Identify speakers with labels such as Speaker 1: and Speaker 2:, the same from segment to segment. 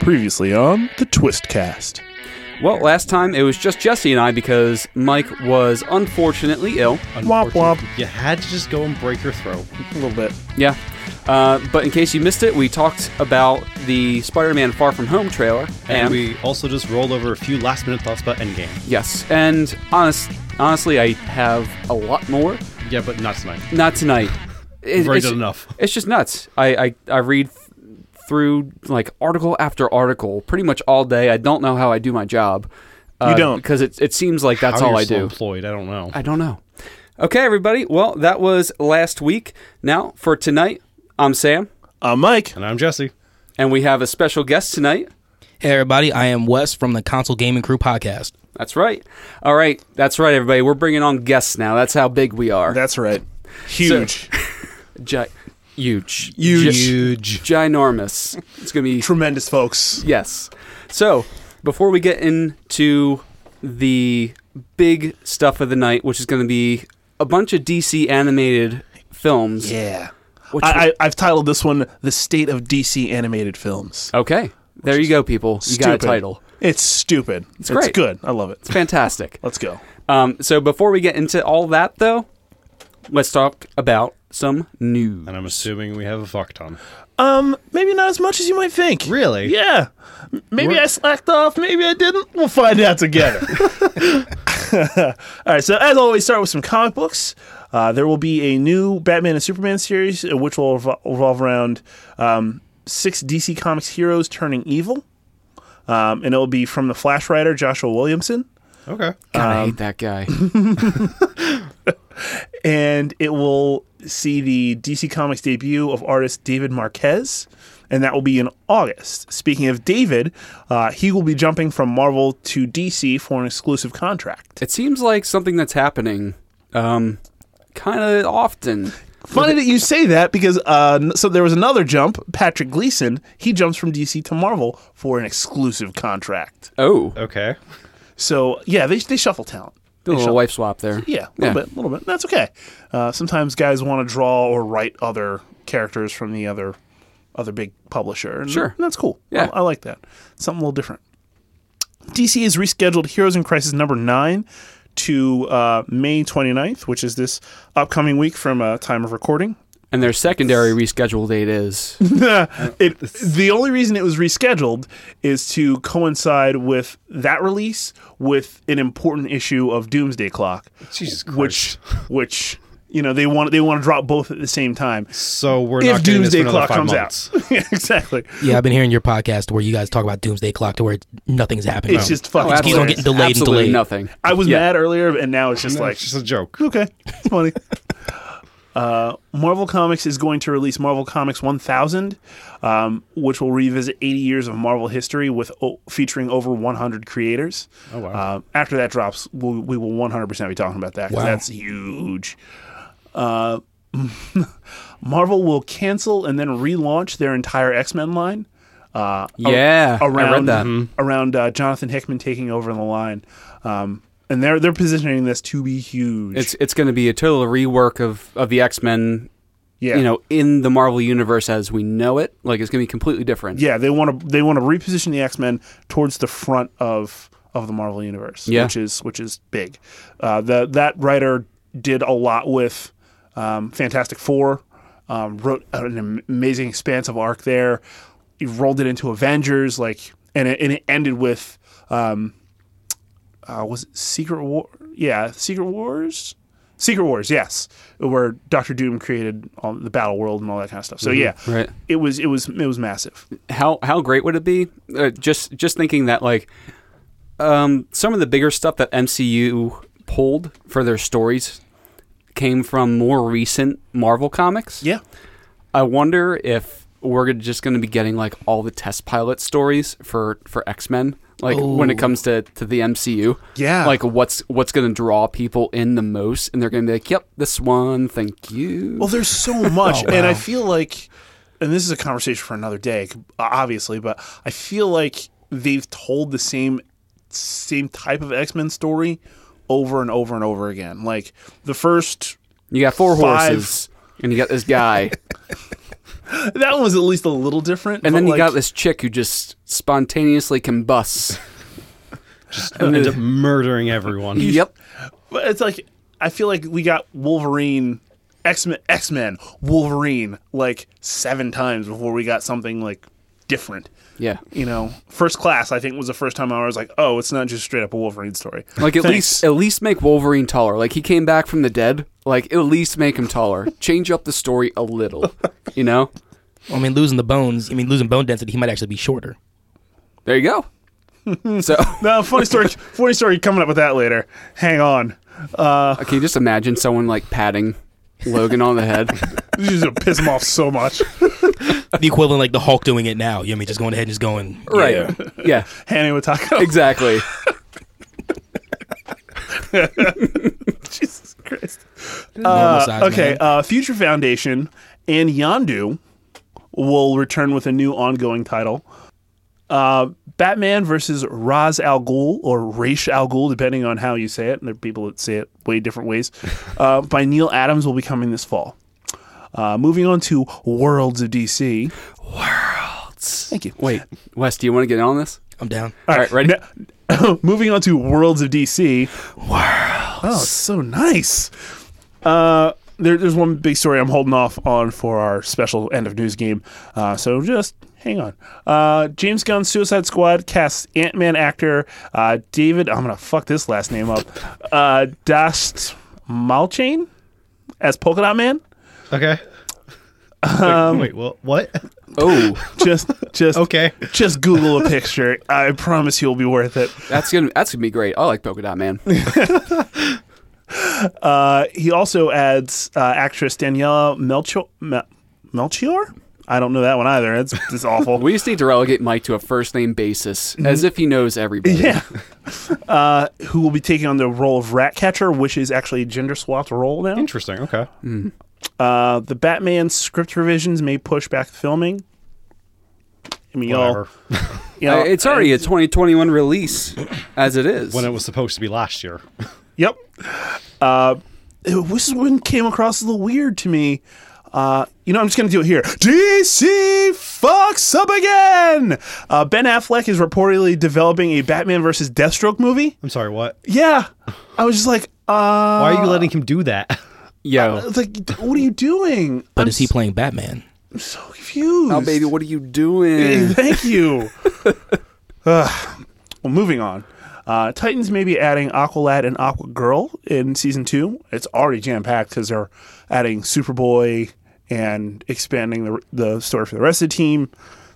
Speaker 1: Previously on the Twistcast.
Speaker 2: Well, last time it was just Jesse and I because Mike was unfortunately ill.
Speaker 1: Womp womp.
Speaker 3: You had to just go and break your throat.
Speaker 1: A little bit.
Speaker 2: Yeah. Uh, but in case you missed it, we talked about the Spider Man Far From Home trailer.
Speaker 3: And, we also just rolled over a few last minute thoughts about Endgame.
Speaker 2: Yes. And honest, honestly, I have a lot more.
Speaker 3: Yeah, but not tonight.
Speaker 2: Not tonight. It-
Speaker 3: We've already
Speaker 2: it's-
Speaker 3: done enough.
Speaker 2: It's just nuts. I, I, I read th- through like article after article pretty much all day. I don't know how I do my job. Uh,
Speaker 1: don't.
Speaker 2: Because it, it seems like that's
Speaker 3: How
Speaker 2: all
Speaker 3: you're
Speaker 2: I
Speaker 3: still
Speaker 2: do.
Speaker 3: Employed? I don't know.
Speaker 2: I don't know. Okay, everybody. Well, that was last week. Now, for tonight, I'm Sam,
Speaker 1: I'm Mike.
Speaker 3: and I'm Jesse.
Speaker 2: and we have a special guest tonight.
Speaker 4: Hey everybody, I am Wes from the Console Gaming Crew podcast.
Speaker 2: That's right. All right. That's right, everybody. We're bringing on guests now. That's how big we are.
Speaker 1: That's right. Huge.
Speaker 2: Gi- huge.
Speaker 1: Huge.
Speaker 3: Huge.
Speaker 2: Ginormous. It's going to be
Speaker 1: Tremendous, folks.
Speaker 2: Yes. So, before we get into the big stuff of the night, which is going to be a bunch of DC animated films.
Speaker 1: Yeah.
Speaker 2: Which
Speaker 1: I, I, I've titled this one The State of DC Animated Films.
Speaker 2: okay. There you go, people. You got a
Speaker 1: Stupid.
Speaker 2: title.
Speaker 1: It's stupid. It's,
Speaker 2: great.
Speaker 1: good. I love it.
Speaker 2: Fantastic.
Speaker 1: Let's go.
Speaker 2: Um, so, before we get into all that, though, let's talk about some news.
Speaker 3: And I'm assuming we have a fuckton.
Speaker 1: Um, maybe not as much as you might think.
Speaker 3: Really?
Speaker 1: Yeah. M- Maybe
Speaker 3: We're-
Speaker 1: I slacked off. Maybe I didn't. We'll find out together. All right. So as always, start with some comic books. Uh, there will be a new Batman and Superman series, uh, which will revol- revolve around um, six DC Comics heroes turning evil, um, and it will be from the Flash writer Joshua Williamson,
Speaker 3: Okay.
Speaker 2: God,
Speaker 1: Um,
Speaker 2: I hate that guy.
Speaker 1: and it will see the DC Comics debut of artist David Marquez, and that will be in August. Speaking of David, uh, he will be jumping from Marvel to DC for an exclusive contract.
Speaker 2: it seems like something that's happening um, kind of often.
Speaker 1: Funny that you say that because uh, n- so there was another jump. Patrick Gleason he jumps from DC to Marvel for an exclusive contract.
Speaker 2: Oh,
Speaker 3: Okay.
Speaker 1: So yeah, they they shuffle talent.
Speaker 2: a little wife swap there.
Speaker 1: Yeah, a little bit, a little bit. That's okay. Uh, sometimes guys want to draw or write other characters from the other other big publisher. And
Speaker 2: Sure.
Speaker 1: that's cool.
Speaker 2: Yeah.
Speaker 1: I, I like that. Something a little different. DC has rescheduled Heroes in Crisis number nine to uh, May 29th, which is this upcoming week from uh, time of recording.
Speaker 2: And their secondary reschedule date is
Speaker 1: it, the only reason it was rescheduled is to coincide with that release with an important issue of Doomsday Clock,
Speaker 3: Jesus Christ.
Speaker 1: which which you know they want they want to drop both at the same time.
Speaker 3: so we're
Speaker 1: if
Speaker 3: not doing this for
Speaker 1: Doomsday
Speaker 3: another
Speaker 1: Clock
Speaker 3: five
Speaker 1: comes
Speaker 3: months.
Speaker 1: out, yeah, exactly.
Speaker 4: Yeah, I've been hearing your podcast where you guys talk about Doomsday Clock to where nothing's happening.
Speaker 1: It's just fucking.
Speaker 4: keeps on
Speaker 2: Oh, absolutely-
Speaker 4: getting delayed and
Speaker 2: absolutely
Speaker 4: delayed.
Speaker 2: nothing.
Speaker 1: I was
Speaker 2: Yeah.
Speaker 1: mad earlier, and now it's just
Speaker 3: No,
Speaker 1: like
Speaker 3: it's just a joke.
Speaker 1: okay, it's funny. Uh, Marvel Comics is going to release Marvel Comics 1000, um, which will revisit 80 years of Marvel history with o- featuring over 100 creators.
Speaker 3: Oh, wow.
Speaker 1: Uh, after that drops, we'll, we will 100% be talking about that 'cause
Speaker 4: Wow.
Speaker 1: that's huge. Uh, Marvel will cancel and then relaunch their entire X Men line. Uh, a-
Speaker 2: Yeah, I read
Speaker 1: around
Speaker 2: that.
Speaker 1: around uh, Jonathan Hickman taking over in the line, um, and they're they're positioning this to be huge.
Speaker 2: It's it's going to be a total rework of of the X Men.
Speaker 1: yeah,
Speaker 2: You know, in the Marvel universe as we know it, like it's going to be completely different.
Speaker 1: yeah. They want to they want to reposition the X Men towards the front of of the Marvel universe,
Speaker 2: Yeah.
Speaker 1: which is which is big. Uh, the that writer did a lot with um, Fantastic Four, um, wrote an am- amazing expansive arc there. He rolled it into Avengers, like, and it, and it ended with. Um, uh, was it Secret War? Yeah, Secret Wars. Secret Wars, yes, where Doctor Doom created all the Battle World and all that kind of stuff. So yeah,
Speaker 2: Mm-hmm. Right.
Speaker 1: it was it was it was massive.
Speaker 2: How how great would it be? Uh, just just thinking that like um, some of the bigger stuff that MCU pulled for their stories came from more recent Marvel comics.
Speaker 1: Yeah,
Speaker 2: I wonder if we're gonna- just going to be getting like all the test pilot stories for for X Men, like when it comes to to the MCU.
Speaker 1: Yeah.
Speaker 2: like what's what's going to draw people in the most, and they're going to be like, "Yep, this one, thank you."
Speaker 1: Well, there's so much,
Speaker 4: Oh,
Speaker 1: and I
Speaker 4: wow.
Speaker 1: feel like, and this is a conversation for another day, obviously, but I feel like they've told the same same type of X Men story over and over and over again. Like the first
Speaker 2: you got four
Speaker 1: five-
Speaker 2: horses. and you got this guy,
Speaker 1: That one was at least a little different.
Speaker 2: and then
Speaker 1: but,
Speaker 2: you
Speaker 1: like,
Speaker 2: got this chick who just spontaneously combusts. And
Speaker 3: ends
Speaker 2: the-
Speaker 3: up murdering everyone.
Speaker 2: yep.
Speaker 1: But it's like I feel like we got Wolverine, X Men, X Men, Wolverine like seven times before we got something like different.
Speaker 2: Yeah.
Speaker 1: You know, First Class I think was the first time I was like, oh, it's not just straight up a Wolverine story.
Speaker 2: Like at
Speaker 1: Thanks.
Speaker 2: least at least make Wolverine taller. Like he came back from the dead. Like at least make him taller. Change up the story a little. You know?
Speaker 4: I mean, losing the bones. I mean, losing bone density, he might actually be shorter.
Speaker 2: There you go. So uh,
Speaker 1: no funny story. funny story coming up with that later. Hang on. Uh,
Speaker 2: I can just imagine someone like patting Logan on the head.
Speaker 1: This is gonna piss him off so much.
Speaker 4: the equivalent like the Hulk doing it now. You know what I mean? Just going ahead and just going.
Speaker 2: Right.
Speaker 4: yeah.
Speaker 2: Yeah.
Speaker 1: Hanny with taco.
Speaker 2: Exactly.
Speaker 1: Jesus Christ.
Speaker 4: Normal
Speaker 1: Uh,
Speaker 4: size
Speaker 1: okay,
Speaker 4: man.
Speaker 1: uh, Future Foundation and Yondu will return with a new ongoing title. Uh, Batman versus Raz Al Ghul or Raish Al Ghul, depending on how you say it. And there are people that say it way different ways. Uh, by Neil Adams will be coming this fall. Uh, moving on to Worlds of DC.
Speaker 2: Thank
Speaker 1: you.
Speaker 2: Wait, Wes, do you want to get in on this?
Speaker 4: I'm down.
Speaker 2: All right, ready?
Speaker 1: Now- moving on to Worlds of DC. Worlds. Oh, so nice. Uh, there, there's one big story I'm holding off on for our special end of news game. Uh, so just hang on. Uh, James Gunn's Suicide Squad casts Ant Man actor uh, David. I'm gonna fuck this last name up. Uh, Dast Malchain as Polka Dot Man.
Speaker 3: Okay.
Speaker 1: Um,
Speaker 3: wait, wait, wha- what?
Speaker 2: Oh,
Speaker 1: Just, just
Speaker 3: Okay.
Speaker 1: Just Google a picture. I promise you'll be worth it.
Speaker 2: that's gonna that's gonna be great. I like Polka Dot Man.
Speaker 1: Uh, he also adds uh, actress Daniela Melchior. Mel- Melchior? I don't know that one either. It's, it's awful.
Speaker 2: We just need to relegate Mike to a first name basis, as if he knows everybody.
Speaker 1: yeah. Uh, who will be taking on the role of Ratcatcher, which is actually a gender swapped role now.
Speaker 3: Interesting. Okay.
Speaker 1: Uh, the Batman script revisions may push back filming. I mean, y'all,
Speaker 3: Whatever.
Speaker 1: you
Speaker 2: Uh,
Speaker 1: know,
Speaker 2: it's already a 2021 release, as it is.
Speaker 3: When it was supposed to be last year.
Speaker 1: Yep. Uh, this one came across a little weird to me. Uh, you know, I'm just going to do it here. DC fucks up again. Uh, ben Affleck is reportedly developing a Batman versus Deathstroke movie.
Speaker 3: I'm sorry, what?
Speaker 1: Yeah, I was just like, uh,
Speaker 3: Why are you letting him do that?
Speaker 2: Yo,
Speaker 1: it's like, what are you doing?
Speaker 4: But
Speaker 1: I'm
Speaker 4: is he playing Batman?
Speaker 1: so confused.
Speaker 2: oh baby, what are you
Speaker 1: Hey,
Speaker 2: doing?
Speaker 1: Thank you. Ugh. well, moving on. Uh, Titans may be adding Aqualad and Aqua Girl in season two. It's already jam packed because they're adding Superboy and expanding the, the story for the rest of the team.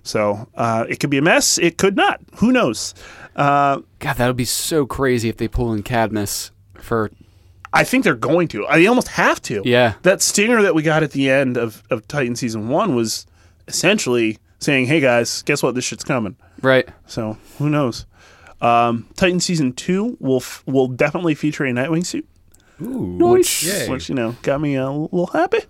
Speaker 1: So uh, it could be a mess. It could not. Who knows? Uh,
Speaker 2: God, that would be so crazy if they pull in Cadmus for
Speaker 1: I think they're going to. I, they almost have to.
Speaker 2: Yeah.
Speaker 1: That stinger that we got at the end of, of Titan season one was essentially saying, hey guys, guess what? This shit's coming.
Speaker 2: right.
Speaker 1: So who knows? Um, Titan season two will f- will definitely feature a Nightwing suit,
Speaker 2: Nice.
Speaker 3: Yay.
Speaker 1: which you know got me a little happy.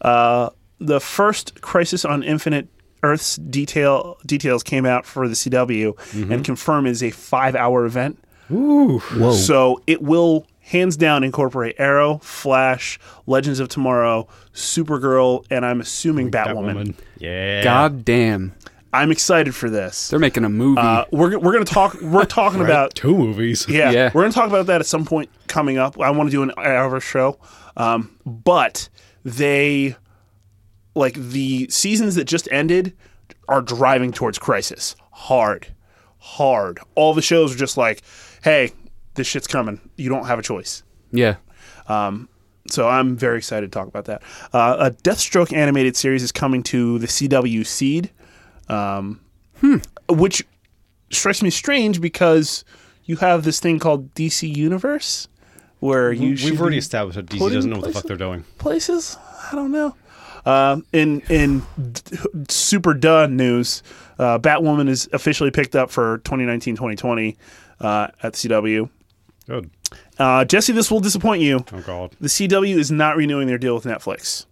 Speaker 1: Uh, the first Crisis on Infinite Earths detail details came out for the CW and confirm is a five hour event.
Speaker 3: Oh.
Speaker 4: Whoa.
Speaker 1: So it will hands down incorporate Arrow, Flash, Legends of Tomorrow, Supergirl, and I'm assuming Batwoman.
Speaker 3: Yeah.
Speaker 2: God damn,
Speaker 1: I'm excited for this.
Speaker 2: they're making a movie.
Speaker 1: Uh, we're g- we're gonna talk. We're talking about
Speaker 3: Two movies.
Speaker 1: Yeah,
Speaker 2: Yeah.
Speaker 1: we're going to talk about that at some point coming up. I want to do an hour show, um, but they like the seasons that just ended are driving towards crisis hard, hard. All the shows are just like, hey, this shit's coming. You don't have a choice.
Speaker 2: yeah,
Speaker 1: So I'm very excited to talk about that. Uh, a Deathstroke animated series is coming to the CW Seed,
Speaker 3: Hmm.
Speaker 1: um, which strikes me strange because you have this thing called DC Universe where you should
Speaker 3: We've already
Speaker 1: be
Speaker 3: established that DC
Speaker 1: put
Speaker 3: doesn't
Speaker 1: in
Speaker 3: know what the
Speaker 1: place
Speaker 3: fuck they're doing.
Speaker 1: places. I don't know. Um, in in d- super done news, uh, Batwoman is officially picked up for 2019-2020 uh, at the CW.
Speaker 3: Good.
Speaker 1: Uh, Jesse, this will disappoint you
Speaker 3: Oh god.
Speaker 1: the CW is not renewing their deal with Netflix.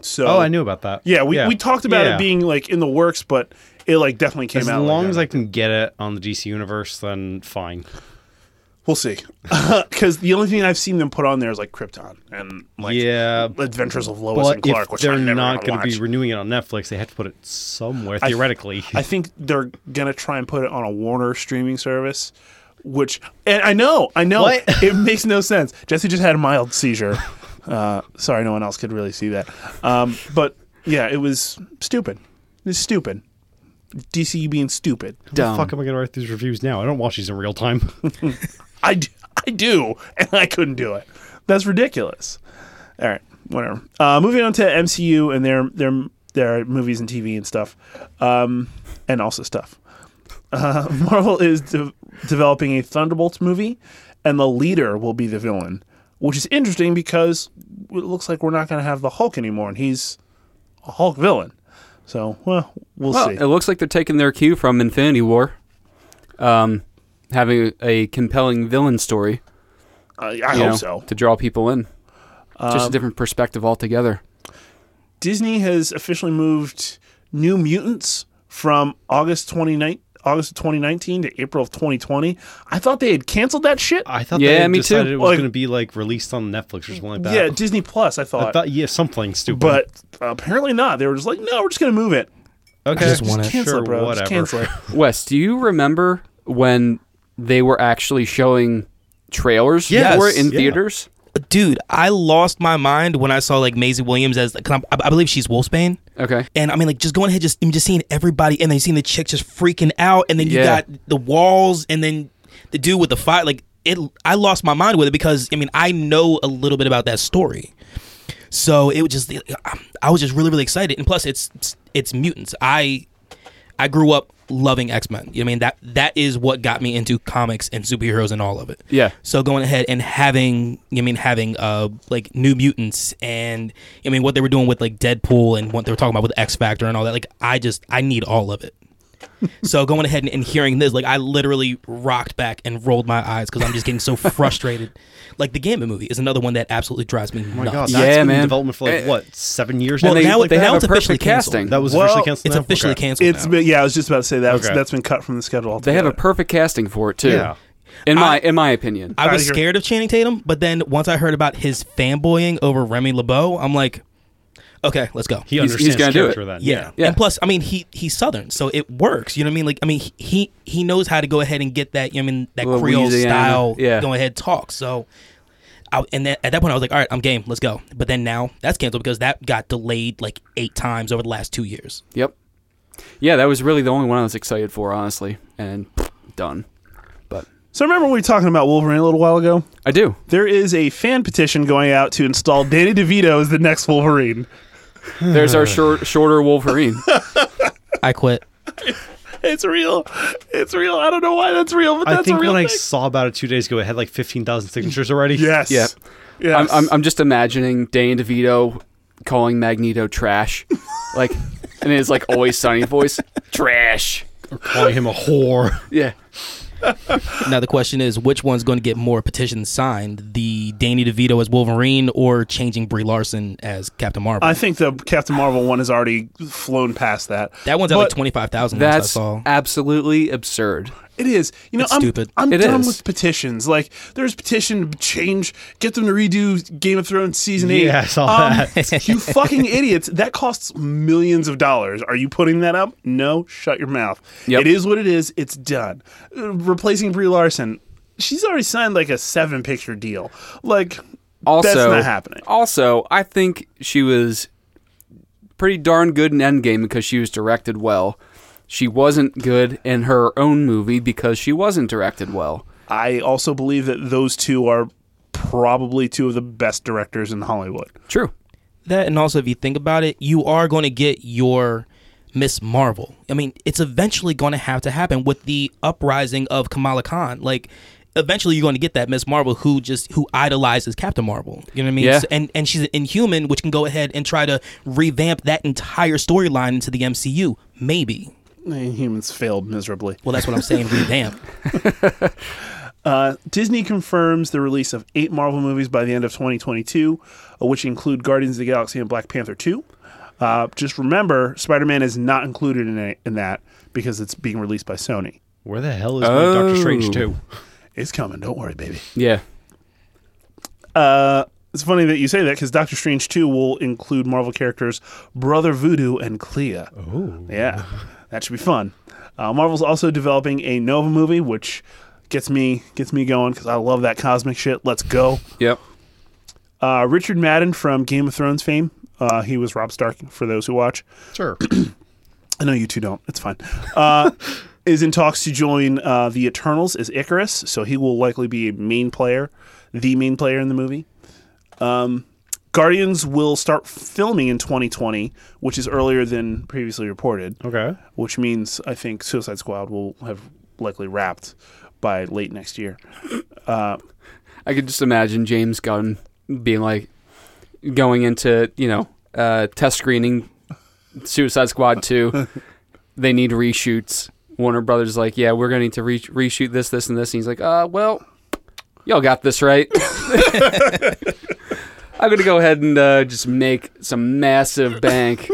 Speaker 1: So
Speaker 3: Oh, I knew about that.
Speaker 1: Yeah, we, we talked about
Speaker 3: Yeah.
Speaker 1: it being like in the works, but it like uh, definitely came
Speaker 3: As
Speaker 1: out.
Speaker 3: long as
Speaker 1: like,
Speaker 3: I can get it on the DC universe, then fine.
Speaker 1: We'll see. Because the only thing I've seen them put on there is like Krypton and like
Speaker 3: Yeah,
Speaker 1: Adventures of Lois
Speaker 3: But
Speaker 1: and Clark,
Speaker 3: if
Speaker 1: which
Speaker 3: they're
Speaker 1: I'm never
Speaker 3: not
Speaker 1: going
Speaker 3: going
Speaker 1: to
Speaker 3: to be renewing it on Netflix, they have to put it somewhere theoretically.
Speaker 1: I think they're gonna try and put it on a Warner streaming service, which and I know, I know,
Speaker 3: What?
Speaker 1: it makes no sense. Jesse just had a mild seizure. Uh, sorry, no one else could really see that. Um, but yeah, it was stupid. It's stupid. DC being stupid.
Speaker 3: How the fuck am I going to write these reviews now? I don't watch these in real time.
Speaker 1: I d- I do, and I couldn't do it. That's ridiculous. All right, whatever. Uh, moving on to MCU and their their their movies and TV and stuff, um, and also stuff. Uh, Marvel is de- developing a Thunderbolts movie, and the leader will be the villain, which is interesting because it looks like we're not going to have the Hulk anymore, and he's a Hulk villain. So, well, we'll,
Speaker 2: Well,
Speaker 1: see.
Speaker 2: it looks like they're taking their cue from Infinity War, um, having a, a compelling villain story.
Speaker 1: I, I
Speaker 2: you
Speaker 1: hope
Speaker 2: know,
Speaker 1: so.
Speaker 2: to draw people in. Just a different perspective altogether.
Speaker 1: Disney has officially moved New Mutants from August 29 August of 2019 to April of 2020. I thought they had canceled that shit.
Speaker 3: I thought
Speaker 2: Yeah,
Speaker 3: they
Speaker 2: me too.
Speaker 3: decided it was
Speaker 1: Like-
Speaker 3: going to be like released on Netflix or something like that.
Speaker 1: yeah, Disney Plus, I thought.
Speaker 3: I thought yeah, something stupid.
Speaker 1: but apparently not. They were just like, "No, we're just going to move it."
Speaker 3: okay,
Speaker 4: just wanna-
Speaker 1: Cancel
Speaker 3: sure,
Speaker 1: it, bro.
Speaker 3: whatever.
Speaker 1: Just cancel it.
Speaker 2: Wes, do you remember when they were actually showing trailers
Speaker 3: Yes,
Speaker 2: for it in
Speaker 3: yeah.
Speaker 2: theaters?
Speaker 4: Dude, I lost my mind when I saw like Maisie Williams as the, 'cause I'm- I, I believe she's Wolfsbane.
Speaker 2: Okay.
Speaker 4: And I mean, like, just going ahead, just I'm just seeing everybody, and then seeing the chick just freaking out, and then you
Speaker 2: Yeah.
Speaker 4: got the walls, and then the dude with the fire. Like, it, I lost my mind with it because I mean, I know a little bit about that story, so it was just, I was just really, really excited, and plus, it's it's mutants. I I grew up loving X Men. You know what I mean that that is what got me into comics and superheroes and all of it.
Speaker 2: Yeah.
Speaker 4: So going ahead and having, you know what I mean, having uh like New Mutants and I mean what they were doing with like Deadpool and what they were talking about with X Factor and all that. Like I just I need all of it. so going ahead and, and hearing this, like I literally rocked back and rolled my eyes because I'm just getting so frustrated. Like the Gambit movie is another one that absolutely drives me
Speaker 3: Oh my
Speaker 4: nuts.
Speaker 3: god, that's
Speaker 2: Yeah,
Speaker 3: been
Speaker 2: man.
Speaker 3: in development for like
Speaker 2: Eh,
Speaker 3: what seven years
Speaker 4: Well,
Speaker 3: now.
Speaker 2: they,
Speaker 4: now it-
Speaker 2: they
Speaker 4: now
Speaker 2: have
Speaker 4: it's
Speaker 2: a perfect
Speaker 4: officially canceled.
Speaker 2: casting.
Speaker 3: that was
Speaker 1: Well,
Speaker 3: officially canceled.
Speaker 4: It's
Speaker 3: now?
Speaker 4: officially
Speaker 3: Okay.
Speaker 4: canceled.
Speaker 1: It's
Speaker 4: now.
Speaker 1: been, yeah, I was just about to say that was
Speaker 3: Okay.
Speaker 1: that's been cut from the schedule
Speaker 2: They have
Speaker 1: altogether.
Speaker 2: a perfect casting for it too.
Speaker 3: Yeah.
Speaker 2: In my in my opinion.
Speaker 4: I was
Speaker 1: Outta here.
Speaker 4: scared of Channing Tatum, but then once I heard about his fanboying over Remy LeBeau, I'm like, okay, let's go.
Speaker 3: He
Speaker 2: He's- he's
Speaker 3: understands
Speaker 2: gonna do
Speaker 3: character
Speaker 2: it.
Speaker 3: then.
Speaker 4: yeah.
Speaker 2: Yeah.
Speaker 4: And plus, I mean, he he's Southern, so it works. You know what I mean? Like, I mean, he he knows how to go ahead and get that. You know what I mean that Creole
Speaker 2: Louisiana,
Speaker 4: style.
Speaker 2: yeah.
Speaker 4: Go ahead, talk. So. I, and then at that point, I was like, "All right, I'm game. Let's go." But then now that's canceled because that got delayed like eight times over the last two years.
Speaker 2: Yep. Yeah, that was really the only one I was excited for, honestly. And done. But
Speaker 1: so remember when we were talking about Wolverine a little while ago?
Speaker 2: I do.
Speaker 1: There is a fan petition going out to install Danny DeVito as the next Wolverine.
Speaker 2: There's our short, shorter Wolverine.
Speaker 4: I quit.
Speaker 1: It's real. It's real. I don't know why that's real, but that's
Speaker 3: I think
Speaker 1: a real
Speaker 3: when I
Speaker 1: thing.
Speaker 3: saw about it two days ago, it had like fifteen thousand signatures already.
Speaker 1: yes.
Speaker 2: Yeah.
Speaker 1: Yes.
Speaker 2: I'm, I'm, I'm just imagining Dane DeVito calling Magneto trash, like, and his like always sunny voice, trash.
Speaker 3: calling him a whore.
Speaker 2: Yeah,
Speaker 4: Now the question is, which one's going to get more petitions signed? The Danny DeVito as Wolverine or changing Brie Larson as Captain Marvel?
Speaker 1: I think the Captain Marvel one has already flown past that.
Speaker 4: that one's at
Speaker 1: but
Speaker 4: like twenty five thousand. That's I
Speaker 2: that's
Speaker 4: saw.
Speaker 2: absolutely absurd.
Speaker 1: It is. You know,
Speaker 4: It's
Speaker 1: I'm,
Speaker 4: stupid.
Speaker 1: I'm
Speaker 2: It
Speaker 1: done
Speaker 2: is.
Speaker 1: with petitions. Like, there's petition to change, get them to redo Game of Thrones season eight.
Speaker 3: Yeah, I saw
Speaker 1: that. you fucking idiots! That costs millions of dollars. Are you putting that up? No. Shut your mouth.
Speaker 2: Yep.
Speaker 1: It is what it is. It's done. Uh, replacing Brie Larson. She's already signed like a seven picture deal. Like,
Speaker 2: Also,
Speaker 1: that's not happening.
Speaker 2: Also, I think she was pretty darn good in Endgame because she was directed well. She wasn't good in her own movie because she wasn't directed well.
Speaker 1: I also believe that those two are probably two of the best directors in Hollywood.
Speaker 2: True.
Speaker 4: that and also if you think about it you are going to get your miss marvel i mean it's eventually going to have to happen with the uprising of kamala khan like eventually you're going to get that miss marvel who just who idolizes captain marvel you know what i mean
Speaker 2: Yeah.
Speaker 4: So- and and she's an inhuman which can go ahead and try to revamp that entire storyline into the mcu maybe
Speaker 1: And humans failed miserably.
Speaker 4: well that's what i'm saying revamp
Speaker 1: Uh, Disney confirms the release of eight Marvel movies by the end of 2022, uh, which include Guardians of the Galaxy and Black Panther 2. Uh, just remember, Spider Man is not included in, it, in that because it's being released by Sony.
Speaker 3: Where the hell is my Doctor Strange
Speaker 2: Oh.
Speaker 3: two?
Speaker 1: It's coming. Don't worry, baby.
Speaker 2: Yeah.
Speaker 1: Uh, it's funny that you say that because Doctor Strange 2 will include Marvel characters Brother Voodoo and Clea. Oh. Yeah. That should be fun. Uh, Marvel's also developing a Nova movie, which gets me gets me going because I love that cosmic shit. Let's go.
Speaker 2: Yep.
Speaker 1: Uh, Richard Madden from Game of Thrones fame. Uh, he was Rob Stark for those who watch.
Speaker 3: Sure.
Speaker 1: I know Uh, you two don't. It's fine. Uh, is in talks to join uh, the Eternals as Icarus, so he will likely be a main player, the main player in the movie. Um, Guardians will start filming in 2020, which is earlier than previously reported,
Speaker 3: okay.
Speaker 1: which means I think Suicide Squad will have likely wrapped by late next year.
Speaker 2: I could just imagine James Gunn being like going into, you know, uh, test screening Suicide Squad 2. they need reshoots. Warner Brothers is like, yeah, we're going to need to re- reshoot this, this, and this. And he's like, uh, well, y'all got this right. I'm going to go ahead and uh, just make some massive bank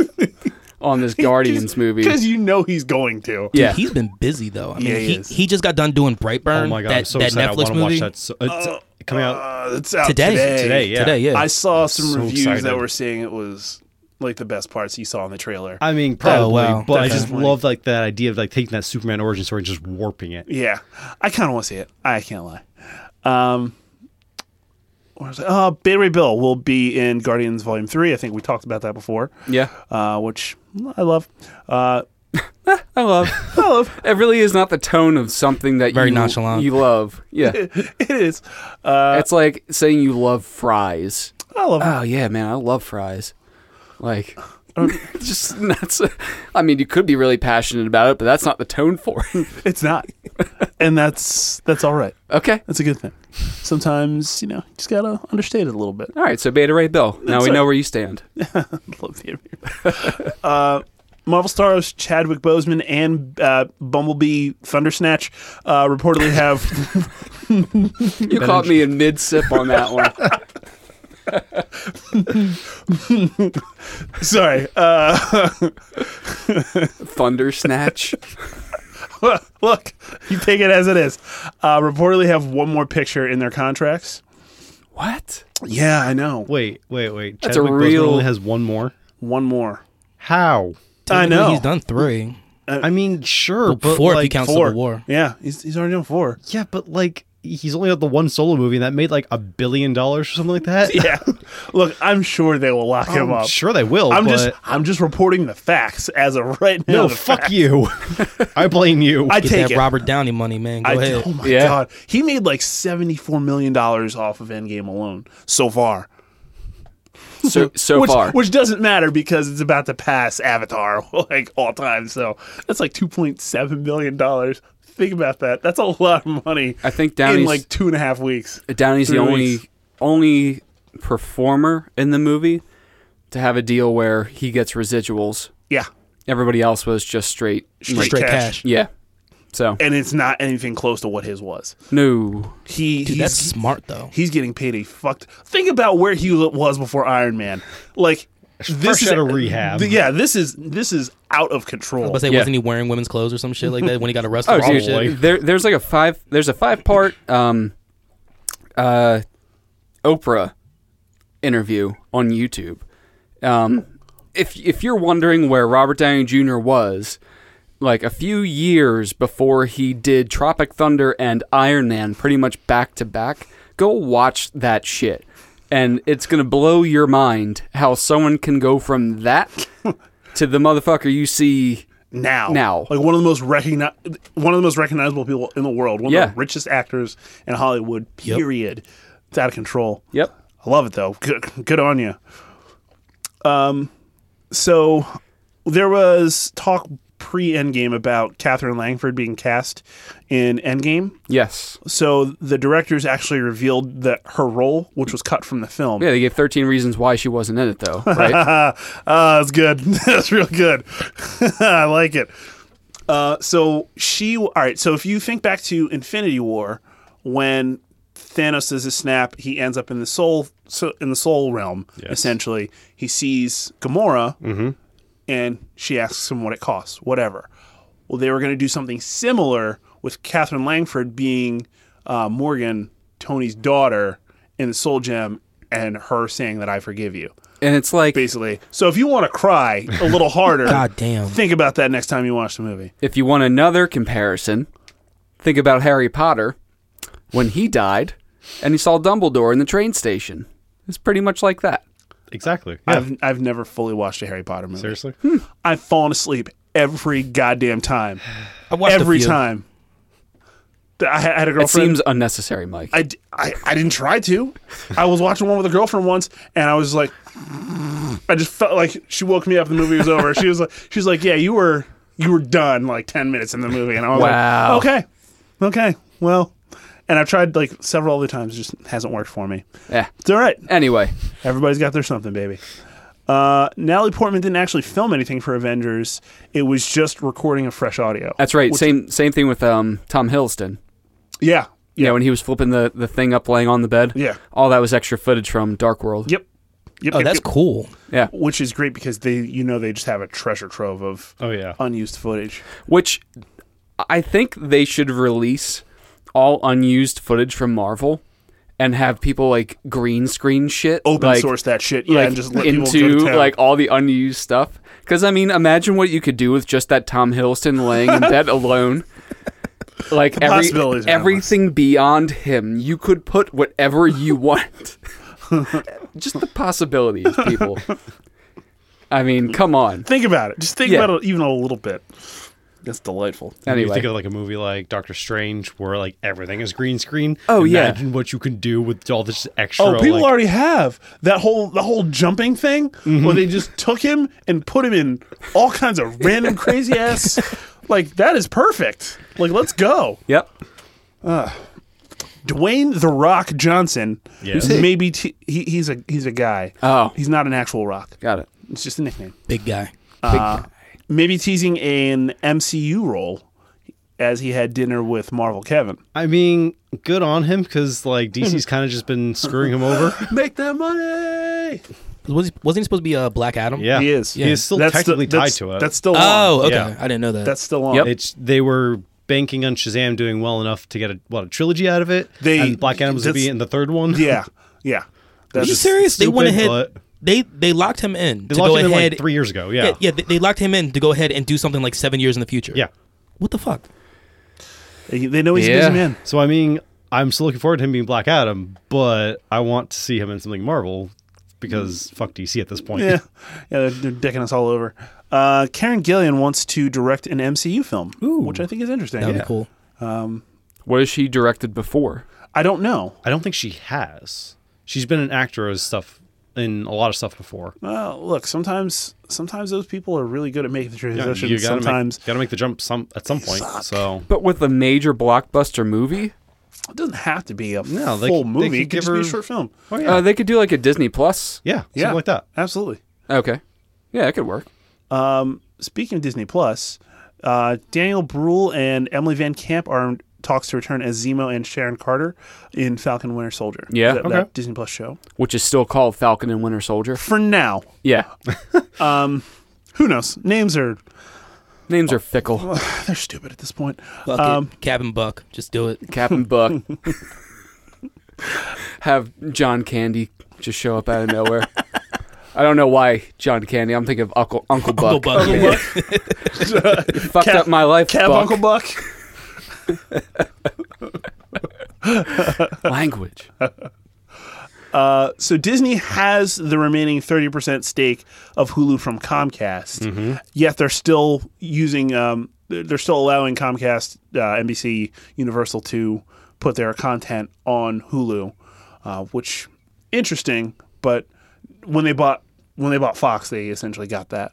Speaker 2: on this Guardians movie.
Speaker 1: because you know he's going to.
Speaker 2: Yeah.
Speaker 4: He's been busy though. I mean,
Speaker 1: Yeah, he
Speaker 4: he,
Speaker 1: is.
Speaker 4: he, just got done doing Brightburn.
Speaker 3: Oh my god,
Speaker 4: that,
Speaker 3: I'm so
Speaker 4: that
Speaker 3: excited.
Speaker 4: Netflix
Speaker 3: I want to
Speaker 4: movie
Speaker 3: watch that. So, it's uh, coming out.
Speaker 1: Uh, it's out
Speaker 4: today.
Speaker 3: Today, yeah.
Speaker 4: Today, yeah.
Speaker 1: I saw some
Speaker 3: so
Speaker 1: reviews that
Speaker 3: excited.
Speaker 1: were saying it was like the best parts you saw in the trailer.
Speaker 3: I mean, probably,
Speaker 2: Oh,
Speaker 4: wow.
Speaker 3: but I just
Speaker 1: Definitely.
Speaker 3: love like that idea of like taking that Superman origin story and just warping it.
Speaker 1: yeah, I kind of want to see it. I can't lie. Um, where was I? Uh, Battery Bill will be in Guardians Volume Three. I think we talked about that before,
Speaker 2: yeah.
Speaker 1: uh, which I love. Uh,
Speaker 2: I love. I love. It really is not the tone of something that
Speaker 4: Very
Speaker 2: you,
Speaker 4: nonchalant.
Speaker 2: you love. Yeah.
Speaker 1: it is. Uh,
Speaker 2: it's like saying you love fries.
Speaker 1: I love.
Speaker 2: Oh yeah, man, I love fries. Like just that's I mean, you could be really passionate about it, but that's not the tone for it.
Speaker 1: It's not, and that's that's all right.
Speaker 2: okay.
Speaker 1: That's a good thing. Sometimes you know you just gotta understate it a little bit.
Speaker 2: All right, so Beta Ray Bill. Now
Speaker 1: That's
Speaker 2: we
Speaker 1: right.
Speaker 2: know where you stand.
Speaker 1: Love the interview. uh, Marvel stars Chadwick Boseman and uh, Bumblebee Thundersnatch uh, reportedly have
Speaker 2: You caught me in mid sip on that one.
Speaker 1: sorry uh,
Speaker 2: Thunder snatch.
Speaker 1: look you take it as it is uh, reportedly have one more picture in their contracts
Speaker 2: What?
Speaker 1: yeah I know
Speaker 3: Wait, wait, wait.
Speaker 2: That's a
Speaker 3: Chadwick Boseman
Speaker 2: real-
Speaker 3: only has one more.
Speaker 1: one more
Speaker 3: How?
Speaker 1: I know
Speaker 4: He's done three,
Speaker 1: Uh,
Speaker 3: I mean, sure, but,
Speaker 4: four if you
Speaker 3: like,
Speaker 4: count
Speaker 1: four
Speaker 4: Civil War.
Speaker 1: yeah he's, he's already done four
Speaker 3: Yeah, but like he's only had the one solo movie and that made like a billion dollars or something like that.
Speaker 1: yeah look I'm sure they will lock him
Speaker 3: I'm
Speaker 1: up
Speaker 3: sure they will.
Speaker 1: I'm
Speaker 3: but-
Speaker 1: just I'm just reporting the facts as of right now
Speaker 3: no,
Speaker 1: the
Speaker 3: fuck
Speaker 1: facts.
Speaker 3: you. I blame you.
Speaker 1: I
Speaker 4: Get
Speaker 1: take
Speaker 4: that
Speaker 1: it.
Speaker 4: Robert Downey money, man. Go
Speaker 1: I,
Speaker 4: ahead.
Speaker 1: Oh my
Speaker 2: Yeah.
Speaker 1: god, he made like seventy-four million dollars off of Endgame alone so far.
Speaker 2: So so
Speaker 1: which,
Speaker 2: far.
Speaker 1: which doesn't matter because it's about to pass Avatar like all time. So that's like two point seven million dollars. Think about that. That's a lot of money.
Speaker 2: I think
Speaker 1: in
Speaker 2: Downey's
Speaker 1: like two and a half weeks.
Speaker 2: Downey's the
Speaker 1: Three
Speaker 2: only
Speaker 1: weeks.
Speaker 2: only performer in the movie to have a deal where he gets residuals.
Speaker 1: Yeah,
Speaker 2: Everybody else was just straight.
Speaker 1: Straight
Speaker 2: like-
Speaker 4: Straight
Speaker 1: cash.
Speaker 4: cash.
Speaker 2: yeah. So
Speaker 1: and it's not anything close to what his was.
Speaker 2: no.
Speaker 1: He
Speaker 4: Dude,
Speaker 1: he's,
Speaker 4: that's smart though.
Speaker 1: he's getting paid a fucked. Think about where he was before Iron Man. Like this
Speaker 3: Fresh
Speaker 1: is
Speaker 3: out of rehab.
Speaker 1: Yeah, this is this is out of
Speaker 4: I
Speaker 1: control.
Speaker 4: was gonna say,
Speaker 2: Yeah.
Speaker 4: wasn't he wearing women's clothes or some shit like that when he got arrested?
Speaker 2: Oh,
Speaker 4: or some
Speaker 2: dude,
Speaker 4: shit?
Speaker 2: there, there's like a five. There's a five part um, uh, Oprah interview on YouTube. Um, if if you're wondering where Robert Downey Jr. was, like a few years before he did Tropic Thunder and Iron Man, pretty much back to back, go watch that shit. And it's gonna blow your mind how someone can go from that to the motherfucker you see
Speaker 1: now.
Speaker 2: Now.
Speaker 1: like one of the most recogni- one of the most recognizable people in the world, one of
Speaker 2: Yeah.
Speaker 1: the richest actors in Hollywood. Period. It's out of control.
Speaker 2: Yep.
Speaker 1: I love it though. Good, good on you. Um, so there was talk pre Endgame about Catherine Langford being cast in Endgame.
Speaker 2: Yes.
Speaker 1: So the directors actually revealed that her role, which was cut from the film,
Speaker 2: Yeah, they gave 13 reasons why she wasn't in it, though, right?
Speaker 1: Ah, ah, that's good. that's real good. I like it. Uh, so she, all right. So if you think back to Infinity War, when Thanos does a snap, he ends up in the soul, so in the soul realm. Essentially, he sees Gamora, and she asks him what it costs, whatever. Well, they were going to do something similar with Catherine Langford being uh, Morgan, Tony's daughter, in the Soul Gem, and her saying that I forgive you,
Speaker 2: and it's like
Speaker 1: basically. So if you want to cry a little harder,
Speaker 4: God damn.
Speaker 1: think about that next time you watch the movie.
Speaker 2: if you want another comparison, think about Harry Potter when he died and he saw Dumbledore in the train station. It's pretty much like that.
Speaker 3: Exactly. Yeah.
Speaker 1: I've I've never fully watched a Harry Potter movie.
Speaker 3: Seriously.
Speaker 1: I've fallen asleep every goddamn time.
Speaker 4: I watched a
Speaker 1: every
Speaker 4: few.
Speaker 1: time. Th- I had I had a
Speaker 2: It
Speaker 1: girlfriend.
Speaker 2: seems unnecessary, Mike.
Speaker 1: I, d- I- I didn't try to. I was watching one with a girlfriend once, and I was like, I just felt like she woke me up. The movie was over. She was like, she was like, yeah, you were you were done like ten minutes in the movie, and I was
Speaker 2: Wow.
Speaker 1: like, okay, okay, well, and I've tried like several other times, it just hasn't worked for me.
Speaker 2: Eh.
Speaker 1: It's all right.
Speaker 2: Anyway,
Speaker 1: Everybody's got their something, baby. Uh, Natalie Portman didn't actually film anything for Avengers. It was just recording of fresh audio.
Speaker 2: that's right. Same same thing with um, Tom Hiddleston.
Speaker 1: yeah.
Speaker 2: You know, when he was flipping the, the thing up laying on the bed.
Speaker 1: Yeah.
Speaker 2: All that was extra footage from Dark World.
Speaker 1: Yep. Yep.
Speaker 4: Oh,
Speaker 1: yep,
Speaker 4: that's
Speaker 1: yep.
Speaker 4: cool.
Speaker 2: Yeah.
Speaker 1: which is great because they, you know, they just have a treasure trove of
Speaker 3: Oh yeah.
Speaker 1: unused footage.
Speaker 2: Which I think they should release all unused footage from Marvel and have people like green screen shit.
Speaker 1: Open
Speaker 2: like,
Speaker 1: source that shit, yeah,
Speaker 2: like
Speaker 1: and just let people
Speaker 2: into
Speaker 1: go to town.
Speaker 2: like all the unused stuff. Because I mean, imagine what you could do with just that Tom Hiddleston laying in bed alone. Like every,
Speaker 1: possibilities are endless.
Speaker 2: everything beyond him, you could put whatever you want. just the possibilities, people. I mean, come on.
Speaker 1: think about it. Just think
Speaker 2: Yeah.
Speaker 1: about it even a little bit. That's delightful.
Speaker 3: You think
Speaker 2: Anyway,
Speaker 3: of like a movie like Doctor Strange, where like everything is green screen.
Speaker 2: Oh, yeah.
Speaker 3: Imagine what you can do with all this extra.
Speaker 1: Oh, people
Speaker 3: like-
Speaker 1: already have that whole the whole jumping thing
Speaker 2: Mm-hmm.
Speaker 1: where they just took him and put him in all kinds of random crazy ass. Like that is perfect. Like let's go.
Speaker 2: yep.
Speaker 1: Dwayne the Rock Johnson.
Speaker 3: Yes.
Speaker 1: is Maybe t- he, he's a he's a guy.
Speaker 2: Oh.
Speaker 1: he's not an actual rock.
Speaker 2: Got it.
Speaker 1: It's just a nickname.
Speaker 4: Big guy.
Speaker 1: Maybe teasing an MCU role as he had dinner with Marvel Kevin.
Speaker 3: I mean, good on him because like DC's kind of just been screwing him over.
Speaker 1: Make that money.
Speaker 4: Was he, wasn't he supposed to be uh, Black Adam?
Speaker 3: Yeah,
Speaker 1: He is.
Speaker 3: He is still
Speaker 1: That's
Speaker 3: technically
Speaker 1: the- that's-
Speaker 3: tied to it.
Speaker 1: That's still on.
Speaker 4: Oh, okay.
Speaker 3: Yeah.
Speaker 4: I didn't know that.
Speaker 1: that's still on.
Speaker 2: Yep.
Speaker 3: it's they were banking on Shazam doing well enough to get a what a trilogy out of it.
Speaker 1: They-
Speaker 3: and Black Adam was gonna be
Speaker 1: that's-
Speaker 3: in the third one.
Speaker 1: Yeah, yeah.
Speaker 4: Are
Speaker 1: That's
Speaker 4: you serious? they went
Speaker 3: stupid,
Speaker 4: ahead.
Speaker 3: but-
Speaker 4: They they locked him in
Speaker 3: they
Speaker 4: to
Speaker 3: launched
Speaker 4: go
Speaker 3: it in,
Speaker 4: ahead.
Speaker 3: like three years ago. Yeah,
Speaker 4: yeah, yeah, they, they locked him in to go ahead and do something like seven years in the future.
Speaker 3: Yeah.
Speaker 4: What the fuck?
Speaker 1: They they know he's a
Speaker 2: Yeah.
Speaker 1: busy man.
Speaker 3: So I mean, I'm still looking forward to him being Black Adam, but I want to see him in something Marvel because fuck DC at this point.
Speaker 1: Yeah, yeah. They're, they're decking us all over. Uh, Karen Gillian wants to direct an MCU film, which I think is interesting.
Speaker 4: That would
Speaker 1: Yeah.
Speaker 4: be cool.
Speaker 2: What has she directed before?
Speaker 1: I don't know.
Speaker 3: I don't think she has. She's been an actor as stuff in a lot of stuff before.
Speaker 1: Well, look, sometimes sometimes those people are really good at making the
Speaker 3: Yeah,
Speaker 1: transition.
Speaker 3: you gotta
Speaker 1: sometimes
Speaker 3: make, gotta make the jump some at some point. So
Speaker 2: But with a major blockbuster movie,
Speaker 1: it doesn't have to be a
Speaker 3: No, they
Speaker 1: full
Speaker 3: could- they
Speaker 1: movie.
Speaker 3: could
Speaker 1: it could
Speaker 3: give
Speaker 1: just be a
Speaker 3: her-
Speaker 1: short film.
Speaker 3: oh yeah,
Speaker 2: uh, they could do like a Disney Plus.
Speaker 3: yeah, something
Speaker 1: Yeah.
Speaker 3: like that.
Speaker 1: Absolutely.
Speaker 2: Okay. Yeah, it could work.
Speaker 1: Um, speaking of Disney Plus, uh, Daniel Bruhl and Emily Van Camp are in talks to return as Zemo and Sharon Carter in Falcon Winter Soldier.
Speaker 2: Yeah,
Speaker 1: that,
Speaker 2: okay.
Speaker 1: that Disney Plus show.
Speaker 2: Which is still called Falcon and Winter Soldier.
Speaker 1: For now,
Speaker 2: Yeah.
Speaker 1: who knows? Names are
Speaker 2: Names are fickle.
Speaker 1: they're stupid at this point.
Speaker 4: Fuck
Speaker 1: Um,
Speaker 4: it. Cabin Buck. Just do it.
Speaker 2: Captain Buck. Have John Candy just show up out of nowhere. I don't know why John Candy. I'm thinking of Uncle Uncle Buck.
Speaker 4: Uncle Buck.
Speaker 2: Okay. Fucked
Speaker 1: Cap-
Speaker 2: up my life.
Speaker 1: Cab
Speaker 2: Buck.
Speaker 1: Uncle Buck.
Speaker 2: Language.
Speaker 1: Uh, so Disney has the remaining 30% stake of Hulu from Comcast, yet they're still using, um, they're they're still allowing Comcast, uh, NBC, Universal to put their content on Hulu, uh, which interesting. But when they bought when they bought Fox, they essentially got that.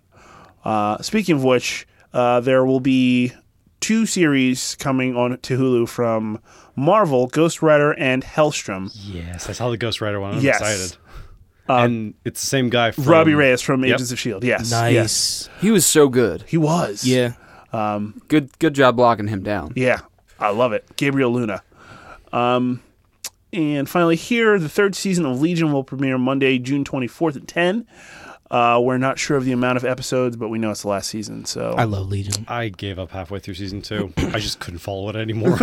Speaker 1: Uh, speaking of which, uh, there will be two series coming on to Hulu from Marvel, Ghost Rider, and Hellstrom.
Speaker 3: Yes, I saw the Ghost Rider one. I'm
Speaker 1: Yes.
Speaker 3: excited. and it's the same guy from
Speaker 1: Robbie Reyes from Agents of Shield. E Yes,
Speaker 4: Nice.
Speaker 1: yes.
Speaker 2: He was so good.
Speaker 1: he was.
Speaker 4: Yeah.
Speaker 2: Good good job blocking him down.
Speaker 1: yeah, I love it. Gabriel Luna. Um, and finally, here the third season of Legion will premiere Monday, June twenty fourth at ten. Uh, we're not sure of the amount of episodes, but we know it's the last season. So
Speaker 4: I love Legion.
Speaker 3: I gave up halfway through season two. I just couldn't follow it anymore.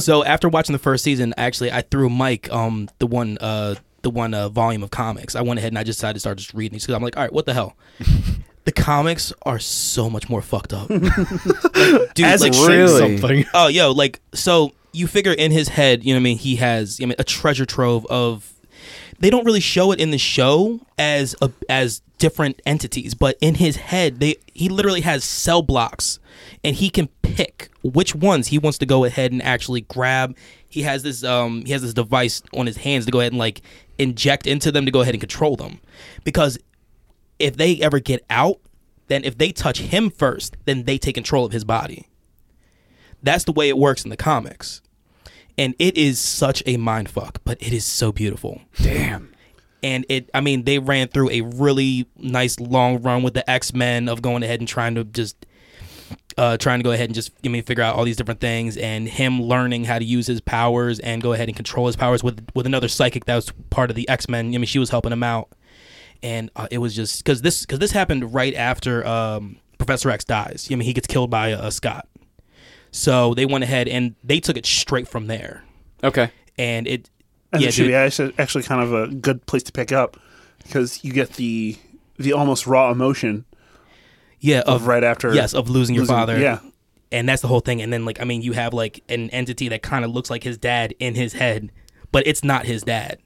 Speaker 4: so after watching the first season, actually, I threw Mike um the one uh the one uh, volume of comics. I went ahead and I just decided to start just reading these because I'm like, all right, what the hell. The comics are so much more fucked up, Like, dude.
Speaker 1: As
Speaker 4: like,
Speaker 1: it
Speaker 3: Saying
Speaker 1: Really?
Speaker 3: Something.
Speaker 4: oh yo like so you figure in his head you know what i mean he has i mean a treasure trove of they don't really show it in the show as a, as different entities but in his head they he literally has cell blocks and he can pick which ones he wants to go ahead and actually grab he has this um he has this device on his hands to go ahead and like inject into them to go ahead and control them because if they ever get out then if they touch him first then they take control of his body that's the way it works in the comics. And it is such a mind fuck, but it is so beautiful.
Speaker 2: Damn.
Speaker 4: And it, I mean, they ran through a really nice long run with the X Men of going ahead and trying to just, uh, trying to go ahead and just, I mean, figure out all these different things and him learning how to use his powers and go ahead and control his powers with, with another psychic that was part of the X Men. I mean, she was helping him out. And uh, it was just, cause this, cause this happened right after, um, Professor X dies. I mean, he gets killed by uh, Scott. So they went ahead and they took it straight from there.
Speaker 2: Okay.
Speaker 4: And it,
Speaker 1: And
Speaker 4: yeah,
Speaker 1: it should
Speaker 4: dude.
Speaker 1: be actually, actually kind of a good place to pick up because you get the the almost raw emotion
Speaker 4: yeah,
Speaker 1: of
Speaker 4: of,
Speaker 1: right after.
Speaker 4: yes, of losing your
Speaker 1: losing-
Speaker 4: father.
Speaker 1: Yeah.
Speaker 4: and that's the whole thing. And then like I mean, you have like an entity that kind of looks like his dad in his head, but it's not his dad.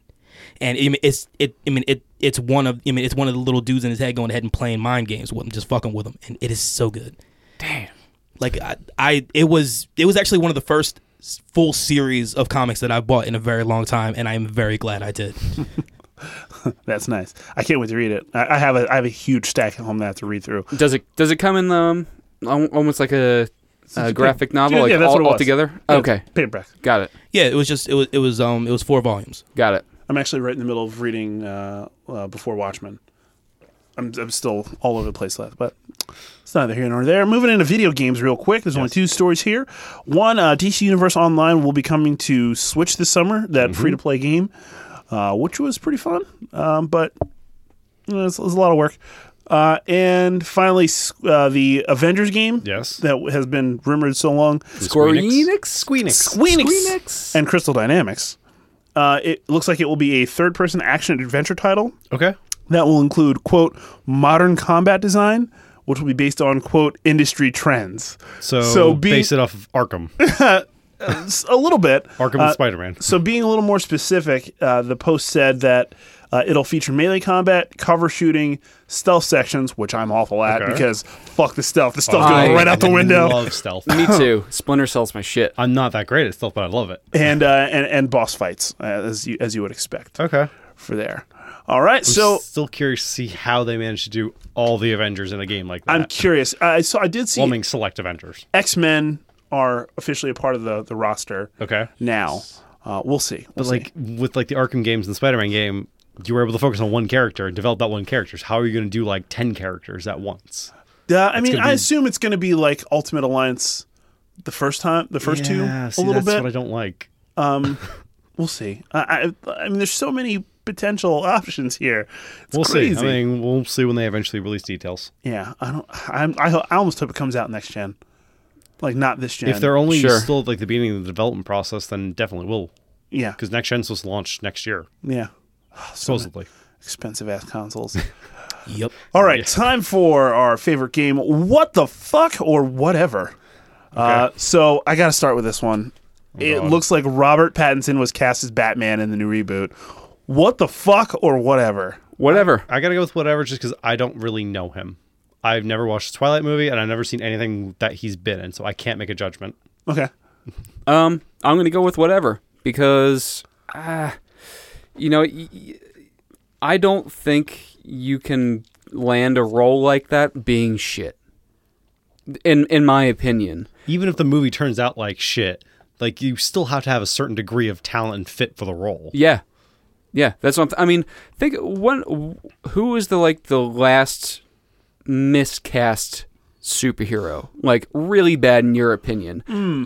Speaker 4: And I mean, it's it. I mean, it. It's one of. I mean, it's one of the little dudes in his head going ahead and playing mind games with him, just fucking with him, and it is so good.
Speaker 2: Damn.
Speaker 4: Like I, I, it was. It was actually one of the first s- full series of comics that I bought in a very long time, and I am very glad I did.
Speaker 1: That's nice. I can't wait to read it. I, I have a I have a huge stack at home that I have to read through.
Speaker 2: Does it does it come in um, al- almost like a, a
Speaker 1: a
Speaker 2: graphic
Speaker 1: paper-
Speaker 2: novel,
Speaker 1: Yeah,
Speaker 2: like
Speaker 1: yeah, that's
Speaker 2: all,
Speaker 1: what it was.
Speaker 2: all together?
Speaker 1: Yeah,
Speaker 2: Okay,
Speaker 1: paperback.
Speaker 2: got it,
Speaker 4: Yeah, it was just. It was. It was. Um. It was four volumes.
Speaker 2: got it.
Speaker 1: I'm actually right in the middle of reading uh, uh, Before Watchmen. I'm, I'm still all over the place left, but it's neither here nor there. Moving into video games real quick. There's only two stories here. One, uh, DC Universe Online will be coming to Switch this summer, that free to play game, uh, which was pretty fun, um, but you know, it's, it's a lot of work. Uh, and finally, s- uh, the Avengers game
Speaker 3: Yes.
Speaker 1: that has been rumored so long.
Speaker 2: Square Enix?
Speaker 3: Squeenix.
Speaker 1: Squeenix.
Speaker 2: Squeenix.
Speaker 1: and Crystal Dynamics. Uh, it looks like it will be a third person action adventure title
Speaker 3: Okay.
Speaker 1: that will include, quote, modern combat design, which will be based on, quote, industry trends.
Speaker 3: So,
Speaker 1: So be-
Speaker 3: base it off of Arkham.
Speaker 1: S- A little bit.
Speaker 3: Arkham
Speaker 1: Uh,
Speaker 3: and Spider-Man.
Speaker 1: So, being a little more specific, uh, the post said that uh, it'll feature melee combat, cover shooting, stealth sections, which I'm awful at
Speaker 3: Okay.
Speaker 1: because fuck the stealth. The stealth's
Speaker 2: I
Speaker 1: going right out the window.
Speaker 3: love stealth.
Speaker 2: Me too. Splinter Cell's my shit.
Speaker 3: I'm not that great at stealth, but I love it.
Speaker 1: and, uh, and and boss fights, uh, as you as you would expect
Speaker 3: Okay.
Speaker 1: for there. All right, so
Speaker 3: So still curious to see how they managed to do all the Avengers in a game like that.
Speaker 1: I'm curious. I so I did see
Speaker 3: Plumbing select Avengers.
Speaker 1: X Men are officially a part of the the roster.
Speaker 3: Okay.
Speaker 1: Now, uh, we'll see. We'll
Speaker 3: But like with like the Arkham games and the Spider-Man game, you were able to focus on one character and develop that one character. So how are you going to do like 10 characters at once?
Speaker 1: see. Uh, I mean,
Speaker 3: gonna
Speaker 1: I
Speaker 3: be-
Speaker 1: assume it's going to be like Ultimate Alliance, the first time, the first
Speaker 3: yeah,
Speaker 1: two,
Speaker 3: see,
Speaker 1: a little
Speaker 3: that's
Speaker 1: bit.
Speaker 3: what I don't like.
Speaker 1: we'll see. I, I, I mean, there's so many potential options here. It's
Speaker 3: We'll
Speaker 1: crazy.
Speaker 3: see. I mean, we'll see when they eventually release details.
Speaker 1: yeah, I don't. I'm, I, ho- I almost hope it comes out next gen, like not this gen.
Speaker 3: If they're only
Speaker 2: Sure.
Speaker 3: still at like the beginning of the development process, then definitely will.
Speaker 1: yeah,
Speaker 3: Because next gen's supposed to launch next year,
Speaker 1: yeah,
Speaker 3: supposedly.
Speaker 1: expensive ass consoles.
Speaker 4: Yep.
Speaker 1: All right, time for our favorite game, What the Fuck or Whatever. Uh, so I got to start with this one.
Speaker 2: Oh,
Speaker 1: it
Speaker 3: God.
Speaker 1: looks like Robert Pattinson was cast as Batman in the new reboot. What the fuck or whatever?
Speaker 2: Whatever.
Speaker 3: I gotta go with whatever, just because I don't really know him. I've never watched the Twilight movie, and I've never seen anything that he's been in, so I can't make a judgment.
Speaker 1: Okay.
Speaker 2: Um, I'm gonna go with whatever because, uh, you know, y- y- I don't think you can land a role like that being shit. In in my opinion,
Speaker 3: Even if the movie turns out like shit, like you still have to have a certain degree of talent and fit for the role.
Speaker 2: yeah, yeah, that's what I'm th- I mean. Think one. Who was the like the last miscast superhero? Like really bad in your opinion?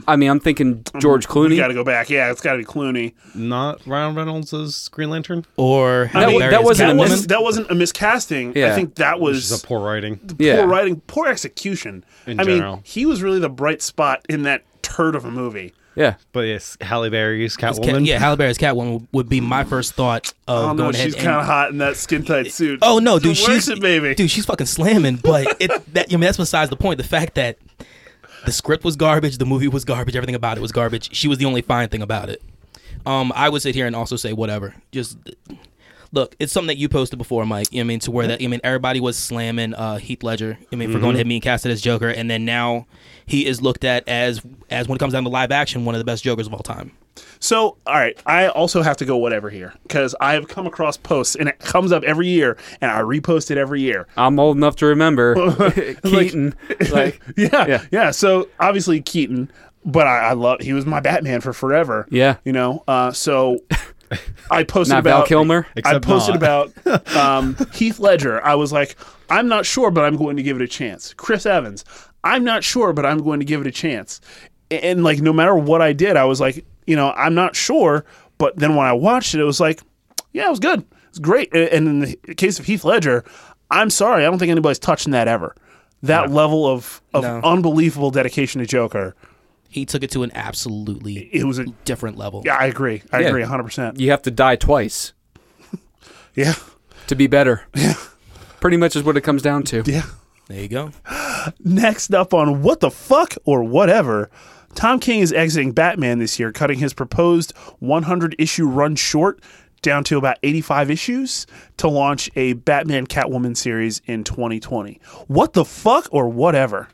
Speaker 2: I mean, I'm thinking George Clooney.
Speaker 1: You got to go back. Yeah, it's got to be Clooney.
Speaker 3: Not Ryan Reynolds as Green Lantern.
Speaker 4: Or
Speaker 2: That
Speaker 4: Halle
Speaker 2: wa-
Speaker 4: Berry
Speaker 2: that
Speaker 4: as
Speaker 2: wasn't a
Speaker 1: That
Speaker 2: mis-
Speaker 4: Catwoman.
Speaker 1: wasn't, that wasn't a miscasting. I
Speaker 2: Yeah.
Speaker 1: think that
Speaker 3: Which is
Speaker 1: was
Speaker 3: a poor writing.
Speaker 2: Yeah.
Speaker 1: poor writing, poor execution.
Speaker 3: In
Speaker 1: I
Speaker 3: general.
Speaker 1: mean, he was really the bright spot in that turd of a movie.
Speaker 2: yeah,
Speaker 3: But yes, Halle Berry's
Speaker 4: As Cat-
Speaker 3: Catwoman.
Speaker 4: yeah, Halle Berry's Catwoman would be my first thought of
Speaker 1: I don't know.
Speaker 4: going Oh, ahead.
Speaker 1: She's
Speaker 4: and-
Speaker 1: kind of hot in that skin tight suit.
Speaker 4: Oh no, dude,
Speaker 1: she works
Speaker 4: she's
Speaker 1: it, baby.
Speaker 4: Dude, she's fucking slamming. But it that I mean that's besides the point. The fact that the script was garbage, the movie was garbage, everything about it was garbage. She was the only fine thing about it. Um, I would sit here and also say whatever. Just look, it's something that you posted before, Mike. You know what I mean to where that I mean everybody was slamming uh, Heath Ledger. I mean for
Speaker 1: Mm-hmm.
Speaker 4: going ahead and being casted as Joker, and then now he is looked at as as when it comes down to live action, one of the best Jokers of all time.
Speaker 1: So, all right, I also have to go whatever here because I have come across posts and it comes up every year, and I repost it every year.
Speaker 2: I'm old enough to remember Keaton. Like,
Speaker 1: yeah,
Speaker 2: Yeah.
Speaker 1: yeah, So obviously Keaton, but I, I love he was my Batman for forever.
Speaker 2: Yeah.
Speaker 1: you know. Uh, so I posted
Speaker 2: not
Speaker 1: about
Speaker 2: Val Kilmer.
Speaker 1: I
Speaker 3: Except
Speaker 1: posted
Speaker 3: not.
Speaker 1: about um, Heath Ledger. I was like, I'm not sure, but I'm going to give it a chance. Chris Evans. I'm not sure, but I'm going to give it a chance. And, and like, no matter what I did, I was like, you know, I'm not sure. But then when I watched it, it was like, yeah, it was good. It's great. And, and in the case of Heath Ledger, I'm sorry, I don't think anybody's touching that ever. That level of of
Speaker 4: No.
Speaker 1: unbelievable dedication to Joker.
Speaker 4: He took it to an absolutely
Speaker 1: It was a
Speaker 4: different level.
Speaker 1: yeah, I agree. I
Speaker 2: Yeah.
Speaker 1: agree 100%.
Speaker 2: You have to die twice
Speaker 1: Yeah.
Speaker 2: to be better. Yeah. Pretty much is what it comes down to.
Speaker 1: Yeah.
Speaker 4: There you go.
Speaker 1: Next up on What the Fuck or Whatever, Tom King is exiting Batman this year, cutting his proposed 100 issue run short down to about 85 issues to launch a Batman Catwoman series in 2020. What the fuck or whatever?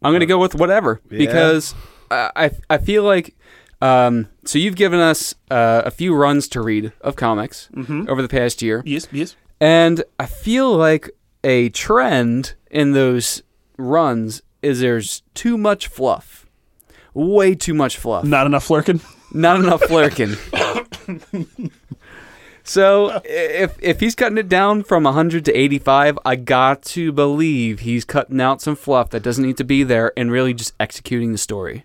Speaker 2: I'm gonna go with whatever because I I, I feel like um, so you've given us uh, a few runs to read of comics over the past year,
Speaker 1: Yes, yes.
Speaker 2: and I feel like a trend in those runs is there's too much fluff, way too much fluff,
Speaker 1: Not enough lurking?
Speaker 2: not enough flirkin. so i- if if he's cutting it down from 100 to 85, I got to believe he's cutting out some fluff that doesn't need to be there and really just executing the story.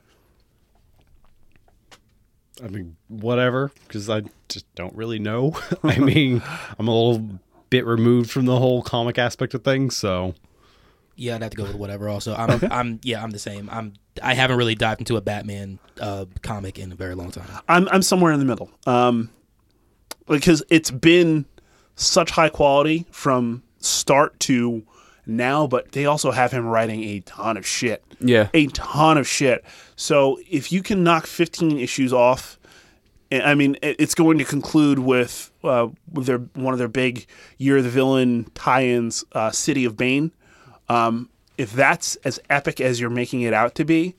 Speaker 3: I mean, whatever, because I just don't really know. I mean, I'm a little bit removed from the whole comic aspect of things, so
Speaker 4: Yeah, I'd have to go with whatever. Also, I'm, I'm, yeah, I'm the same. I'm, I haven't really dived into a Batman uh, comic in a very long time.
Speaker 1: I'm I'm somewhere in the middle. Um, because it's been such high quality from start to now, but they also have him writing a ton of shit.
Speaker 2: Yeah.
Speaker 1: a ton of shit. So if you can knock 15 issues off. and- I mean, it- it's going to conclude with uh, with their one of their big year of the villain tie-ins, uh, City of Bane. Um, if that's as epic as you're making it out to be,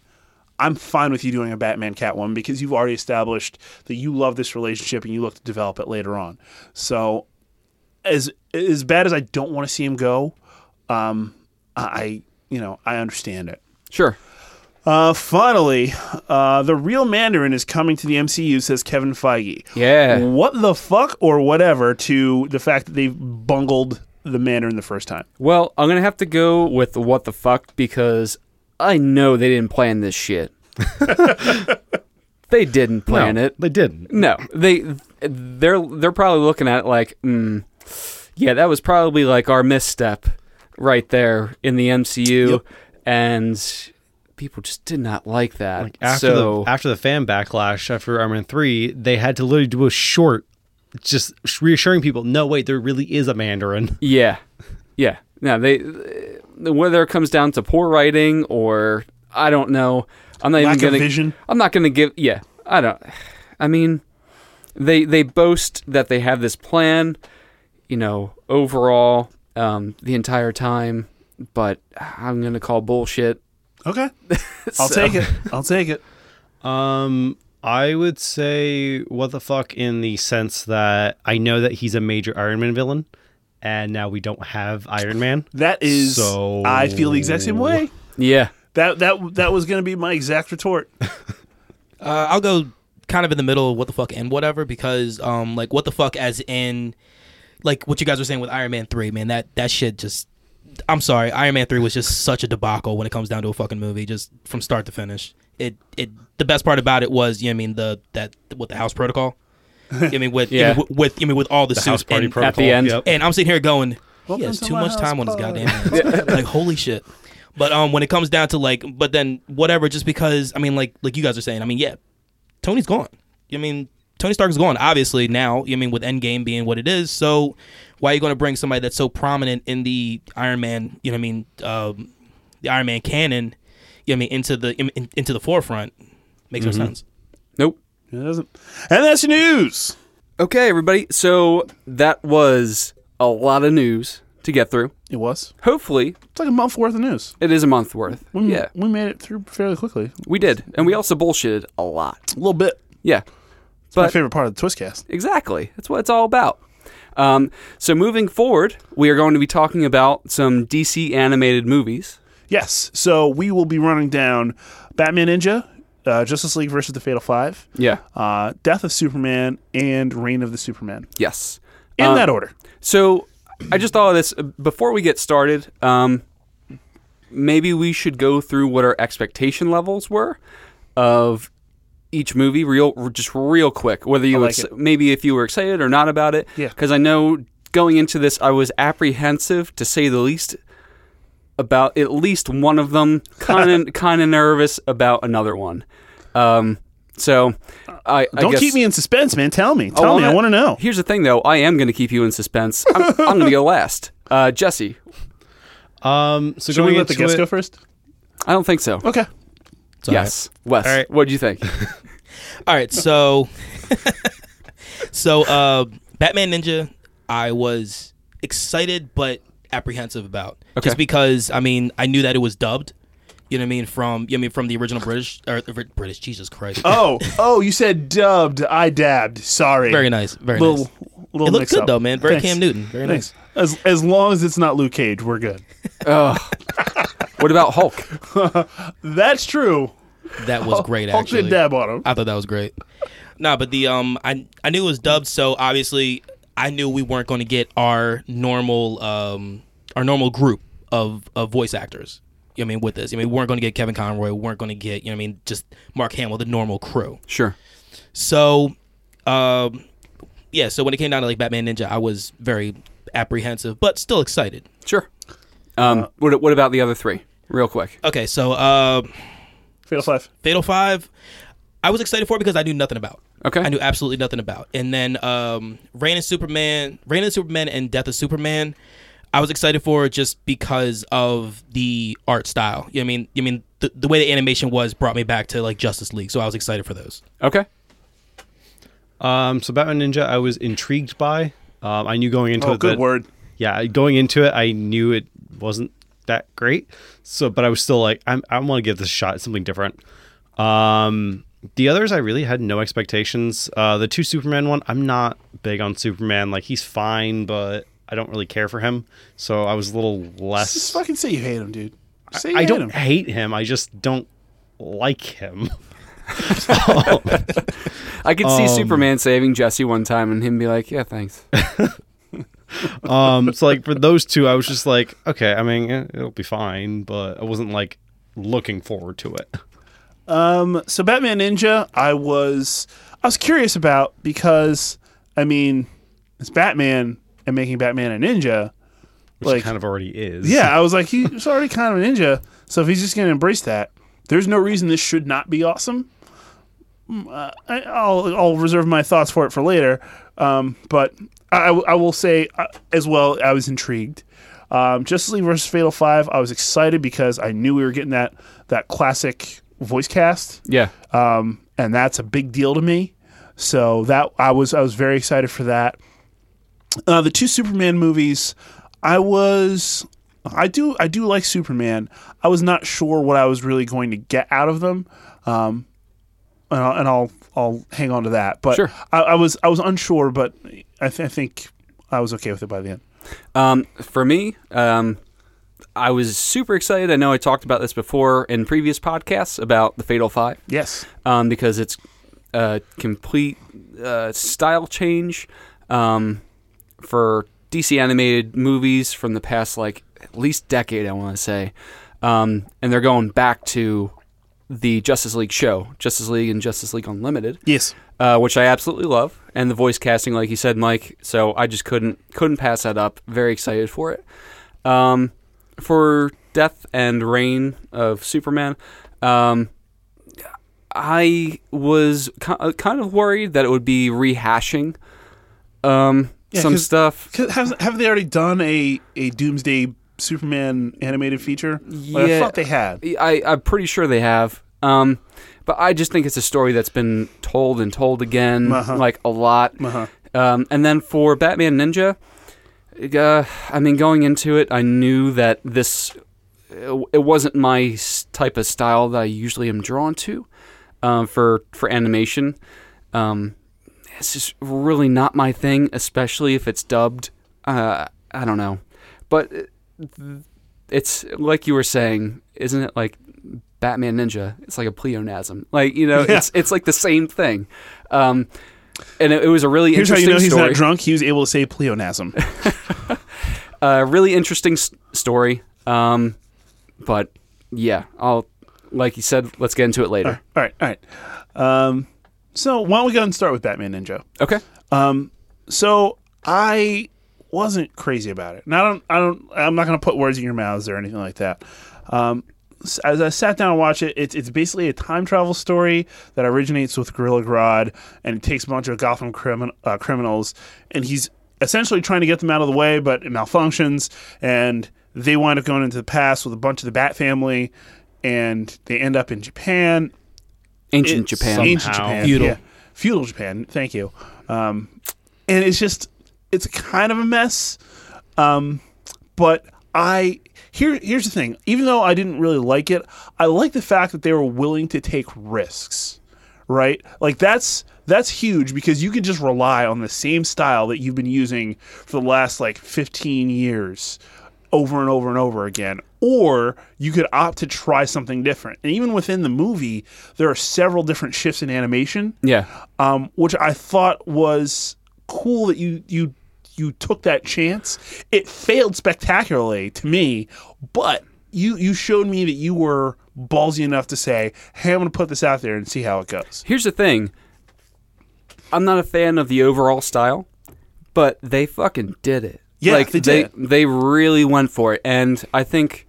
Speaker 1: I'm fine with you doing a Batman Catwoman because you've already established that you love this relationship and you look to develop it later on. So, as as bad as I don't want to see him go, um, I- I you know I understand it.
Speaker 2: Sure.
Speaker 1: Uh, finally, uh, the real Mandarin is coming to the MCU, says Kevin Feige.
Speaker 2: Yeah.
Speaker 1: What the fuck or whatever to the fact that they've bungled the Mandarin the first time.
Speaker 2: Well, I'm going to have to go with what the fuck because I know they didn't plan this shit. they didn't plan
Speaker 3: no,
Speaker 2: it.
Speaker 3: They didn't.
Speaker 2: No, they they're they're probably looking at it like, mm, yeah, that was probably like our misstep right there in the MCU, and people just did not like that.
Speaker 3: Like after
Speaker 2: so
Speaker 3: the after the fan backlash after Iron Man three, they had to literally do a short, just reassuring people. No, wait, there really is a Mandarin.
Speaker 2: yeah, yeah. Now they whether it comes down to poor writing or I don't know. I'm not
Speaker 1: Lack
Speaker 2: even
Speaker 1: of
Speaker 2: gonna.
Speaker 1: vision.
Speaker 2: I'm not gonna give. Yeah, I don't. I mean, they they boast that they have this plan, you know, overall um, the entire time, but I'm gonna call bullshit.
Speaker 1: Okay. I'll take it. I'll take it.
Speaker 3: Um, I would say what the fuck in the sense that I know that he's a major Iron Man villain, and now we don't have Iron Man.
Speaker 1: That is,
Speaker 3: So-
Speaker 1: I feel the exact same way.
Speaker 2: Yeah,
Speaker 1: That that that was going to be my exact retort.
Speaker 4: Uh, I'll go kind of in the middle of what the fuck and whatever because, um, like what the fuck as in, like what you guys were saying with Iron Man three, man, that that shit just I'm sorry, Iron Man three was just such a debacle when it comes down to a fucking movie, just from start to finish. It it the best part about it was, you know, what I mean the that what the house protocol. You know what I mean with
Speaker 2: Yeah.
Speaker 4: you know, with, with you know, with all the, suits
Speaker 3: house party
Speaker 4: and,
Speaker 3: protocol.
Speaker 2: At the end.
Speaker 3: Yep.
Speaker 4: and I'm sitting here going, he
Speaker 1: Welcome
Speaker 4: has
Speaker 1: to
Speaker 4: too
Speaker 1: my
Speaker 4: much
Speaker 1: house
Speaker 4: time on his
Speaker 1: party.
Speaker 4: goddamn hands. like holy shit. But um, when it comes down to like, but then whatever, just because I mean, like like you guys are saying, I mean, yeah, Tony's gone. I mean, Tony Stark is gone. Obviously now, I mean, with Endgame being what it is, so why are you going to bring somebody that's so prominent in the Iron Man? You know, what I mean, um, the Iron Man canon. You know, what I mean, into the in, in- into the forefront makes no sense.
Speaker 2: Nope.
Speaker 1: It doesn't. And that's your news.
Speaker 2: Okay, everybody. So that was a lot of news to get through.
Speaker 1: It was.
Speaker 2: Hopefully,
Speaker 1: It's like a month worth of news.
Speaker 2: it is a month worth.
Speaker 1: We,
Speaker 2: Yeah,
Speaker 1: we made it through fairly quickly.
Speaker 2: we did, and we also bullshitted a lot.
Speaker 1: A little bit.
Speaker 2: Yeah,
Speaker 1: My
Speaker 2: but
Speaker 1: favorite part of the Twistcast.
Speaker 2: Exactly. That's what it's all about. Um, so moving forward, we are going to be talking about some DC animated movies.
Speaker 1: Yes. So we will be running down Batman Ninja, uh, Justice League versus the Fatal Five,
Speaker 2: Yeah.
Speaker 1: uh, Death of Superman, and Reign of the Superman.
Speaker 2: Yes.
Speaker 1: In
Speaker 2: Um,
Speaker 1: that order.
Speaker 2: So I just thought of this uh, before we get started. Um, maybe we should go through what our expectation levels were of each movie, real just real quick. Whether you
Speaker 1: I
Speaker 2: would
Speaker 1: like
Speaker 2: s- maybe if you were excited or not about it.
Speaker 1: Yeah.
Speaker 2: Because I know going into this, I was apprehensive to say the least about at least one of them. Kind of kind of nervous about another one. Um, so I, I
Speaker 1: Don't
Speaker 2: guess-
Speaker 1: keep me in suspense, man. Tell me.
Speaker 4: Oh,
Speaker 1: Tell me. I
Speaker 2: wanna-
Speaker 1: want to know.
Speaker 2: Here's the thing, though. I am going to keep you in suspense. I'm, I'm going to go last. Uh, Jesse,
Speaker 3: Um, so
Speaker 1: Should
Speaker 3: going
Speaker 1: we let the
Speaker 3: into
Speaker 1: guests
Speaker 3: it-
Speaker 1: go first?
Speaker 2: I don't think so.
Speaker 1: Okay.
Speaker 4: It's all right.
Speaker 2: yes, Wes.
Speaker 3: All right.
Speaker 2: What do you think?
Speaker 4: All right, so so uh, Batman Ninja, I was excited but apprehensive about
Speaker 2: Okay.
Speaker 4: just because I mean I knew that it was dubbed. You know what I mean from you know what I mean from the original British or the Brit- British Jesus Christ.
Speaker 1: Oh, oh, you said dubbed. I dabbed. Sorry.
Speaker 4: very nice, very
Speaker 1: Little,
Speaker 4: nice.
Speaker 1: little
Speaker 4: It looked
Speaker 1: mix
Speaker 4: good
Speaker 1: up.
Speaker 4: though, man. Very
Speaker 1: Thanks.
Speaker 4: Cam Newton, very
Speaker 1: Thanks. As, as long as it's not Luke Cage, we're good.
Speaker 2: what about Hulk?
Speaker 1: That's true.
Speaker 4: nice. That was great.
Speaker 1: Hulk
Speaker 4: actually,
Speaker 1: did dab on him.
Speaker 4: I thought that was great. Nah, but the um, I I knew it was dubbed, so obviously I knew we weren't going to get our normal um our normal group of of voice actors. You know what I mean with this, I mean we weren't going to get Kevin Conroy, we weren't going to get you know what I mean just Mark Hamill, the normal crew.
Speaker 2: Sure.
Speaker 4: So, um, yeah, so when it came down to like Batman Ninja, I was very apprehensive, but still excited.
Speaker 2: Sure. Um, what, what about the other three? Real quick.
Speaker 4: Okay, so um,
Speaker 1: Fatal Five.
Speaker 4: Fatal Five, I was excited for it because I knew nothing about.
Speaker 2: Okay.
Speaker 4: I knew absolutely nothing about. And then um, Reign of Superman, Reign of Superman, and Death of Superman, I was excited for just because of the art style. You know what I mean, you mean the, the way the animation was brought me back to like Justice League, so I was excited for those.
Speaker 2: Okay.
Speaker 3: Um, so Batman Ninja, I was intrigued by. Um, I knew going into
Speaker 1: Oh,
Speaker 3: it
Speaker 1: good
Speaker 3: that-
Speaker 1: word.
Speaker 3: Yeah, going into it, I knew it wasn't that great. So, but I was still like, I'm, I want to give this a shot. It's something different. Um, the others, I really had no expectations. Uh, the two Superman one, I'm not big on Superman. Like he's fine, but I don't really care for him. So I was a little
Speaker 1: Just
Speaker 3: less.
Speaker 1: fucking say you hate him, dude. Say you
Speaker 3: I
Speaker 1: hate
Speaker 3: don't
Speaker 1: him.
Speaker 3: hate him. I just don't like him.
Speaker 2: I could see Superman saving Jesse one time and him be like, "Yeah, thanks."
Speaker 3: um so like for those two i was just like okay i mean eh, it'll be fine but i wasn't like looking forward to it
Speaker 1: Um, so Batman Ninja, I was I was curious about because I mean, it's Batman and making Batman a ninja.
Speaker 3: which
Speaker 1: Like-
Speaker 3: it kind of already is
Speaker 1: Yeah, I was like, he's already kind of a ninja, so if he's just gonna embrace that, there's no reason this should not be awesome. Mm, Uh, I, I'll I'll reserve my thoughts for it for later, um, but I, I will say uh, as well I was intrigued. Um, Justice League versus Fatal Five, I was excited because I knew we were getting that that classic voice cast
Speaker 2: Yeah.
Speaker 1: um, and that's a big deal to me. So that I was I was very excited for that. Uh, the two Superman movies, I was I do I do like Superman. I was not sure what I was really going to get out of them, um, and, I'll, and I'll I'll hang on to that. But
Speaker 2: Sure.
Speaker 1: I, I was I was unsure, but I, th- I think I was okay with it by the end.
Speaker 2: Um, for me, um, I was super excited. I know I talked about this before in previous podcasts about the Fatal Five.
Speaker 1: Yes,
Speaker 2: um, because it's a complete uh, style change um, for DC animated movies from the past like at least decade, I want to say. Um, and they're going back to the Justice League show, Justice League and Justice League Unlimited
Speaker 1: Yes.
Speaker 2: uh, which I absolutely love, and the voice casting, like you said, Mike. So I just couldn't couldn't pass that up. Very excited for it. Um, for Death and Reign of Superman, um, I was ki- uh, kind of worried that it would be rehashing um,
Speaker 1: Yeah,
Speaker 2: some
Speaker 1: 'cause-
Speaker 2: stuff.
Speaker 1: Have, have they already done a, a Doomsday Superman animated feature? Like, I
Speaker 2: Yeah.
Speaker 1: thought they had.
Speaker 2: I, I'm pretty sure they have. Um, but I just think it's a story that's been told and told again,
Speaker 1: Uh-huh.
Speaker 2: like a lot.
Speaker 1: Uh-huh.
Speaker 2: Um, and then for Batman Ninja, uh, I mean, going into it, I knew that this uh, it wasn't my s- type of style that I usually am drawn to um, for for animation. Um, it's just really not my thing, especially if it's dubbed. Uh, I don't know, but it- it's like you were saying, isn't it? Like Batman Ninja, it's like a pleonasm. Like you know, it's it's like the same thing. Um, and it, it was a really
Speaker 1: Here's how
Speaker 2: interesting
Speaker 1: you know he's
Speaker 2: story
Speaker 1: not drunk. He was able to say pleonasm.
Speaker 2: uh, really interesting s- story. Um, but yeah, I'll like you said, let's get into it later.
Speaker 1: all right, all right. Um, so why don't we go and start with Batman Ninja?
Speaker 2: Okay.
Speaker 1: Um, so I wasn't crazy about it. And I don't, I don't, I'm not going to put words in your mouths or anything like that. Um, s- as I sat down and watched it, it's, it's basically a time travel story that originates with Gorilla Grodd and it takes a bunch of Gotham crimin- uh, criminals and he's essentially trying to get them out of the way, but it malfunctions and they wind up going into the past with a bunch of the Bat family and they end up in Japan
Speaker 2: Ancient
Speaker 1: it's
Speaker 2: Japan.
Speaker 1: Ancient
Speaker 3: Somehow.
Speaker 1: Japan.
Speaker 4: Feudal.
Speaker 1: yeah. Feudal Japan. Thank you. Um, and it's just, it's kind of a mess. Um, but I, here, here's the thing. Even though I didn't really like it, I like the fact that they were willing to take risks, right? Like that's, that's huge because you can just rely on the same style that you've been using for the last like 15 years over and over and over again. Or you could opt to try something different. And even within the movie, there are several different shifts in animation,
Speaker 2: Yeah.
Speaker 1: um, which I thought was cool that you you you took that chance. It failed spectacularly to me, but you you showed me that you were ballsy enough to say, "Hey, I'm going to put this out there and see how it goes."
Speaker 2: Here's the thing. I'm not a fan of the overall style, but they fucking did it.
Speaker 1: Yeah,
Speaker 2: like
Speaker 1: they
Speaker 2: they
Speaker 1: did.
Speaker 2: they really went for it, and I think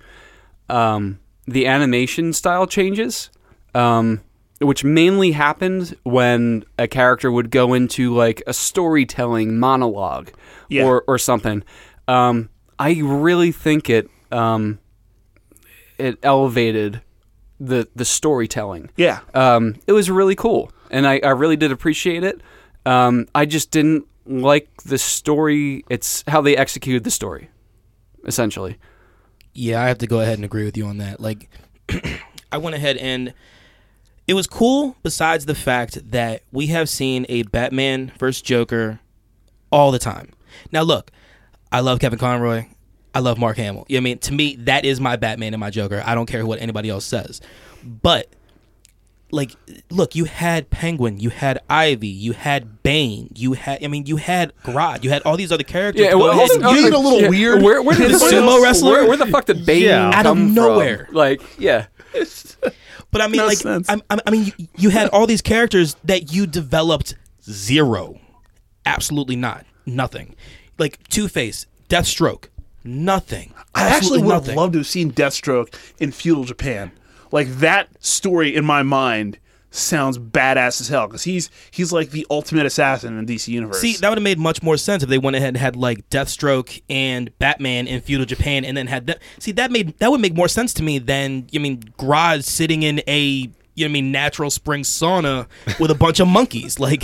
Speaker 2: um, the animation style changes, um, which mainly happened when a character would go into like a storytelling monologue
Speaker 1: Yeah.
Speaker 2: or or something. Um, I really think it um, it elevated the the storytelling
Speaker 1: Yeah,
Speaker 2: um, it was really cool, and I, I really did appreciate it. Um, I just didn't like the story. It's how they executed the story, essentially.
Speaker 4: Yeah, I have to go ahead and agree with you on that. Like, I went ahead and it was cool. Besides the fact that we have seen a Batman versus Joker all the time. Now, look, I love Kevin Conroy. I love Mark Hamill. You know what I mean, to me, that is my Batman and my Joker. I don't care what anybody else says. But like look you had penguin you had ivy you had bane you had i mean you had Grodd. you had all these other characters Go
Speaker 2: well,
Speaker 4: ahead and-
Speaker 2: also-
Speaker 1: you get a little weird.
Speaker 2: Where, where did
Speaker 4: The
Speaker 2: the fuck-
Speaker 4: sumo wrestler?
Speaker 2: Where, where the fuck did Bane
Speaker 3: Yeah.
Speaker 4: Out of
Speaker 2: come from?
Speaker 4: nowhere.
Speaker 2: Like, yeah,
Speaker 4: But I mean,
Speaker 1: No
Speaker 4: like,
Speaker 1: sense.
Speaker 4: I, I I mean, you, you had all these characters that you developed zero, absolutely not, nothing. Like Two Face, Deathstroke, nothing.
Speaker 1: I actually
Speaker 4: Absolutely
Speaker 1: would have
Speaker 4: nothing.
Speaker 1: loved to have seen Deathstroke in feudal Japan. Like that story in my mind sounds badass as hell because he's he's like the ultimate assassin in DC universe.
Speaker 4: See, that would have made much more sense if they went ahead and had like Deathstroke and Batman in feudal Japan, and then had that. See, that made that would make more sense to me than you mean Grodd sitting in a you know what I mean natural spring sauna with a bunch of monkeys. Like,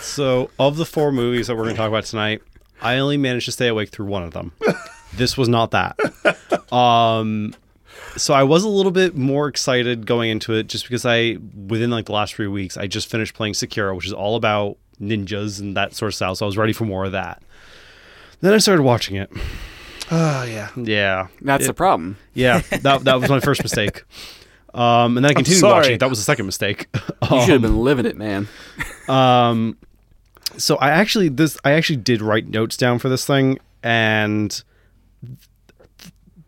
Speaker 3: So, of the four movies that we're going to talk about tonight, I only managed to stay awake through one of them. this was not that. Um, so I was a little bit more excited going into it, just because I, within like the last three weeks, I just finished playing Sekiro, which is all about ninjas and that sort of style. So I was ready for more of that. Then I started watching it.
Speaker 1: oh yeah,
Speaker 3: Yeah,
Speaker 2: that's the problem.
Speaker 3: yeah. That that was my first mistake. Um, and then I continued
Speaker 1: sorry.
Speaker 3: watching. it. That was the second mistake.
Speaker 2: You should have been living it, man.
Speaker 3: so I actually this I actually did write notes down for this thing and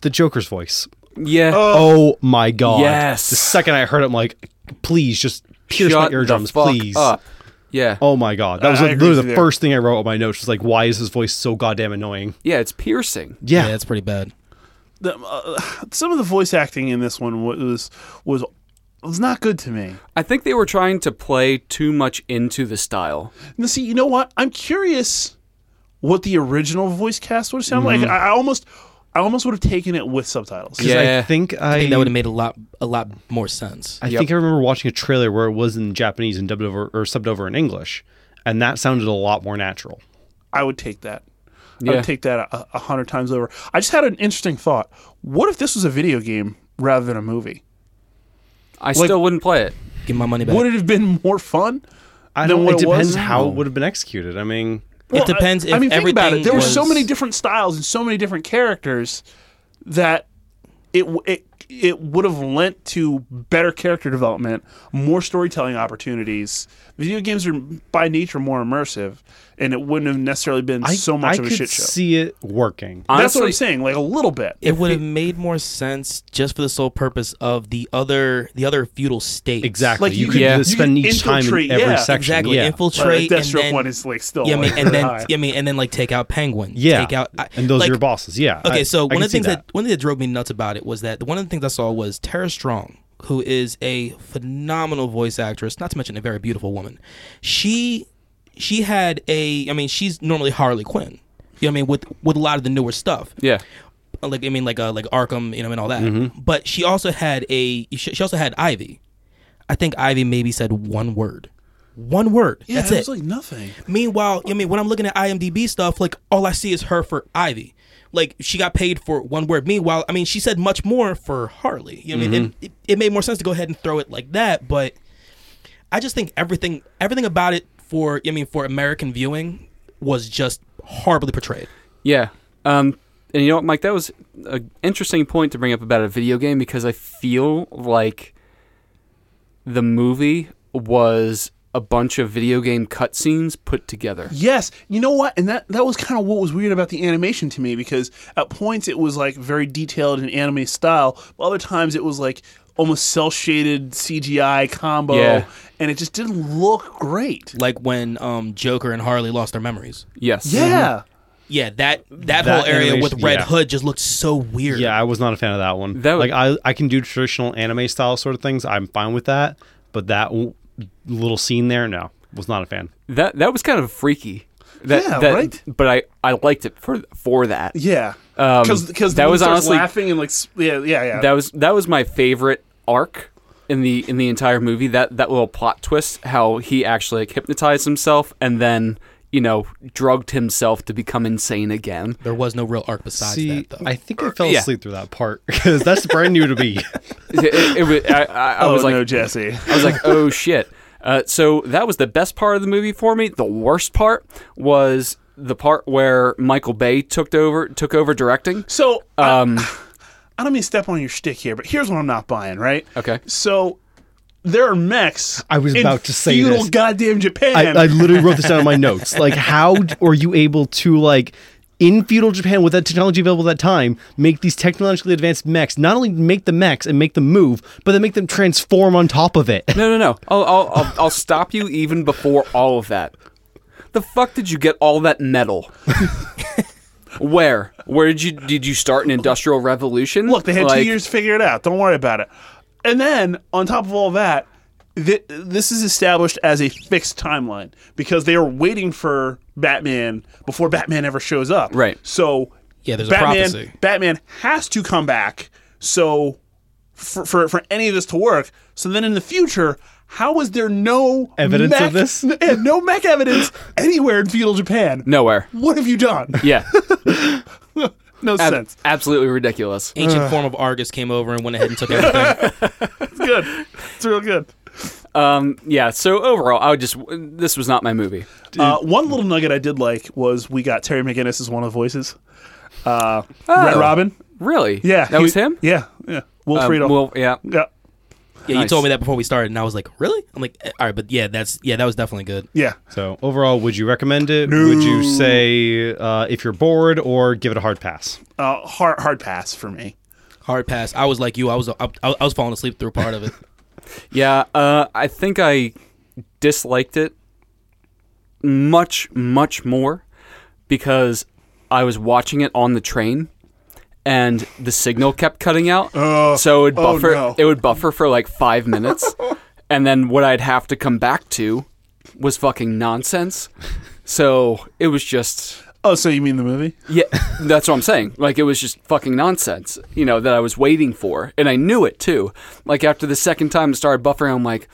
Speaker 3: the Joker's voice.
Speaker 2: Yeah.
Speaker 3: Oh my god!
Speaker 2: Yes.
Speaker 3: The second I heard it, I'm like, please just pierce
Speaker 2: Shut
Speaker 3: my eardrums,
Speaker 2: the fuck
Speaker 3: please.
Speaker 2: Up. Yeah.
Speaker 3: Oh my god, that was
Speaker 1: I
Speaker 3: like,
Speaker 1: agree
Speaker 3: literally
Speaker 1: with
Speaker 3: the
Speaker 1: you there.
Speaker 3: first thing I wrote on my notes. Was like, why is his voice so goddamn annoying?
Speaker 2: Yeah, it's piercing.
Speaker 3: Yeah,
Speaker 4: that's pretty bad.
Speaker 1: The, uh, some of the voice acting in this one was was was not good to me.
Speaker 2: I think they were trying to play too much into the style.
Speaker 1: Now, see, you know what? I'm curious what the original voice cast would have sounded
Speaker 4: Mm-hmm.
Speaker 1: like. I, I almost, I almost would have taken it with subtitles.
Speaker 3: 'Cause I
Speaker 2: Yeah.
Speaker 3: think I.
Speaker 4: I think that would have made a lot a lot more sense.
Speaker 3: I
Speaker 2: Yep.
Speaker 3: think I remember watching a trailer where it was in Japanese and dubbed over or subbed over in English, and that sounded a lot more natural.
Speaker 1: I would take that. I
Speaker 2: Yeah.
Speaker 1: would take that a, a hundred times over. I just had an interesting thought. What if this was a video game rather than a movie?
Speaker 2: I still wouldn't play it.
Speaker 4: Give my money back.
Speaker 1: Would it have been more fun?
Speaker 3: I
Speaker 1: Then
Speaker 3: don't.
Speaker 1: what
Speaker 3: It
Speaker 1: it was?
Speaker 3: depends how
Speaker 2: No.
Speaker 3: it would have been executed. I mean,
Speaker 1: Well,
Speaker 4: it depends
Speaker 1: I,
Speaker 4: if
Speaker 1: I mean, think
Speaker 4: everything
Speaker 1: about it. There were
Speaker 4: was
Speaker 1: so many different styles and so many different characters that it w- it it would have lent to better character development, more storytelling opportunities. Video games are by nature more immersive, and it wouldn't have necessarily been
Speaker 3: I,
Speaker 1: so much
Speaker 3: I
Speaker 1: of a
Speaker 3: could
Speaker 1: shit show.
Speaker 3: see it working.
Speaker 1: That's what I'm
Speaker 2: Honestly-
Speaker 1: saying. Like a little bit.
Speaker 4: it would have made more sense just for the sole purpose of the other the other feudal states.
Speaker 3: Exactly.
Speaker 1: Like,
Speaker 3: you,
Speaker 1: you
Speaker 2: could-
Speaker 3: could just
Speaker 1: you
Speaker 3: spend
Speaker 1: could
Speaker 3: each time in
Speaker 1: infiltrate,
Speaker 3: every
Speaker 1: yeah.
Speaker 3: section.
Speaker 4: Exactly.
Speaker 3: Yeah.
Speaker 1: Like,
Speaker 4: Infiltrate
Speaker 1: Deathstroke
Speaker 4: and then
Speaker 1: one is like still.
Speaker 4: yeah, I mean,
Speaker 1: like,
Speaker 4: and then
Speaker 1: high.
Speaker 4: yeah, I mean, and then like take out penguin.
Speaker 3: yeah.
Speaker 4: take out I-
Speaker 3: and those
Speaker 4: like,
Speaker 3: are your bosses. Yeah.
Speaker 4: Okay, so one
Speaker 3: can
Speaker 4: of the
Speaker 3: see
Speaker 4: things that. one thing that drove me nuts about it was that one of the things I saw was Tara Strong, who is a phenomenal voice actress, not to mention a very beautiful woman. She she had a I mean, she's normally Harley Quinn. You know what I mean with with a lot of the newer stuff.
Speaker 2: Yeah.
Speaker 4: Like I mean like uh, like Arkham, you know, and all that. But she also had a she she also had Ivy. I think Ivy maybe said one word. One word.
Speaker 1: yeah,
Speaker 4: That's
Speaker 1: it
Speaker 4: it.
Speaker 1: was like nothing.
Speaker 4: Meanwhile, I mean, when I'm looking at IMDb stuff, like all I see is her for Ivy. Like she got paid for one word. Meanwhile, I mean, she said much more for Harley. You know, what I mean, it, it, it made more sense to go ahead and throw it like that. But I just think everything, everything about it for, I mean, for American viewing was just horribly portrayed.
Speaker 2: Yeah. Um, and you know what, Mike? That was an interesting point to bring up about a video game because I feel like the movie was a bunch of video game cutscenes put together.
Speaker 1: Yes, you know what, and that that was kind of what was weird about the animation to me because at points it was like very detailed in anime style, but other times it was like almost cell shaded CGI combo,
Speaker 2: Yeah. Mm-hmm.
Speaker 1: and it just didn't look great.
Speaker 4: Like when um, Joker and Harley lost their memories.
Speaker 2: Yes.
Speaker 1: Yeah,
Speaker 4: Yeah, that that,
Speaker 3: That
Speaker 4: whole area with
Speaker 3: animation-
Speaker 4: Red
Speaker 3: yeah.
Speaker 4: Hood just looked so weird.
Speaker 3: Yeah, I was not a fan of that one.
Speaker 2: That would-
Speaker 3: like I, I can do traditional anime style sort of things. I'm fine with that, but that w- little scene there, no, was not a fan.
Speaker 2: That that was kind of freaky. That,
Speaker 1: Yeah,
Speaker 2: that-
Speaker 1: right?
Speaker 2: But I, I liked it for for that.
Speaker 1: yeah,
Speaker 2: Um,
Speaker 1: because because
Speaker 2: that was honestly
Speaker 1: laughing and like s- yeah yeah yeah.
Speaker 2: that was that was my favorite arc in the in the entire movie. That that little plot twist, how he actually like, hypnotized himself and then you know drugged himself to become insane again.
Speaker 4: There was no real arc besides
Speaker 3: See,
Speaker 4: that, though.
Speaker 3: I think I fell
Speaker 2: yeah.
Speaker 3: asleep through that part because that's brand new to me.
Speaker 2: It, it- it was- I, I- I
Speaker 1: oh
Speaker 2: was like
Speaker 1: no, Jesse.
Speaker 2: I was like oh shit. Uh, so that was the best part of the movie for me. The worst part was the part where Michael Bay took over took over directing.
Speaker 1: So
Speaker 2: Um,
Speaker 1: I don't mean to step on your shtick here, but here's what I'm not buying. Right?
Speaker 2: Okay.
Speaker 1: So there are mechs.
Speaker 3: I was
Speaker 1: in
Speaker 3: about to say
Speaker 1: feudal
Speaker 3: this.
Speaker 1: goddamn Japan.
Speaker 3: I, I literally wrote this down in my notes. Like, how d- were you able to like? In feudal Japan, with that technology available at that time, make these technologically advanced mechs. Not only make the mechs and make them move, but then make them transform on top of it.
Speaker 2: No, no, no. I'll, I'll, I'll, I'll stop you even before all of that. The fuck did you get all that metal? Where? Where did you did you start an industrial revolution?
Speaker 1: Look, they had
Speaker 2: Like,
Speaker 1: two years to figure it out. Don't worry about it. And then, on top of all that, th- this is established as a fixed timeline because they are waiting for Batman before Batman ever shows up.
Speaker 2: Right.
Speaker 1: So,
Speaker 4: Yeah, there's a
Speaker 1: Batman,
Speaker 4: prophecy.
Speaker 1: Batman has to come back. So, for, for for any of this to work, so then in the future, how is there no
Speaker 3: Evidence of
Speaker 1: mech-
Speaker 3: this?
Speaker 1: n- no mech evidence anywhere in feudal Japan.
Speaker 2: Nowhere.
Speaker 1: What have you done?
Speaker 2: Yeah.
Speaker 1: No
Speaker 2: Ab-
Speaker 1: sense.
Speaker 2: absolutely ridiculous.
Speaker 4: Ancient form of Argus came over and went ahead and took everything.
Speaker 1: It's good. It's real good.
Speaker 2: Um. Yeah. So overall, I would just this was not my movie.
Speaker 1: Uh, one little nugget I did like was we got Terry McGinnis as one of the voices. Uh, Red Robin.
Speaker 2: Really?
Speaker 1: Yeah.
Speaker 2: Oh. That
Speaker 1: he-
Speaker 2: was him.
Speaker 1: Yeah. Yeah. Will
Speaker 2: Um,
Speaker 1: Friedle.
Speaker 2: well, yeah.
Speaker 1: yeah.
Speaker 4: Yeah, you
Speaker 2: Nice.
Speaker 4: told me that before we started, and I was like, really? I'm like, eh, all right, but yeah, that's yeah, that was definitely good.
Speaker 1: Yeah.
Speaker 3: So overall, would you recommend it? Would you say uh, if you're bored or give it a hard pass?
Speaker 1: Uh, hard hard pass for me.
Speaker 4: Hard pass. I was like you. I was I, I was falling asleep through part of it.
Speaker 2: Yeah, uh, I think I disliked it much, much more because I was watching it on the train and the signal kept cutting out. so it would
Speaker 1: oh
Speaker 2: buffer
Speaker 1: no.
Speaker 2: it would buffer for like five minutes. and then what I'd have to come back to was fucking nonsense. So it was just
Speaker 1: Oh, so you mean the movie?
Speaker 2: yeah, that's what I'm saying. Like it was just fucking nonsense, you know, that I was waiting for, and I knew it too. Like after the second time it started buffering, I'm like,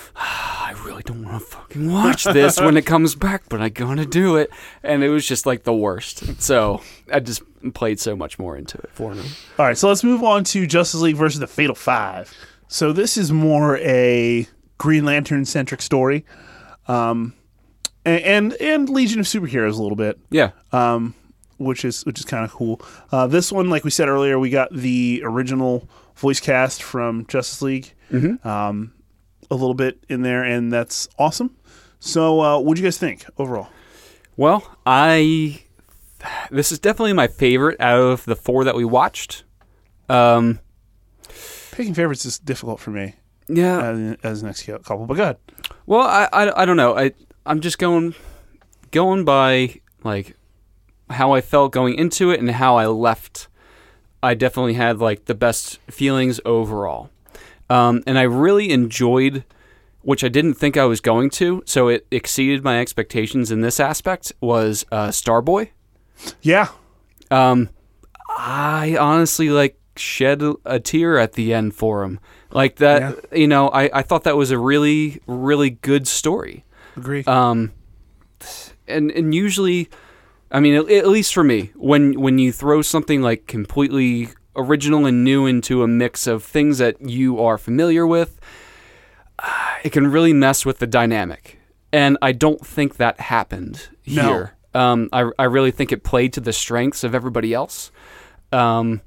Speaker 2: I really don't want to fucking watch this when it comes back, but I gotta do it. And it was just like the worst. So I just played so much more into it for me.
Speaker 1: All right, so let's move on to Justice League versus the Fatal Five. So this is more a Green Lantern centric story, um, a- and and Legion of Superheroes a little bit.
Speaker 2: Yeah, Uh,
Speaker 1: um, which is which is kind of cool. Uh, this one, like we said earlier, we got the original voice cast from Justice League, um, a little bit in there, and that's awesome. So, uh, what do you guys think overall?
Speaker 2: Well, I this is definitely my favorite out of the four that we watched. Um,
Speaker 1: Picking favorites is difficult for me
Speaker 2: yeah,
Speaker 1: as, as an ex couple, but good.
Speaker 2: Well, I, I, I don't know. I I'm just going going by like how I felt going into it and how I left. I definitely had like the best feelings overall, um, and I really enjoyed, which I didn't think I was going to. So it exceeded my expectations in this aspect. Was uh, Starboy?
Speaker 1: Yeah,
Speaker 2: Um, I honestly like shed a tear at the end for him. Like that, you know, I, I thought that was a really, really good story.
Speaker 1: agree.
Speaker 2: Um, and and usually, I mean, at, at least for me, when when you throw something like completely original and new into a mix of things that you are familiar with, uh, it can really mess with the dynamic. And I don't think that happened
Speaker 1: No.
Speaker 2: here. Um, I I really think it played to the strengths of everybody else. Um,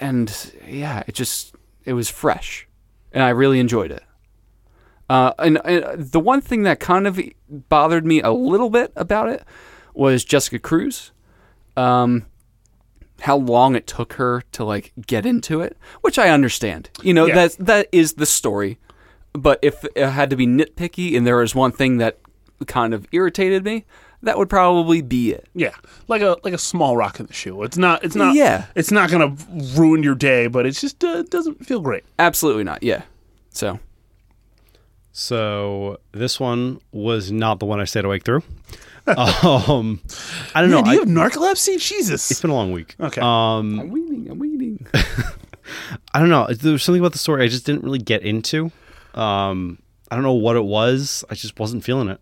Speaker 2: and yeah, it just it was fresh, and I really enjoyed it. Uh, and, and the one thing that kind of bothered me a little bit about it was Jessica Cruz. Um, how long it took her to like get into it, which I understand. You know
Speaker 1: Yeah.
Speaker 2: that that is the story. But if it had to be nitpicky, and there was one thing that kind of irritated me, that would probably be it.
Speaker 1: yeah, like a like a small rock in the shoe. It's not. It's not.
Speaker 2: Yeah.
Speaker 1: it's not gonna ruin your day, but it's just uh, it doesn't feel great.
Speaker 2: Absolutely not. Yeah. So
Speaker 3: So this one was not the one I stayed awake through. um, I
Speaker 1: Man,
Speaker 3: don't know.
Speaker 1: do
Speaker 3: I,
Speaker 1: you have narcolepsy? Jesus.
Speaker 3: it's been a long week.
Speaker 1: okay.
Speaker 2: I'm waiting. I'm waiting.
Speaker 3: I don't know. There was something about the story I just didn't really get into. Um, I don't know what it was. I just wasn't feeling it.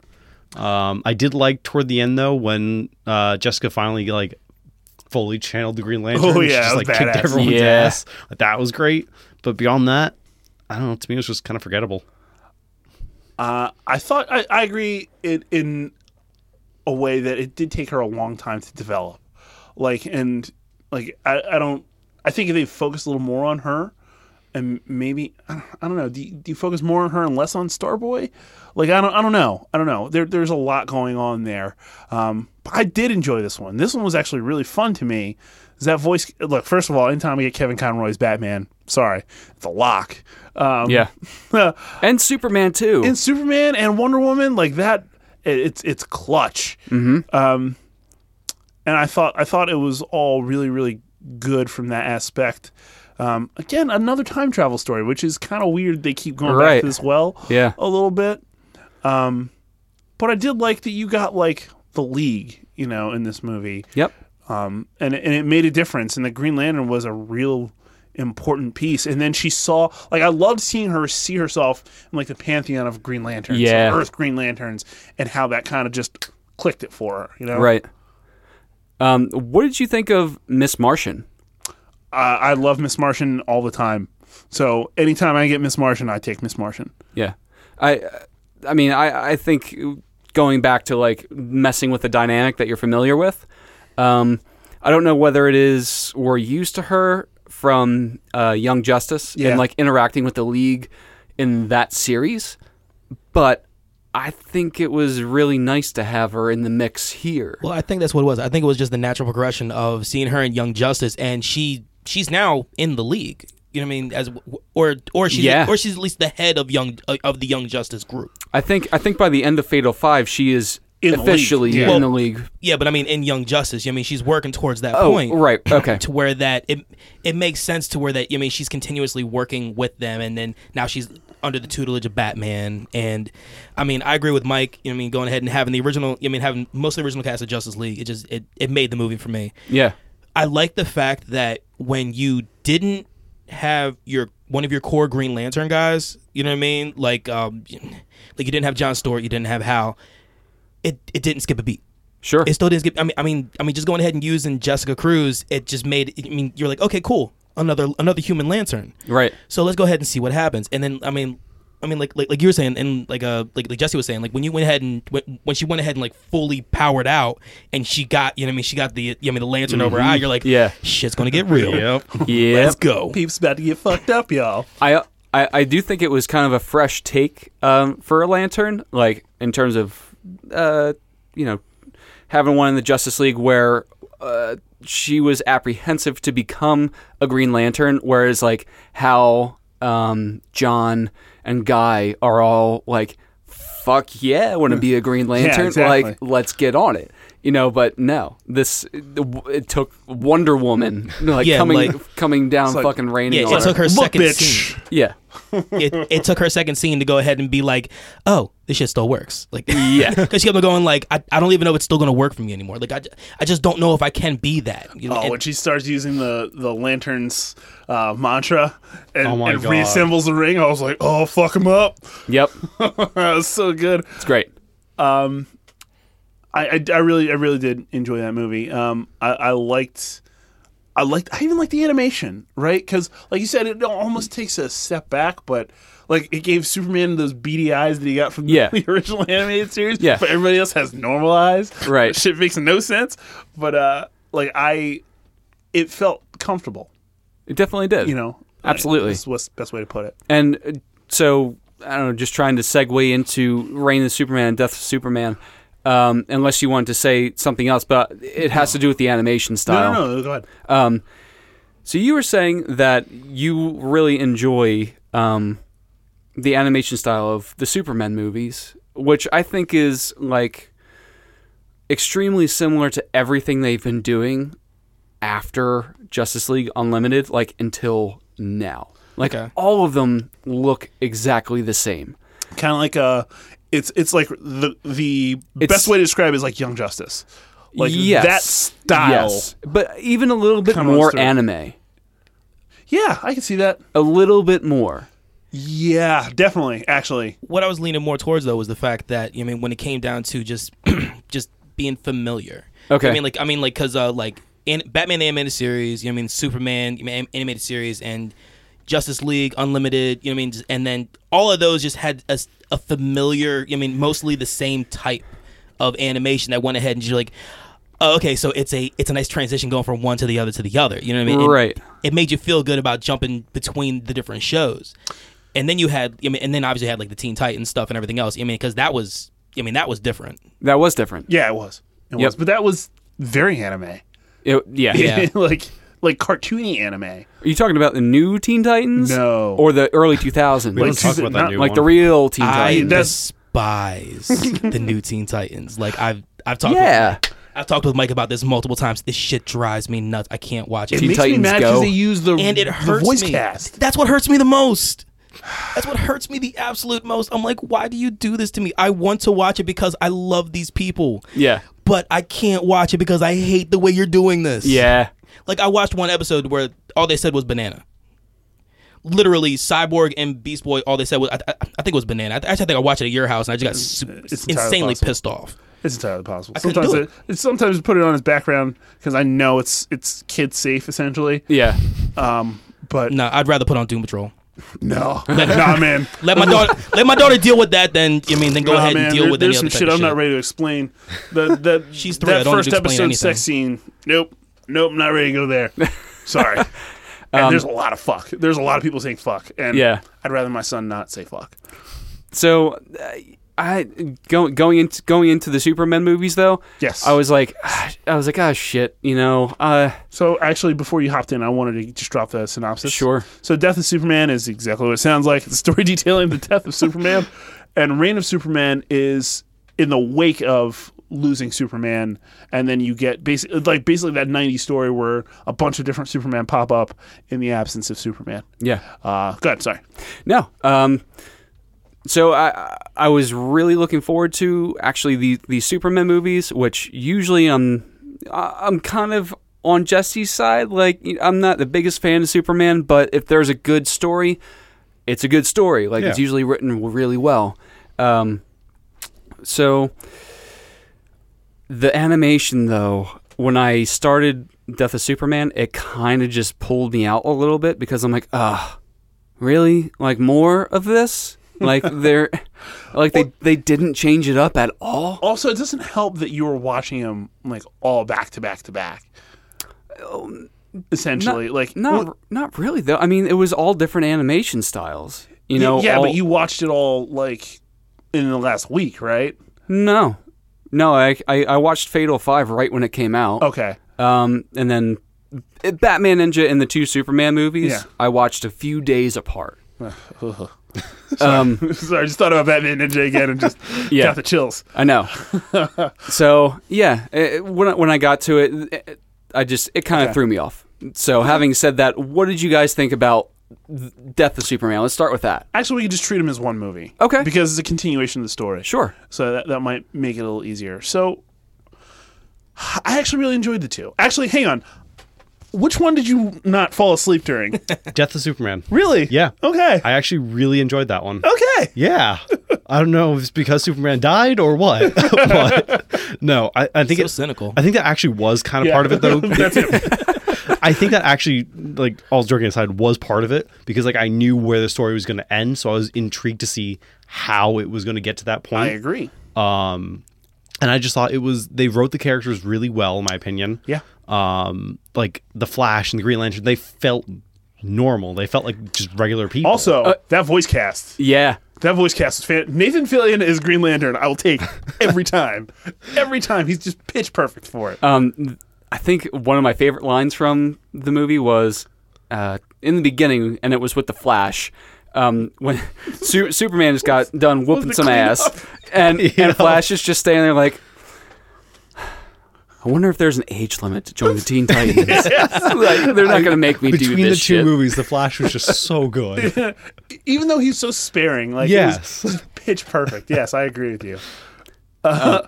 Speaker 3: Um, I did like toward the end though when uh, Jessica finally like fully channeled the Green Lantern.
Speaker 1: Oh,
Speaker 3: and she
Speaker 1: yeah,
Speaker 3: just
Speaker 1: that
Speaker 3: like
Speaker 1: was
Speaker 3: kicked
Speaker 1: badass.
Speaker 3: everyone's
Speaker 2: Yeah.
Speaker 3: ass. Like, that was great. But beyond that, I don't know. To me, it was just kind of forgettable.
Speaker 1: Uh, I thought I, I agree in, in a way that it did take her a long time to develop. Like and like I, I don't I think if they focused a little more on her and maybe I don't- I don't know do you, do you focus more on her and less on Starboy? Like I don't I don't know I don't know there there's a lot going on there. Um, but I did enjoy this one. This one was actually really fun to me. Is that voice? Look, first of all, anytime we get Kevin Conroy's Batman, sorry, it's a lock. Um,
Speaker 2: yeah. And Superman too.
Speaker 1: in Superman and Wonder Woman, like that, it, it's it's clutch. Mm-hmm. Um, and I thought I thought it was all really really good from that aspect. Um, again, another time travel story, which is kind of weird. They keep going back
Speaker 2: Right.
Speaker 1: to this well,
Speaker 2: Yeah.
Speaker 1: a little bit. Um, but I did like that you got like the League, you know, in this movie
Speaker 2: yep.
Speaker 1: um, and and it made a difference. And the Green Lantern was a real important piece. And then she saw, like, I loved seeing her see herself in like the pantheon of Green Lanterns,
Speaker 2: Yeah.
Speaker 1: Earth Green Lanterns, and how that kind of just clicked it for her. You know,
Speaker 2: Right. Um, what did you think of Miss Martian?
Speaker 1: Uh, I love Miss Martian all the time. So anytime I get Miss Martian, I take Miss Martian.
Speaker 2: Yeah, I, I mean, I, I think going back to like messing with the dynamic that you're familiar with. Um, I don't know whether it is we're used to her from uh, Young Justice
Speaker 1: Yeah.
Speaker 2: and like interacting with the League in that series, but I think it was really nice to have her in the mix here.
Speaker 4: Well, I think that's what it was. I think it was just the natural progression of seeing her in Young Justice, and she she's now in the league. You know what I mean? As or or she's
Speaker 2: Yeah.
Speaker 4: or she's at least the head of young of the Young Justice group.
Speaker 2: I think I think by the end of Fatal Five, she is
Speaker 1: In the league,
Speaker 2: officially
Speaker 1: yeah.
Speaker 2: in
Speaker 1: Well,
Speaker 2: the league.
Speaker 4: Yeah, but I mean in Young Justice, you know what I mean she's working towards that
Speaker 2: Oh,
Speaker 4: point.
Speaker 2: right. Okay.
Speaker 4: To where that it it makes sense to where that you know what I mean she's continuously working with them, and then now she's under the tutelage of Batman. And I mean I agree with Mike. You know what I mean going ahead and having the original. You know what I mean having most of the original cast of Justice League. It just it, it made the movie for me.
Speaker 2: Yeah.
Speaker 4: I like the fact that when you didn't have your one of your core Green Lantern guys, you know what I mean? Like um like you didn't have John Stewart, you didn't have Hal. It it didn't skip a beat.
Speaker 2: Sure.
Speaker 4: It still didn't skip I mean I mean I mean just going ahead and using Jessica Cruz, it just made I mean you're like, okay, cool. Another another human lantern.
Speaker 2: right.
Speaker 4: So let's go ahead and see what happens. And then I mean, I mean, like like, like you were saying, and like uh like, like Jesse was saying, like when you went ahead and when, when she went ahead and like fully powered out, and she got you know what I mean she got the you know what I mean the lantern over her eye. You're like
Speaker 2: Mm-hmm. Yeah.
Speaker 4: shit's gonna get real.
Speaker 2: Yeah.
Speaker 4: Let's go.
Speaker 1: Peeps about to get fucked up, y'all.
Speaker 2: I, I I do think it was kind of a fresh take um, for a lantern, like in terms of uh, you know having one in the Justice League where uh, she was apprehensive to become a Green Lantern, whereas like how um, John and Guy are all like, "Fuck yeah, I want to be a Green Lantern!"
Speaker 1: exactly.
Speaker 2: Like, let's get on it. You know, but no. This it took Wonder Woman like
Speaker 4: Yeah,
Speaker 2: coming
Speaker 4: like-
Speaker 2: coming down
Speaker 1: like-
Speaker 2: fucking raining
Speaker 4: Yeah,
Speaker 2: on
Speaker 4: it took her
Speaker 1: Look,
Speaker 4: second
Speaker 1: bitch.
Speaker 4: scene.
Speaker 2: Yeah.
Speaker 4: It, it took her second scene to go ahead and be like, "Oh, this shit still works." Like,
Speaker 2: Yeah.
Speaker 4: because she kept on going like, I, "I don't even know if it's still gonna work for me anymore." Like, I, j- I just don't know if I can be that. You know,
Speaker 1: Oh,
Speaker 4: and-
Speaker 1: when she starts using the the lantern's uh, mantra and,
Speaker 3: Oh my
Speaker 1: and
Speaker 3: God.
Speaker 1: reassembles the ring, I was like, "Oh, fuck him up!"
Speaker 2: Yep.
Speaker 1: that was so good.
Speaker 2: It's great.
Speaker 1: I, I, I really I really did enjoy that movie. Um, I, I liked, I liked I even liked the animation, right? Because like you said, it almost takes a step back, but like it gave Superman those beady eyes that he got from the-
Speaker 2: Yeah.
Speaker 1: the, original animated series.
Speaker 2: Yeah.
Speaker 1: but everybody else has normal eyes.
Speaker 2: Right.
Speaker 1: shit makes no sense. But uh, like I, it felt comfortable.
Speaker 2: It definitely did.
Speaker 1: You know,
Speaker 2: Absolutely.
Speaker 1: That's what's best way to put it.
Speaker 2: And uh, so I don't know, just trying to segue into Reign of Superman and Death of Superman. Um, unless you wanted to say something else, but it has to do with the animation
Speaker 1: No,
Speaker 2: style.
Speaker 1: no, no. Go ahead.
Speaker 2: Um, so you were saying that you really enjoy um, the animation style of the Superman movies, which I think is like extremely similar to everything they've been doing after Justice League Unlimited, like until now. Like
Speaker 4: Okay.
Speaker 2: all of them look exactly the same.
Speaker 1: kind of like a it's it's like the the
Speaker 2: It's-
Speaker 1: best way to describe it is like Young Justice, like
Speaker 2: Yes.
Speaker 1: that style.
Speaker 2: Yes. but even a little bit
Speaker 1: Come on
Speaker 2: more
Speaker 1: through.
Speaker 2: anime,
Speaker 1: Yeah, I can see that.
Speaker 2: a little bit more.
Speaker 1: Yeah, definitely. Actually,
Speaker 4: what I was leaning more towards though was the fact that you know, I mean when it came down to just just being familiar.
Speaker 2: Okay.
Speaker 4: I mean like I mean like cuz uh like in Batman the animated series, you know what I mean Superman you know, anim- animated series and Justice League Unlimited, you know what I mean just- and then all of those just had a, s- a familiar, you know, I mean mostly the same type of animation that went ahead and you're like oh, okay, so it's a it's a nice transition going from one to the other to the other. You know what I mean? And
Speaker 2: Right.
Speaker 4: it made you feel good about jumping between the different shows. And then you had, I mean, and then obviously you had like the Teen Titans stuff and everything else. I mean, because that was, I mean, that was different.
Speaker 2: That was different.
Speaker 1: yeah, it was. It
Speaker 2: Yep.
Speaker 1: was, but that was very anime.
Speaker 2: It- yeah.
Speaker 4: Yeah.
Speaker 1: like like cartoony anime.
Speaker 2: Are you talking about the new Teen Titans?
Speaker 1: No.
Speaker 2: Or the early 2000s?
Speaker 1: Like
Speaker 3: Let's talk
Speaker 1: two-
Speaker 3: about that
Speaker 1: not-
Speaker 3: new
Speaker 2: like
Speaker 3: one.
Speaker 2: the real Teen
Speaker 4: I
Speaker 2: Titans.
Speaker 1: that's-
Speaker 4: despise the new Teen Titans. Like I've, I've talked,
Speaker 2: Yeah.
Speaker 4: with, I've talked with Mike about this multiple times. This shit drives me nuts. I can't watch it,
Speaker 1: It
Speaker 2: Teen
Speaker 1: makes me
Speaker 2: Titans
Speaker 1: mad
Speaker 2: Go.
Speaker 1: because they use the
Speaker 4: and it
Speaker 1: the
Speaker 4: hurts
Speaker 1: voice
Speaker 4: me.
Speaker 1: cast.
Speaker 4: That's what hurts me the most. That's what hurts me the absolute most. I'm like, why do you do this to me? I want to watch it because I love these people.
Speaker 2: Yeah.
Speaker 4: But I can't watch it because I hate the way you're doing this.
Speaker 2: Yeah.
Speaker 4: Like I watched one episode where all they said was banana. Literally, Cyborg and Beast Boy. All they said was, I, I, I think it was banana. I, th- actually, I think I watched it at your house, and I just got su-
Speaker 1: It's entirely
Speaker 4: insanely
Speaker 1: possible.
Speaker 4: pissed off.
Speaker 1: It's entirely possible.
Speaker 4: couldn't
Speaker 1: Sometimes
Speaker 4: do
Speaker 1: it, it's sometimes put it on his background because I know it's it's kid safe essentially.
Speaker 2: Yeah.
Speaker 1: Um, but
Speaker 4: No, I'd rather put on Doom Patrol.
Speaker 1: no, nah, man.
Speaker 4: Let my daughter, let my daughter deal with that. Then you mean then go
Speaker 1: Nah,
Speaker 4: ahead and
Speaker 1: man,
Speaker 4: deal
Speaker 1: there-
Speaker 4: with
Speaker 1: there's some
Speaker 4: any other type
Speaker 1: shit
Speaker 4: of
Speaker 1: I'm not ready to explain. The, the,
Speaker 4: She's three, I
Speaker 1: that
Speaker 4: don't need
Speaker 1: first
Speaker 4: to explain
Speaker 1: episode sex scene. Nope, nope, not ready to go there. Sorry. And there's a lot of fuck. There's a lot of people saying fuck. And
Speaker 2: Yeah.
Speaker 1: I'd rather my son not say fuck.
Speaker 2: So, uh, I go, going into going into the Superman movies though.
Speaker 1: Yes.
Speaker 2: I was like, ah, I was like, ah, shit, you know. Uh,
Speaker 1: So actually, before you hopped in, I wanted to just drop the synopsis.
Speaker 2: Sure.
Speaker 1: So, Death of Superman is exactly what it sounds like. It's a story detailing the death of Superman, and Reign of Superman is in the wake of losing Superman, and then you get basically like basically that '90s story where a bunch of different Superman pop up in the absence of Superman.
Speaker 2: yeah.
Speaker 1: Uh, go ahead. Sorry.
Speaker 2: No. Um, so I I was really looking forward to actually the the Superman movies, which usually I'm I- I'm kind of on Jesse's side. Like you know, I'm not the biggest fan of Superman, but if there's a good story, it's a good story. Like it's
Speaker 3: Yeah.
Speaker 2: usually written really well. Um, so the animation though, when I started Death of Superman, it kind of just pulled me out a little bit because I'm like, ah, really? Like more of this? Like they're like they they didn't change it up at all.
Speaker 1: Also, it doesn't help that you were watching him like all back to back to back. Essentially, like
Speaker 2: Um, Not not really though. I mean, it was all different animation styles. You know,
Speaker 1: yeah,
Speaker 2: all-
Speaker 1: but you watched it all like in the last week, right?
Speaker 2: no, no. I, I I watched Fatal Five right when it came out.
Speaker 1: Okay.
Speaker 2: Um, and then uh, Batman Ninja and the two Superman movies.
Speaker 1: Yeah.
Speaker 2: I watched a few days apart. um,
Speaker 1: so I just thought about Batman Ninja again and just
Speaker 2: Yeah.
Speaker 1: got the chills.
Speaker 2: I know. so yeah, eh, when I- when I got to it, eh, I just it kind of threw me off. So having said that, what did you guys think about th- Death of Superman? Let's start with that.
Speaker 1: Actually, we could just treat him as one movie.
Speaker 2: Okay.
Speaker 1: Because it's a continuation of the story.
Speaker 2: Sure.
Speaker 1: So that, that might make it a little easier. So I actually really enjoyed the two. Actually, hang on. Which one did you not fall asleep during?
Speaker 3: Death of Superman.
Speaker 1: really?
Speaker 3: Yeah.
Speaker 1: Okay.
Speaker 3: I actually really enjoyed that one.
Speaker 1: okay.
Speaker 3: Yeah. I don't know if it's because Superman died or what. but no, I, I think
Speaker 4: So
Speaker 3: it-
Speaker 4: cynical.
Speaker 3: I think that actually was kind of
Speaker 1: Yeah.
Speaker 3: part of it though.
Speaker 1: That's it.
Speaker 3: I think that actually like all joking aside was part of it because like I knew where the story was gonna end, so I was intrigued to see how it was gonna get to that point.
Speaker 1: I agree.
Speaker 3: Um and I just thought it was they wrote the characters really well, in my opinion.
Speaker 1: Yeah.
Speaker 3: Um like the Flash and the Green Lantern, they felt normal. They felt like just regular people.
Speaker 1: Also,
Speaker 2: Uh,
Speaker 1: that voice cast.
Speaker 2: Yeah.
Speaker 1: That voice cast is fan- Nathan Fillion is Green Lantern. I will take every time. every time. He's just pitch perfect for it.
Speaker 2: Um, I think one of my favorite lines from the movie was uh, in the beginning, and it was with the Flash. Um, when Su- Superman just got done whooping
Speaker 1: the
Speaker 2: some
Speaker 1: cleanup.
Speaker 2: ass, and, and Flash is just standing there like, I wonder if there's an age limit to join the Teen Titans. like, they're not going to make me do
Speaker 3: between the two
Speaker 2: this shit.
Speaker 3: movies, the Flash was just so good.
Speaker 1: even though he's so sparing, like yes,
Speaker 3: Yes. Um,
Speaker 1: pitch perfect. Yes, I agree with you. Uh,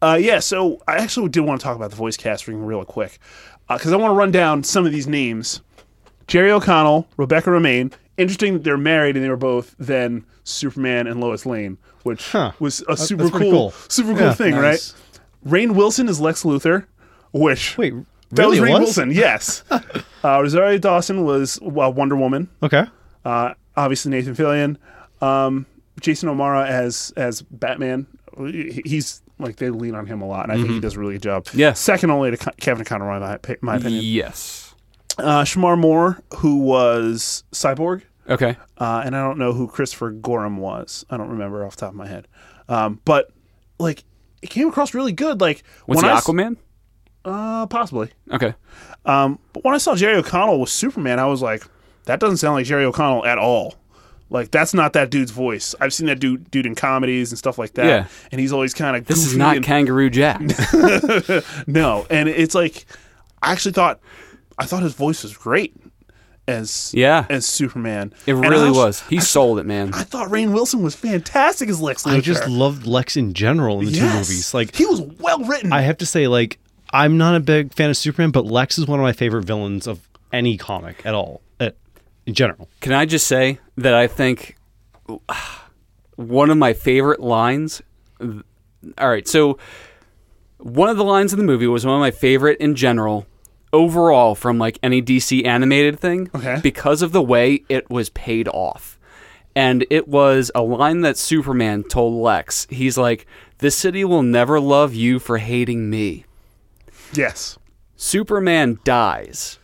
Speaker 1: uh, yeah, so I actually did want to talk about the voice casting real quick because I want to run down some of these names: Jerry O'Connell, Rebecca Romaine. Interesting that they're married and they were both then Superman and Lois Lane, which
Speaker 3: Huh.
Speaker 1: was a super
Speaker 3: that's
Speaker 1: cool,
Speaker 3: pretty cool.
Speaker 1: super cool
Speaker 3: Yeah.
Speaker 1: thing,
Speaker 2: Nice.
Speaker 1: right? Rain Wilson is Lex Luthor, which
Speaker 3: Wait,
Speaker 1: that was
Speaker 3: really, it
Speaker 1: Rainn
Speaker 3: was?
Speaker 1: Wilson, yes. uh, Rosario Dawson was well, Wonder Woman
Speaker 3: Okay.
Speaker 1: uh, obviously Nathan Fillion, um, Jason O'Mara as as Batman. He- He's like they lean on him a lot, and I think he does a really good job.
Speaker 2: Mm-hmm. Yeah.
Speaker 1: second only to Co- Kevin Conroy, in my, my opinion.
Speaker 2: Yes.
Speaker 1: Uh, Shamar Moore, who was Cyborg,
Speaker 2: Okay.
Speaker 1: uh, and I don't know who Christopher Gorham was. I don't remember off the top of my head, um, but like it came across really good. Like
Speaker 2: What's
Speaker 1: when
Speaker 2: the
Speaker 1: I s-
Speaker 2: Aquaman?
Speaker 1: uh, possibly.
Speaker 2: Okay.
Speaker 1: Um, but when I saw Jerry O'Connell with Superman, I was like, that doesn't sound like Jerry O'Connell at all. Like that's not that dude's voice. I've seen that dude dude in comedies and stuff like that,
Speaker 2: Yeah.
Speaker 1: and he's always kind of
Speaker 2: This is not
Speaker 1: and,
Speaker 2: Kangaroo Jack.
Speaker 1: no. And it's like I actually thought I thought his voice was great as
Speaker 2: Yeah.
Speaker 1: as Superman.
Speaker 2: It
Speaker 1: And I
Speaker 2: really
Speaker 1: also-
Speaker 2: was. He sold it, man.
Speaker 1: I thought Rain Wilson was fantastic as Lex Luthor.
Speaker 3: I just loved Lex in general in the
Speaker 1: Yes.
Speaker 3: two movies. Like,
Speaker 1: he was well written.
Speaker 3: I have to say, like, I'm not a big fan of Superman, but Lex is one of my favorite villains of any comic at all, at, in general.
Speaker 2: Can I just say that I think one of my favorite lines? All right, so one of the lines in the movie was one of my favorite in general, overall from like any DC animated thing,
Speaker 1: Okay.
Speaker 2: because of the way it was paid off. And it was a line that Superman told Lex. He's like, "This city will never love you for hating me."
Speaker 1: yes.
Speaker 2: Superman dies.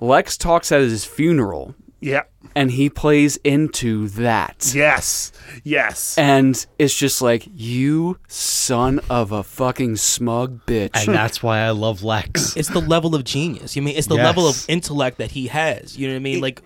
Speaker 2: Lex talks at his funeral,
Speaker 1: Yeah.
Speaker 2: and he plays into that.
Speaker 1: Yes. Yes.
Speaker 2: And it's just like, you son of a fucking smug bitch.
Speaker 3: And that's why I love Lex.
Speaker 4: It's the level of genius. You mean it's the level of
Speaker 3: Yes.
Speaker 4: intellect that he has. You know what I mean? Like,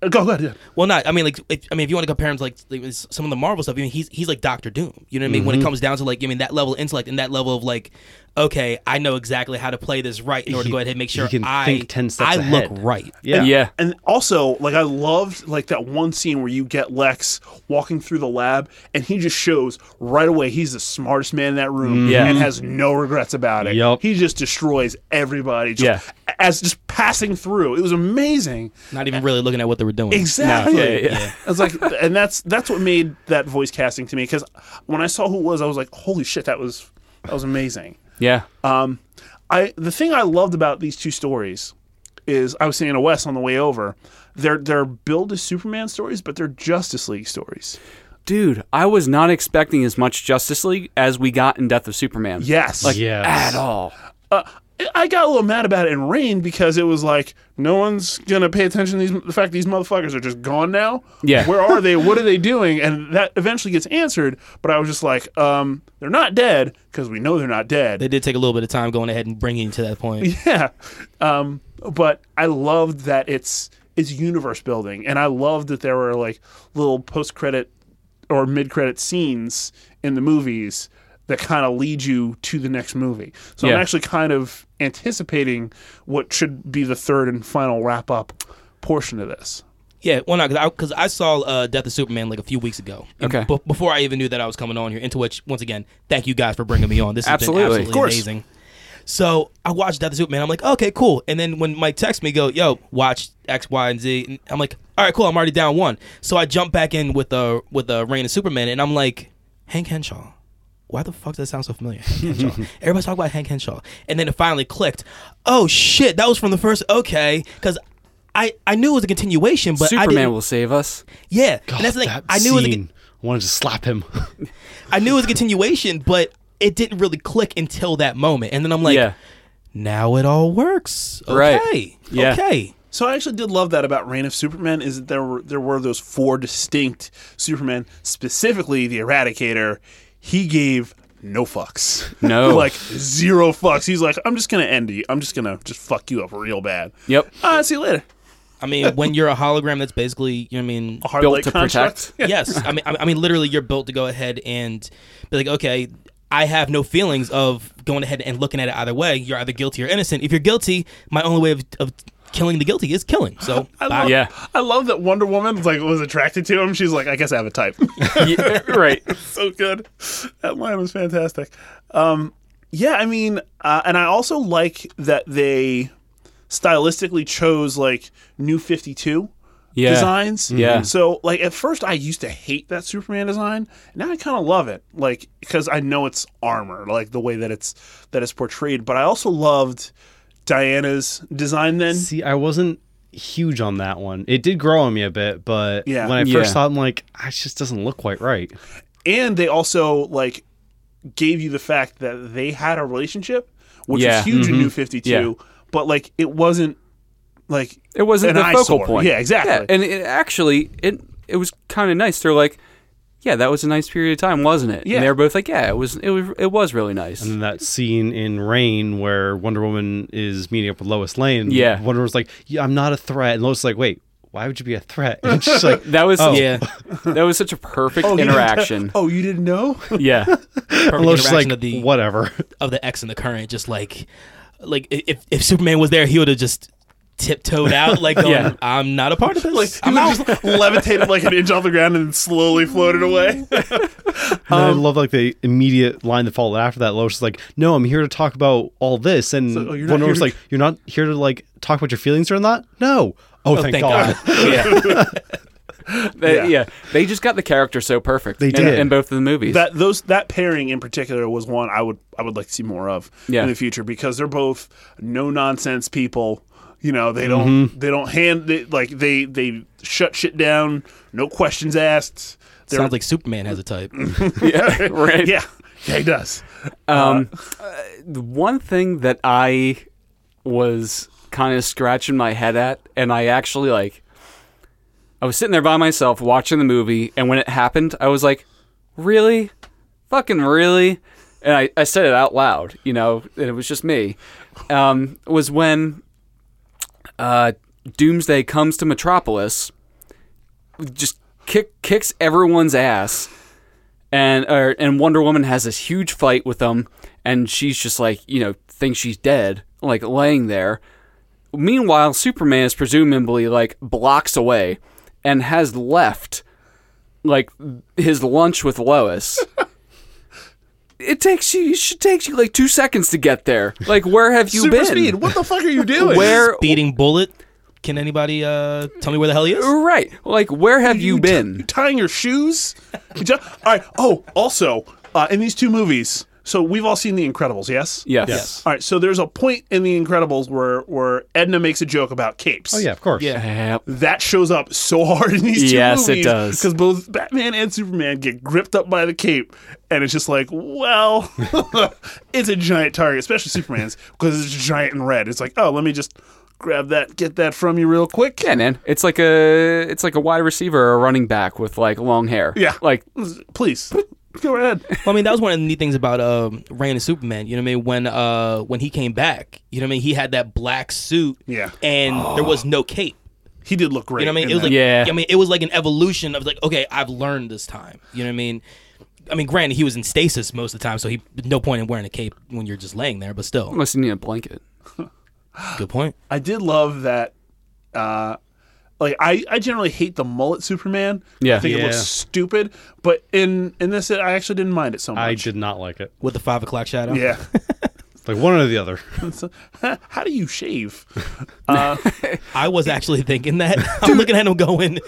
Speaker 1: Uh, go ahead. yeah.
Speaker 4: well, not. I mean, like, if, I mean, if you want to compare him to like, like s- some of the Marvel stuff, I mean, he's he's like Doctor Doom. You know what I mean?
Speaker 3: Mm-hmm.
Speaker 4: When it comes down to like, I mean, that level of intellect and that level of like, okay, I know exactly how to play this right in order
Speaker 3: He-
Speaker 4: to go ahead and make
Speaker 3: he
Speaker 4: sure
Speaker 3: can
Speaker 4: I
Speaker 3: think 10 steps
Speaker 4: I
Speaker 3: ahead.
Speaker 4: look right.
Speaker 3: yeah.
Speaker 2: yeah.
Speaker 1: And also, like I loved like that one scene where you get Lex walking through the lab and he just shows right away he's the smartest man in that room
Speaker 2: Mm. Yeah.
Speaker 1: and has no regrets about it.
Speaker 3: Yup.
Speaker 1: He just destroys everybody just as just passing through. It was amazing.
Speaker 4: Not even really looking at what they were doing.
Speaker 1: Exactly.
Speaker 2: No, yeah, yeah, yeah.
Speaker 1: I was like and that's that's what made that voice casting to me cuz when I saw who it was I was like holy shit that was that was amazing.
Speaker 2: Yeah.
Speaker 1: Um, I the thing I loved about these two stories is I was saying to Wes on the way over, they're they're billed as Superman stories, but they're Justice League stories.
Speaker 2: Dude, I was not expecting as much Justice League as we got in Death of Superman.
Speaker 1: Yes,
Speaker 2: Like,
Speaker 3: Yes.
Speaker 2: at all.
Speaker 1: I got a little mad about it in Rain because it was like no one's gonna pay attention to these the fact these motherfuckers are just gone now.
Speaker 2: Yeah.
Speaker 1: where are they? What are they doing? And that eventually gets answered. But I was just like, um, they're not dead because we know they're not dead.
Speaker 4: They did take a little bit of time going ahead and bringing you to that point.
Speaker 1: Yeah. Um, but I loved that it's it's universe building and I loved that there were like little post credit or mid credit scenes in the movies that kind of lead you to the next movie. So
Speaker 2: Yeah.
Speaker 1: I'm actually kind of anticipating what should be the third and final wrap up portion of this.
Speaker 4: Yeah, well, not because I, saw uh, Death of Superman like a few weeks ago. And
Speaker 2: Okay.
Speaker 4: be- before I even knew that I was coming on here, into which once again, thank you guys for bringing me on. This has
Speaker 2: Absolutely.
Speaker 4: been
Speaker 2: Of
Speaker 4: absolutely
Speaker 2: course.
Speaker 4: amazing. So I watched Death of Superman. I'm like, okay, cool. And then when Mike texts me, go, yo, watch X, Y, and Z. And I'm like, all right, cool. I'm already down one. So I jump back in with uh, with uh, Reign of Superman, and I'm like, Hank Henshaw. Why the fuck does that sound so familiar? Hank Henshaw. Everybody's talking about Hank Henshaw, and then it finally clicked. Oh shit, that was from the first. Okay, because. I, I knew it was a continuation, but I
Speaker 2: Superman
Speaker 4: didn't,
Speaker 2: will save us.
Speaker 4: yeah, and that's the thing.
Speaker 3: that
Speaker 4: I knew it was a,
Speaker 3: scene. I wanted to slap him.
Speaker 4: I knew it was a continuation, but it didn't really click until that moment. And then I'm like,
Speaker 2: yeah.
Speaker 4: now it all works. Okay.
Speaker 2: Right. Yeah.
Speaker 4: Okay.
Speaker 1: So I actually did love that about Reign of Superman is that there were there were those four distinct Supermen, specifically the Eradicator. He gave no fucks.
Speaker 2: No.
Speaker 1: like zero fucks. He's like, I'm just gonna end you. I'm just gonna just fuck you up real bad.
Speaker 2: Yep.
Speaker 1: Uh, see you later.
Speaker 4: I mean, when you're a hologram, that's basically, you know what I mean?
Speaker 1: A hard
Speaker 2: Built
Speaker 1: light
Speaker 2: to
Speaker 1: construct.
Speaker 2: protect.
Speaker 4: yes. I mean, I I mean, literally, you're built to go ahead and be like, okay, I have no feelings of going ahead and looking at it either way. You're either guilty or innocent. If you're guilty, my only way of, of killing the guilty is killing. So,
Speaker 1: I
Speaker 4: bye.
Speaker 1: love,
Speaker 2: Yeah.
Speaker 1: I love that Wonder Woman like was attracted to him. She's like, I guess I have a type.
Speaker 2: Yeah, right.
Speaker 1: so good. That line was fantastic. Um, yeah, I mean, uh, and I also like that they stylistically chose like New Fifty Two
Speaker 2: Yeah. Mm-hmm.
Speaker 1: designs.
Speaker 2: Yeah.
Speaker 1: So like at first I used to hate that Superman design. Now I kind of love it, like because I know it's armor, like the way that it's that it's portrayed. But I also loved Diana's design then.
Speaker 3: See, I wasn't huge on that one. It did grow on me a bit, but
Speaker 1: Yeah.
Speaker 3: when I first
Speaker 2: Yeah.
Speaker 3: saw it, I'm like, "Ah, it just doesn't look quite right.
Speaker 1: and they also like gave you the fact that they had a relationship, which
Speaker 2: Yeah.
Speaker 1: is huge in New Fifty Two. But like, it wasn't like
Speaker 2: It wasn't
Speaker 1: an
Speaker 2: the
Speaker 1: eyesore.
Speaker 2: focal point.
Speaker 1: Yeah, exactly.
Speaker 2: Yeah, and it actually, it it was kind of nice. They're like, yeah, that was a nice period of time, wasn't it?
Speaker 1: Yeah.
Speaker 2: And they were both like, yeah, it was. It was. It was really nice.
Speaker 3: And that scene in Rain where Wonder Woman is meeting up with Lois Lane.
Speaker 2: Yeah.
Speaker 3: Wonder Woman's like, yeah, I'm not a threat. And Lois is like, wait, why would you be a threat? And she's like,
Speaker 2: That was
Speaker 3: Oh.
Speaker 4: Yeah.
Speaker 2: that was such a perfect
Speaker 1: you didn't-
Speaker 2: interaction.
Speaker 1: oh, you didn't know?
Speaker 2: Yeah,
Speaker 4: Perfect
Speaker 3: and Lois is
Speaker 4: interaction
Speaker 3: like,
Speaker 4: of the
Speaker 3: whatever.
Speaker 4: of the X and the current, just like like i- if if Superman was there, he would have just tiptoed out, like going,
Speaker 2: Yeah.
Speaker 4: I'm not a part of this.
Speaker 1: like he
Speaker 4: I'm
Speaker 1: was
Speaker 4: out.
Speaker 1: just levitated like an inch off the ground and slowly floated away.
Speaker 3: And I love like the immediate line that followed after that. Lois is like, "No, I'm here to talk about all this." And
Speaker 1: oh, you're not
Speaker 3: Wonder
Speaker 1: here
Speaker 3: Woman's
Speaker 1: to-
Speaker 3: like, "You're not here to like talk about your feelings or not?" No. Oh, thank, God.
Speaker 4: yeah.
Speaker 2: They-
Speaker 1: Yeah.
Speaker 2: yeah. They just got the character so perfect.
Speaker 3: They
Speaker 2: in-
Speaker 3: did.
Speaker 2: in, both of the movies.
Speaker 1: that those that pairing in particular was one I would I would like to see more of
Speaker 2: Yeah.
Speaker 1: in the future because they're both no nonsense people. You know they don't they don't hand they, like they they shut shit down, no questions asked. They're
Speaker 4: Sounds like Superman has a type.
Speaker 2: yeah, right.
Speaker 1: yeah, yeah he does.
Speaker 2: Um, uh, the one thing that I was kind of scratching my head at, and I actually like, I was sitting there by myself watching the movie, and when it happened, I was like, really, fucking really, and I, I said it out loud, you know, and it was just me. Um, was when uh, Doomsday comes to Metropolis, just kick kicks everyone's ass and or, and Wonder Woman has this huge fight with them, and she's just like you know thinks she's dead, like laying there. Meanwhile, Superman is presumably like blocks away, and has left, like his lunch with Lois. it takes you. It should take you like two seconds to get there. Like where have you
Speaker 1: Super
Speaker 2: been?
Speaker 1: speed. What the fuck are you doing?
Speaker 2: Where
Speaker 4: Beating bullet. Can anybody uh, tell me where the hell he is?
Speaker 2: right? Like where have you
Speaker 1: You
Speaker 2: been?
Speaker 1: tying your shoes? You ju- all right. Oh, also, uh, in these two movies, so we've all seen The Incredibles, yes?
Speaker 2: Yes.
Speaker 4: Yes.
Speaker 1: All right, so there's a point in The Incredibles where where Edna makes a joke about capes.
Speaker 3: Oh yeah, of course.
Speaker 4: Yeah.
Speaker 2: Yep.
Speaker 1: That shows up so hard in these two
Speaker 2: Yes, it
Speaker 1: movies.
Speaker 2: does.
Speaker 1: Because both Batman and Superman get gripped up by the cape, and it's just like, well, it's a giant target, especially Superman's, because it's giant and red. It's like, oh, let me just grab that, get that from you real quick.
Speaker 2: Yeah, man. It's like a it's like a wide receiver or a running back with like long hair.
Speaker 1: Yeah.
Speaker 2: Like
Speaker 1: Please, go ahead.
Speaker 4: Well, I mean, that was one of the neat things about um, Reign of Superman. You know what I mean? When uh, when he came back, you know what I mean? He had that black suit,
Speaker 1: Yeah.
Speaker 4: and there was no cape.
Speaker 1: He did look great.
Speaker 4: You know what I
Speaker 1: in
Speaker 4: mean? It was
Speaker 1: that.
Speaker 4: like,
Speaker 2: Yeah.
Speaker 4: I mean, it was like an evolution of like, okay, I've learned this time. You know what I mean? I mean, granted, he was in stasis most of the time, so he no point in wearing a cape when you're just laying there. But still,
Speaker 2: unless you need a blanket.
Speaker 4: good point.
Speaker 1: I did love that. Uh, like I, I generally hate the mullet Superman.
Speaker 2: Yeah.
Speaker 1: I think it
Speaker 3: Yeah.
Speaker 1: looks stupid. But in in this, I actually didn't mind it so much.
Speaker 3: I did not like it.
Speaker 4: With the five o'clock shadow,
Speaker 1: Yeah.
Speaker 3: Like one or the other.
Speaker 1: So, how do you shave?
Speaker 4: I was actually thinking that. I'm looking at him going,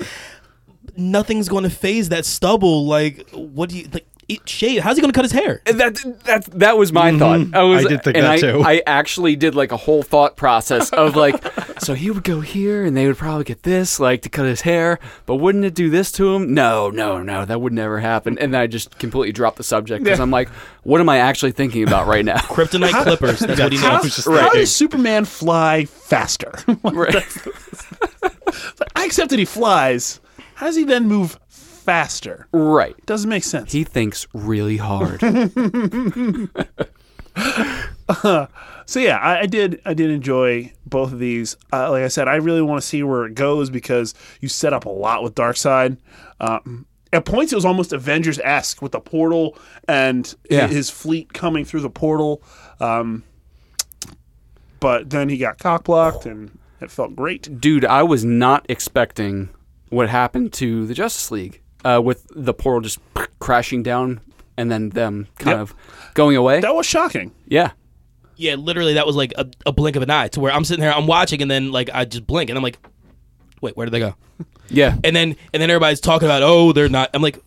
Speaker 4: nothing's going to phase that stubble. Like, what do you like? It shave? How's he going to cut his hair?
Speaker 2: That that that was my thought. I was
Speaker 3: Mm-hmm. I did think
Speaker 2: and
Speaker 3: that
Speaker 2: I,
Speaker 3: too.
Speaker 2: I actually did like a whole thought process of like so he would go here and they would probably get this like to cut his hair, but wouldn't it do this to him? No, no, no, that would never happen. And then I just completely dropped the subject because I'm like, what am I actually thinking about right now?
Speaker 4: Kryptonite clippers. That's what he
Speaker 3: I
Speaker 1: How,
Speaker 4: knows.
Speaker 3: was just
Speaker 1: how
Speaker 3: thinking.
Speaker 1: does Superman fly faster?
Speaker 2: Right.
Speaker 1: I accept that he flies. How does he then move faster?
Speaker 2: right.
Speaker 1: Doesn't make sense.
Speaker 2: He thinks really hard.
Speaker 1: So yeah, I, I did. I did enjoy both of these. Uh, like I said, I really want to see where it goes because you set up a lot with Darkseid. Um, at points, it was almost Avengers esque with the portal and hi-
Speaker 2: Yeah.
Speaker 1: his fleet coming through the portal. Um, but then he got cockblocked, and it felt great.
Speaker 2: dude, I was not expecting what happened to the Justice League uh, with the portal just crashing down and then them kind
Speaker 1: Yep.
Speaker 2: of going away.
Speaker 1: That was shocking.
Speaker 2: yeah.
Speaker 4: Yeah, literally, that was like a, a blink of an eye to where I'm sitting there, I'm watching, and then like I just blink, and I'm like, wait, where did they go?
Speaker 2: Yeah.
Speaker 4: And then and then everybody's talking about, oh, they're not. I'm like,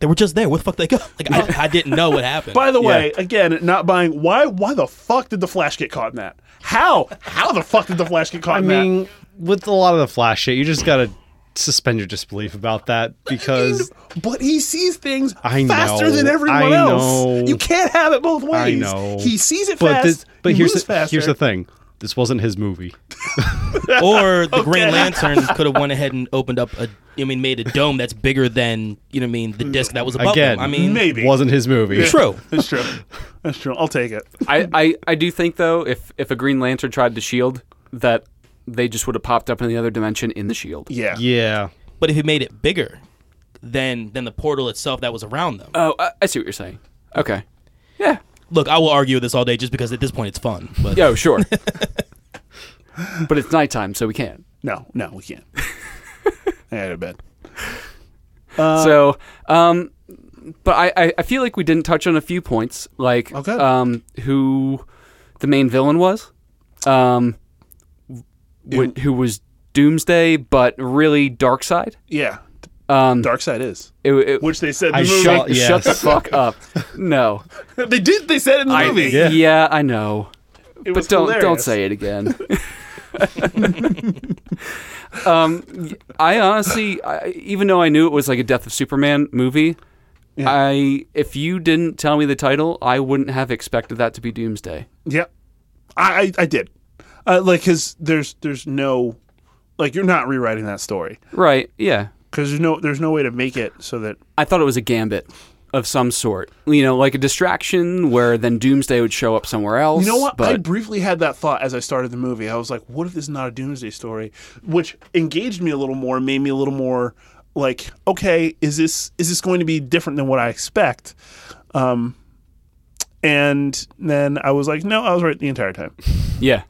Speaker 4: they were just there. Where the fuck they go? Like I, I didn't know what happened.
Speaker 1: By the way, again, not buying. Why? Why the fuck did the Flash get caught in that? How? How the fuck did the Flash get caught
Speaker 3: I
Speaker 1: in that?
Speaker 3: mean, with a lot of the flash shit, you just gotta suspend your disbelief about that because
Speaker 1: But he sees things
Speaker 3: I
Speaker 1: faster
Speaker 3: know,
Speaker 1: than everyone
Speaker 3: I
Speaker 1: else.
Speaker 3: know.
Speaker 1: You can't have it both ways.
Speaker 3: I know
Speaker 1: He sees it
Speaker 3: But
Speaker 1: fast.
Speaker 3: this, but
Speaker 1: he
Speaker 3: here's
Speaker 1: moves
Speaker 3: the,
Speaker 1: faster.
Speaker 3: here's the thing. This wasn't his movie.
Speaker 4: or the Green Lantern could have went ahead and opened up a, I mean, made a dome that's bigger than you know, what I mean, the disc that was above
Speaker 3: Again,
Speaker 4: them. I mean,
Speaker 1: Maybe.
Speaker 3: wasn't his movie.
Speaker 4: true.
Speaker 1: That's true. That's true. I'll take it.
Speaker 2: I, I, I do think, though, if, if a Green Lantern tried to shield, that they just would have popped up in the other dimension in the shield.
Speaker 1: Yeah.
Speaker 3: Yeah.
Speaker 4: But if he made it bigger than than the portal itself that was around them.
Speaker 2: Oh, I, I see what you're saying. Okay. Yeah.
Speaker 4: Look, I will argue this all day just because at this point it's fun. But
Speaker 2: Yo, sure. but it's nighttime, so we can't.
Speaker 1: No, no, we can't. I had a bet.
Speaker 2: so um but I, I i feel like we didn't touch on a few points like
Speaker 1: Okay.
Speaker 2: um who the main villain was um wh- who was doomsday but really dark side
Speaker 1: Yeah.
Speaker 2: um
Speaker 1: Dark Side is.
Speaker 2: it, it,
Speaker 1: Which they said in the
Speaker 3: I
Speaker 1: movie.
Speaker 2: shut,
Speaker 3: Shut- yes.
Speaker 2: shut the fuck up no
Speaker 1: they did. They said it in the
Speaker 2: I,
Speaker 1: movie.
Speaker 2: yeah. i know
Speaker 1: It was
Speaker 2: but don't
Speaker 1: hilarious.
Speaker 2: don't say it again um i honestly I, even though i knew it was like a death of superman movie I if you didn't tell me the title, I wouldn't have expected that to be Doomsday.
Speaker 1: Yep. I, I, I did. uh, like because there's there's no like you're not rewriting that story
Speaker 2: Right. Yeah.
Speaker 1: because there's no there's no way to make it so that
Speaker 2: I thought it was a gambit of some sort. You know, like a distraction where then Doomsday would show up somewhere else.
Speaker 1: you know what I
Speaker 2: But
Speaker 1: briefly had that thought as I started the movie I was like what if this is not a doomsday story which engaged me a little more made me a little more like okay is this is this going to be different than what I expect um and then I was like no I was right the entire time
Speaker 2: yeah.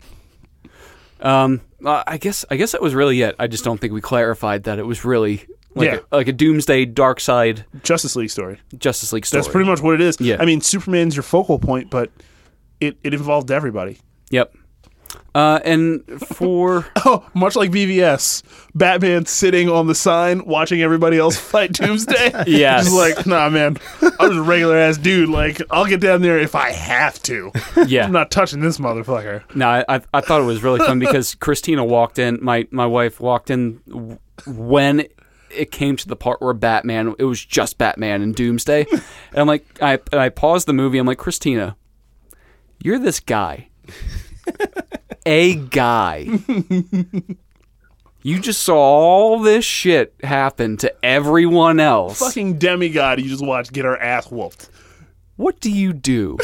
Speaker 2: Um, uh, I guess I guess that was really it. I just don't think we clarified that it was really like
Speaker 1: Yeah.
Speaker 2: a, like a Doomsday Dark Side
Speaker 1: Justice League story
Speaker 2: Justice League story.
Speaker 1: that's pretty much what it is
Speaker 2: Yeah.
Speaker 1: I mean Superman's your focal point but it, it involved everybody
Speaker 2: Yep. Uh, and for
Speaker 1: Oh, much like BVS, Batman sitting on the sign watching everybody else fight Doomsday.
Speaker 2: Yes.
Speaker 1: Just like, nah, man, I'm just a regular ass dude. Like, I'll get down there if I have to.
Speaker 2: yeah,
Speaker 1: I'm not touching this motherfucker.
Speaker 2: No, I, I I thought it was really fun because Christina walked in. My my wife walked in w- when it came to the part where Batman. It was just Batman and Doomsday, and I'm like, I and I paused the movie. I'm like, Christina, you're this guy, a guy. You just saw all this shit happen to everyone else.
Speaker 1: Fucking demigod you just watched get her ass whooped.
Speaker 2: what do you do?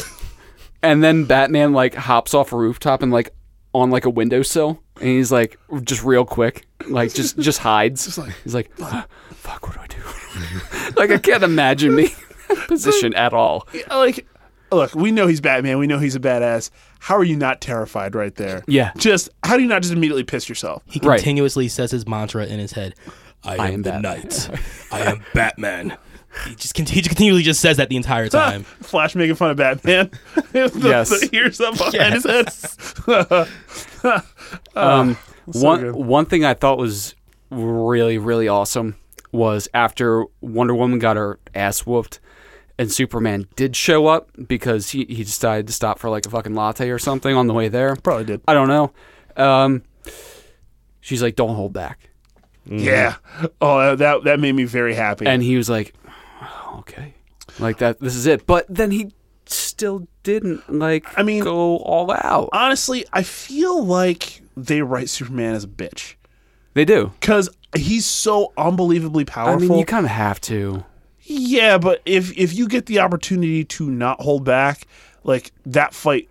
Speaker 2: and then Batman like hops off a rooftop and like on like a windowsill and he's like just real quick, like just just hides. he's like, "Ah, fuck, what do I do? like I can't imagine me in that position at all.
Speaker 1: Yeah, Like, look, we know he's Batman. We know he's a badass. How are you not terrified right there?
Speaker 2: Yeah.
Speaker 1: Just, how do you not just immediately piss yourself?
Speaker 4: He
Speaker 2: Right.
Speaker 4: continuously says his mantra in his head. I am,
Speaker 2: am
Speaker 4: the
Speaker 2: Batman."
Speaker 4: knight. I am Batman. He just con- he continually just says that the entire time.
Speaker 1: Flash making fun of Batman. the,
Speaker 2: Yes.
Speaker 1: The ears up behind his head.
Speaker 2: Um, one
Speaker 1: good.
Speaker 2: one thing I thought was really really awesome was after Wonder Woman got her ass whooped, and Superman did show up because he he decided to stop for like a fucking latte or something on the way there.
Speaker 1: Probably did.
Speaker 2: I don't know. Um, she's like, "Don't hold back,"
Speaker 1: Yeah. Oh, that that made me very happy.
Speaker 2: and he was like, "Oh, "Okay, like that. This is it." But then he still didn't like.
Speaker 1: I mean-
Speaker 2: go all out.
Speaker 1: honestly, I feel like they write Superman as a bitch
Speaker 2: They do.
Speaker 1: because he's so unbelievably
Speaker 2: I
Speaker 1: powerful.
Speaker 2: mean, you kind of have to.
Speaker 1: yeah, but if if you get the opportunity to not hold back, like that fight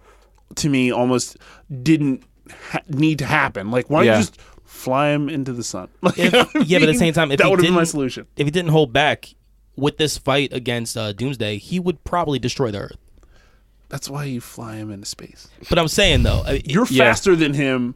Speaker 1: to me almost didn't ha- need to happen. Like, why don't
Speaker 2: Yeah.
Speaker 1: you just fly him into the sun? Like,
Speaker 4: If-
Speaker 1: you know what I
Speaker 4: yeah, but at the
Speaker 1: mean?
Speaker 4: same time, if
Speaker 1: that
Speaker 4: he
Speaker 1: would have been my
Speaker 4: didn't-
Speaker 1: solution.
Speaker 4: If he didn't hold back with this fight against uh, Doomsday, he would probably destroy the Earth.
Speaker 1: That's why you fly him into space.
Speaker 4: But I'm saying though, I-
Speaker 1: You're
Speaker 2: Yeah.
Speaker 1: faster than him,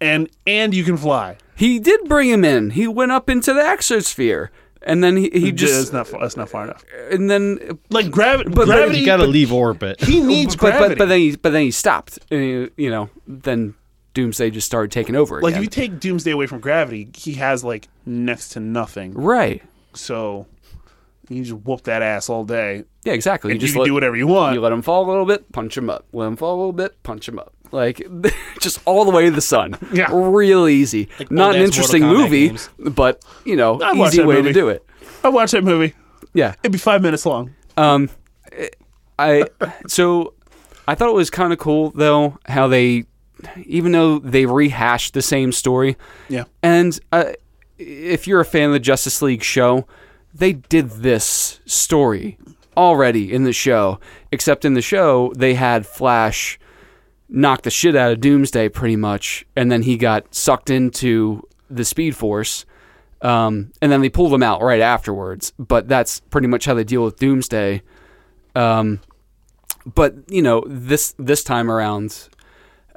Speaker 1: and and you can fly.
Speaker 2: He did bring him in. He went up into the exosphere, and then he, he
Speaker 1: Just
Speaker 2: just
Speaker 1: not that's not far enough.
Speaker 2: and then
Speaker 1: Like gravity,
Speaker 2: But- but
Speaker 1: gravity.
Speaker 3: You gotta
Speaker 1: but
Speaker 3: leave orbit.
Speaker 1: he needs
Speaker 2: but,
Speaker 1: gravity.
Speaker 2: but but then he but then he stopped. And, you know, then Doomsday just started taking over.
Speaker 1: like if
Speaker 2: again.
Speaker 1: you take Doomsday away from gravity, he has like next to nothing.
Speaker 2: right?
Speaker 1: So you just whoop that ass all day.
Speaker 2: Yeah, exactly.
Speaker 1: And you
Speaker 2: just
Speaker 1: can
Speaker 2: let-
Speaker 1: do whatever you want.
Speaker 2: You let him fall a little bit, punch him up. Let him fall a little bit, punch him up. Like just all the way to the sun.
Speaker 1: Yeah.
Speaker 2: real easy. Not an
Speaker 4: old-ass
Speaker 2: interesting
Speaker 4: Mortal Kombat
Speaker 2: movie,
Speaker 4: games.
Speaker 2: but you know,
Speaker 1: I'd watch
Speaker 2: easy
Speaker 1: that
Speaker 2: way
Speaker 1: movie.
Speaker 2: to do it.
Speaker 1: I watched that movie.
Speaker 2: Yeah.
Speaker 1: It'd be five minutes long.
Speaker 2: Um, I so I thought it was kind of cool though how they, even though they rehashed the same story,
Speaker 1: Yeah.
Speaker 2: and uh, if you're a fan of the Justice League show, they did this story already in the show. Except in the show, they had Flash knock the shit out of Doomsday pretty much, and then he got sucked into the Speed Force. Um, and then they pulled him out right afterwards. But that's pretty much how they deal with Doomsday. Um, but you know this this time around,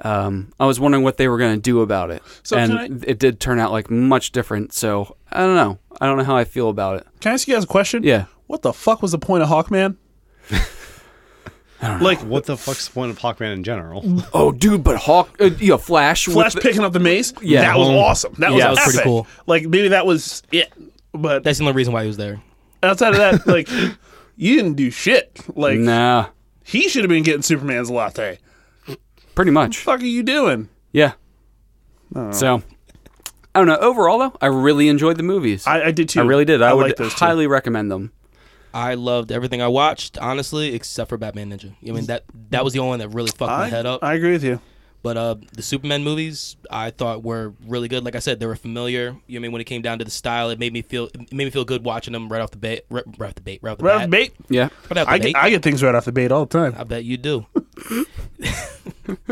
Speaker 2: um, I was wondering what they were going to do about it,
Speaker 1: So
Speaker 2: and
Speaker 1: can I-
Speaker 2: it did turn out like much different. So I don't know. I don't know how I feel about it.
Speaker 1: Can I ask you guys a question?
Speaker 2: Yeah.
Speaker 1: What the fuck was the point of Hawkman? like
Speaker 3: What the fuck's the point of Hawkman in general?
Speaker 2: Oh, dude, but Hawk, uh, yeah, Flash, with
Speaker 1: Flash
Speaker 2: the-
Speaker 1: picking up the mace?
Speaker 2: Yeah.
Speaker 1: That was
Speaker 2: Mhm.
Speaker 1: awesome. That was,
Speaker 2: Yeah, that was
Speaker 1: epic.
Speaker 2: pretty
Speaker 4: cool.
Speaker 1: Like maybe that was it. But
Speaker 4: that's the only reason why he was there.
Speaker 1: outside of that, like you didn't do shit. Like
Speaker 2: nah,
Speaker 1: he should have been getting Superman's latte.
Speaker 2: pretty much.
Speaker 1: Fuck are you doing?
Speaker 2: Yeah.
Speaker 1: Uh.
Speaker 2: So I don't know. Overall, though, I really enjoyed the movies.
Speaker 1: I, I did too.
Speaker 2: I really did. I, would
Speaker 1: like those two.
Speaker 2: highly recommend them.
Speaker 4: I loved everything I watched, honestly, except for Batman Ninja. I mean that that was the only one that really fucked my head up.
Speaker 1: I agree with you.
Speaker 4: But uh, the Superman movies I thought were really good. Like I said, they were familiar. You know what I mean when it came down to the style, it made me feel it made me feel good watching them right off the bat. Right, right off the bat. Right off the
Speaker 1: Right off the
Speaker 4: bat.
Speaker 1: bait.
Speaker 2: Yeah.
Speaker 4: Right off the
Speaker 1: I
Speaker 4: bat.
Speaker 1: get, I get things right off the bait all the time.
Speaker 4: I bet you do.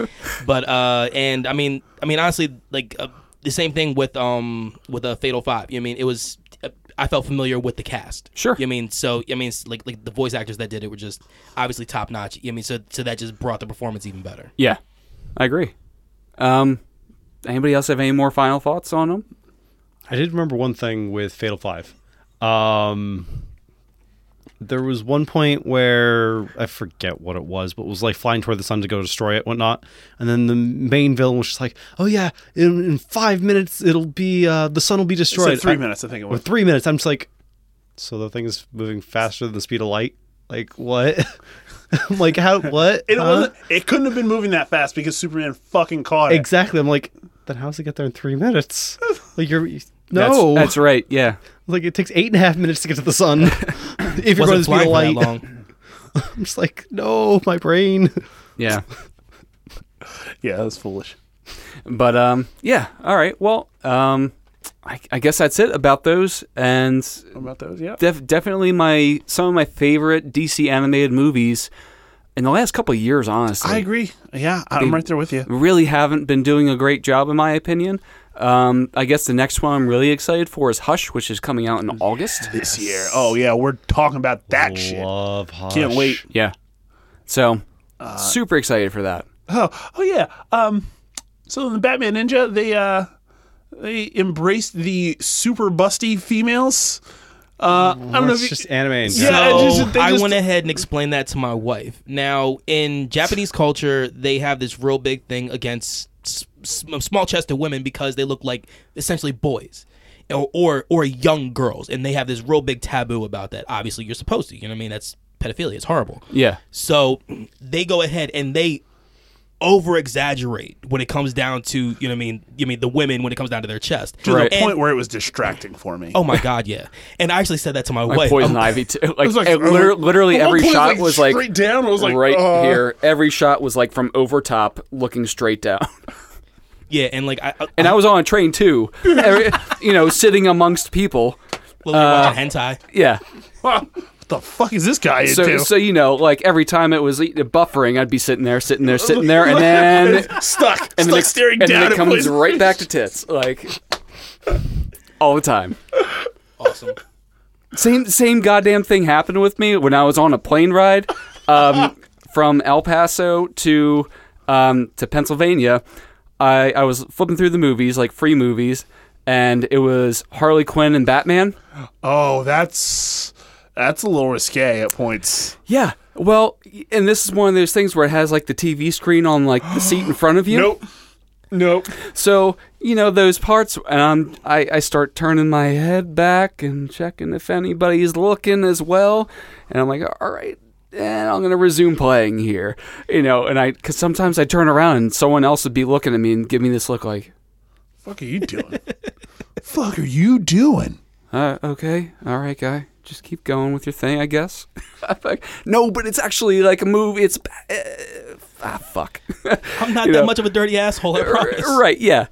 Speaker 4: but uh, and I mean, I mean, honestly, like uh, the same thing with um with a Fatal Five. You know what I mean it was. Uh, I felt familiar with the cast.
Speaker 2: Sure.
Speaker 4: You know what I mean so I mean it's like like the voice actors that did it were just obviously top notch. You know what I mean so so that just brought the performance even better.
Speaker 2: Yeah. I agree. Um, anybody else have any more final thoughts on them?
Speaker 3: I did remember one thing with Fatal Five. Um, there was one point where I forget what it was, but it was like flying toward the sun to go destroy it, whatnot. And then the main villain was just like, "Oh yeah, in, in five minutes it'll be uh, the sun will be
Speaker 1: It said
Speaker 3: destroyed."
Speaker 1: three
Speaker 3: I-
Speaker 1: minutes, I think it
Speaker 3: Or
Speaker 1: was.
Speaker 3: three minutes. I'm just like, so the thing is moving faster than the speed of light. Like what? I'm like how? What?
Speaker 1: It
Speaker 3: Huh?
Speaker 1: wasn't. It couldn't have been moving that fast because Superman fucking caught it.
Speaker 3: exactly. I'm like, then how's it get there in three minutes? Like you're. you- no,
Speaker 2: That's, that's right. Yeah.
Speaker 3: like it takes eight and a half minutes to get to the sun. if you're going to
Speaker 4: Wasn't
Speaker 3: speed of
Speaker 4: flying for that
Speaker 3: light,
Speaker 4: long.
Speaker 3: I'm just like, no, my brain.
Speaker 2: Yeah.
Speaker 1: Yeah, that was foolish.
Speaker 2: But um, yeah. All right. Well, um, I, I guess that's it about those. And
Speaker 1: What about those? Yeah.
Speaker 2: def- definitely my some of my favorite DC animated movies in the last couple of years. Honestly,
Speaker 1: I agree. Yeah, I'm right there with you.
Speaker 2: really haven't been doing a great job, in my opinion. Um, I guess the next one I'm really excited for is Hush, which is coming out in August.
Speaker 1: This year. Oh yeah, we're talking about that shit.
Speaker 3: Love Hush.
Speaker 1: Can't wait.
Speaker 2: Yeah. So,
Speaker 1: Uh,
Speaker 2: super excited for that.
Speaker 1: Oh, oh yeah. Um, so in the Batman Ninja, they uh, they embraced the super busty females. Uh, I don't know
Speaker 3: It's
Speaker 1: if you,
Speaker 3: just anime. in
Speaker 1: Yeah,
Speaker 3: general.
Speaker 1: I
Speaker 4: So,
Speaker 1: just- they
Speaker 4: I
Speaker 1: just-
Speaker 4: went ahead and explained that to my wife. Now, in Japanese culture, they have this real big thing against s- s- small-chested women because they look like essentially boys. Or, or or young girls, and they have this real big taboo about that. Obviously, you're supposed to. You know what I mean? That's pedophilia. It's horrible.
Speaker 2: Yeah.
Speaker 4: So they go ahead and they over exaggerate when it comes down to you know what I mean. You mean the women when it comes down to their chest
Speaker 1: to
Speaker 2: Right.
Speaker 1: the
Speaker 4: And-
Speaker 1: point where it was distracting for me.
Speaker 4: oh my god, yeah. And I actually said that to my
Speaker 2: Like
Speaker 4: wife. Um,
Speaker 2: Poison
Speaker 4: I'm-
Speaker 2: Ivy too. Like,
Speaker 1: was like,
Speaker 2: it liter-
Speaker 1: uh,
Speaker 2: literally
Speaker 1: at one
Speaker 2: every
Speaker 1: point it was,
Speaker 2: shot
Speaker 1: like,
Speaker 2: was like
Speaker 1: straight down. I was like,
Speaker 2: right
Speaker 1: uh.
Speaker 2: here. Every shot was like from over top, looking straight down.
Speaker 4: Yeah, and like I, I
Speaker 2: And I was on a train too. Every- you know, sitting amongst people.
Speaker 4: Well, you're watching hentai.
Speaker 2: Yeah.
Speaker 1: what the fuck is this guy
Speaker 2: So,
Speaker 1: into?
Speaker 2: so you know, like every time it was uh, buffering, I'd be sitting there, sitting there, sitting there, and then
Speaker 1: stuck,
Speaker 2: and
Speaker 1: stuck
Speaker 2: then it,
Speaker 1: staring
Speaker 2: and
Speaker 1: down
Speaker 2: then it
Speaker 1: at
Speaker 2: comes
Speaker 1: places.
Speaker 2: right back to tits, like all the time.
Speaker 4: Awesome.
Speaker 2: Same same goddamn thing happened with me when I was on a plane ride um, from El Paso to um, to Pennsylvania. I, I was flipping through the movies, like free movies, and it was Harley Quinn and Batman.
Speaker 1: Oh, that's that's a little risque at points.
Speaker 2: Yeah. Well, and this is one of those things where it has like the TV screen on like the seat in front of you.
Speaker 1: Nope. Nope.
Speaker 2: So you know those parts, and I'm, I I start turning my head back and checking if anybody's looking as well, and I'm like, all right, and I'm gonna resume playing here, you know, and I because sometimes I turn around and someone else would be looking at me and give me this look like,
Speaker 1: Fuck are you doing? fuck are you doing?
Speaker 2: uh, okay, all right, guy. Just keep going with your thing, I guess. I'm like, no, but it's actually like a movie. It's uh, ah, fuck.
Speaker 4: I'm not
Speaker 2: You
Speaker 4: that
Speaker 2: know.
Speaker 4: much of a dirty asshole, I promise.
Speaker 2: right? Yeah.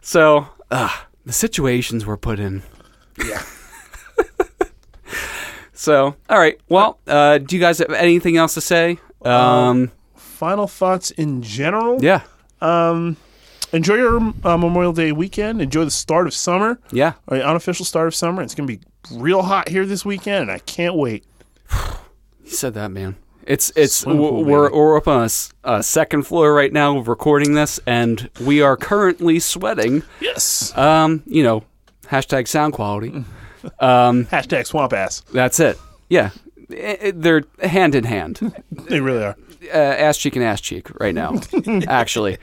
Speaker 2: So uh, the situations we're put in.
Speaker 1: Yeah.
Speaker 2: So, all right. Well, uh, do you guys have anything else to say? Um,
Speaker 1: Final thoughts in general.
Speaker 2: yeah,
Speaker 1: Um, enjoy your uh, Memorial Day weekend. Enjoy the start of summer,
Speaker 2: yeah.
Speaker 1: or the unofficial start of summer. It's gonna be real hot here this weekend, and I can't wait.
Speaker 2: You said that, man. It's it's
Speaker 1: Swimming pool,
Speaker 2: w- we're
Speaker 1: baby.
Speaker 2: we're up on a, s- a second floor right now, recording this, and we are currently sweating.
Speaker 1: Yes.
Speaker 2: Um, you know, hashtag sound
Speaker 1: Mm.
Speaker 2: quality.
Speaker 1: Hashtag swamp ass.
Speaker 2: That's it. Yeah, I- I- they're hand in hand,
Speaker 1: They really are.
Speaker 2: uh, ass cheek and ass cheek right now, actually.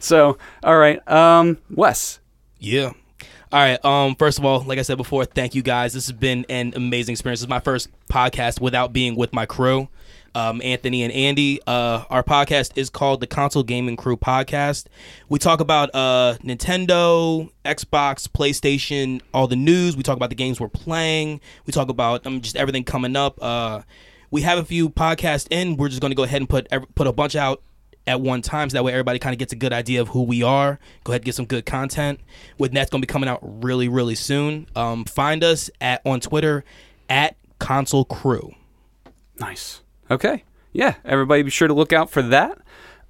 Speaker 2: So, all right, um, Wes.
Speaker 4: Yeah. All right. Um. First of all, like I said before, thank you guys. This has been an amazing experience. This is my first podcast without being with my crew, um, Anthony and Andy. Uh, our podcast is called the Console Gaming Crew Podcast. We talk about uh Nintendo, Xbox, PlayStation, all the news. We talk about the games we're playing. We talk about um, just everything coming up. Uh, we have a few podcasts in. We're just going to go ahead and put ev- put a bunch out at one time. So that way everybody kind of gets a good idea of who we are. Go ahead and get some good content. With that's going to be coming out really, really soon. Um, find us at on Twitter at Console Crew.
Speaker 2: Nice. Okay. Yeah. Everybody, be sure to look out for that.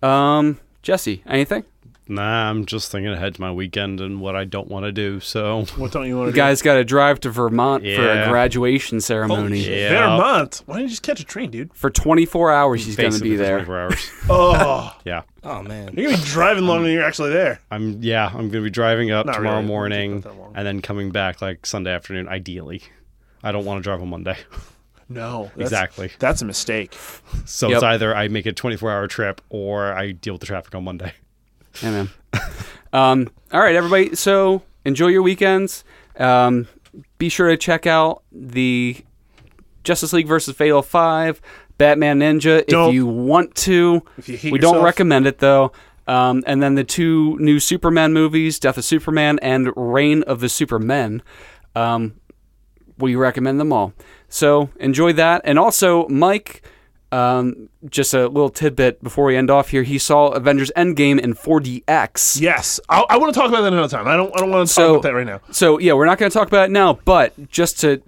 Speaker 2: Um, Jesse, anything?
Speaker 3: Nah, I'm just thinking ahead to my weekend and what I don't want to do. So
Speaker 1: What don't you want to
Speaker 2: You guys got to drive to Vermont for a
Speaker 3: Yeah. Oh,
Speaker 2: graduation ceremony.
Speaker 1: do?
Speaker 3: Yeah.
Speaker 1: Vermont. Why don't you just catch a train, dude?
Speaker 2: For 24 hours, he's going to
Speaker 3: basically
Speaker 2: be
Speaker 3: for
Speaker 2: there.
Speaker 3: 24 hours.
Speaker 1: Oh,
Speaker 3: yeah,
Speaker 4: Oh man,
Speaker 1: you're gonna be driving longer than you're actually there.
Speaker 3: I'm. Yeah, I'm gonna be driving up
Speaker 1: Not
Speaker 3: tomorrow
Speaker 1: really. Won't
Speaker 3: morning
Speaker 1: take that long.
Speaker 3: and then coming back like Sunday afternoon. Ideally, I don't want to drive on Monday.
Speaker 1: No, that's-
Speaker 3: Exactly.
Speaker 1: That's a mistake.
Speaker 3: So
Speaker 2: Yep.
Speaker 3: it's either I make a 24 hour trip or I deal with the traffic on Monday.
Speaker 2: Yeah, man. um, all right, everybody. So enjoy your weekends. Um, be sure to check out the Justice League versus Fatal Five, Batman Ninja, if
Speaker 1: Don't.
Speaker 2: you want to.
Speaker 1: If you hate
Speaker 2: we don't
Speaker 1: yourself.
Speaker 2: recommend it though. Um, and then the two new Superman movies, Death of Superman and Reign of the Supermen. Um, we recommend them all. So enjoy that. And also, Mike, um, just a little tidbit before we end off here. He saw Avengers Endgame in 4DX.
Speaker 1: Yes, I, I want to talk about that another time. I don't. I don't want to
Speaker 2: So-
Speaker 1: talk about that right now.
Speaker 2: So yeah, we're not going to talk about it now, but just to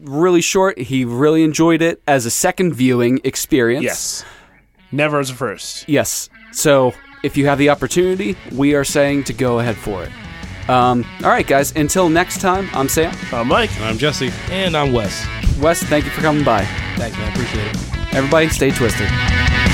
Speaker 2: really short, he really enjoyed it as a second viewing experience.
Speaker 1: Yes, never as a first.
Speaker 2: Yes. So if you have the opportunity, we are saying to go ahead for it. Um, all right, guys. Until next time, I'm Sam.
Speaker 1: Uh, Mike.
Speaker 3: And I'm Jesse.
Speaker 4: and I'm Wes.
Speaker 2: Wes, thank you for coming by.
Speaker 4: Thanks, man. Appreciate it.
Speaker 2: Everybody, stay twisted.
Speaker 1: Bye.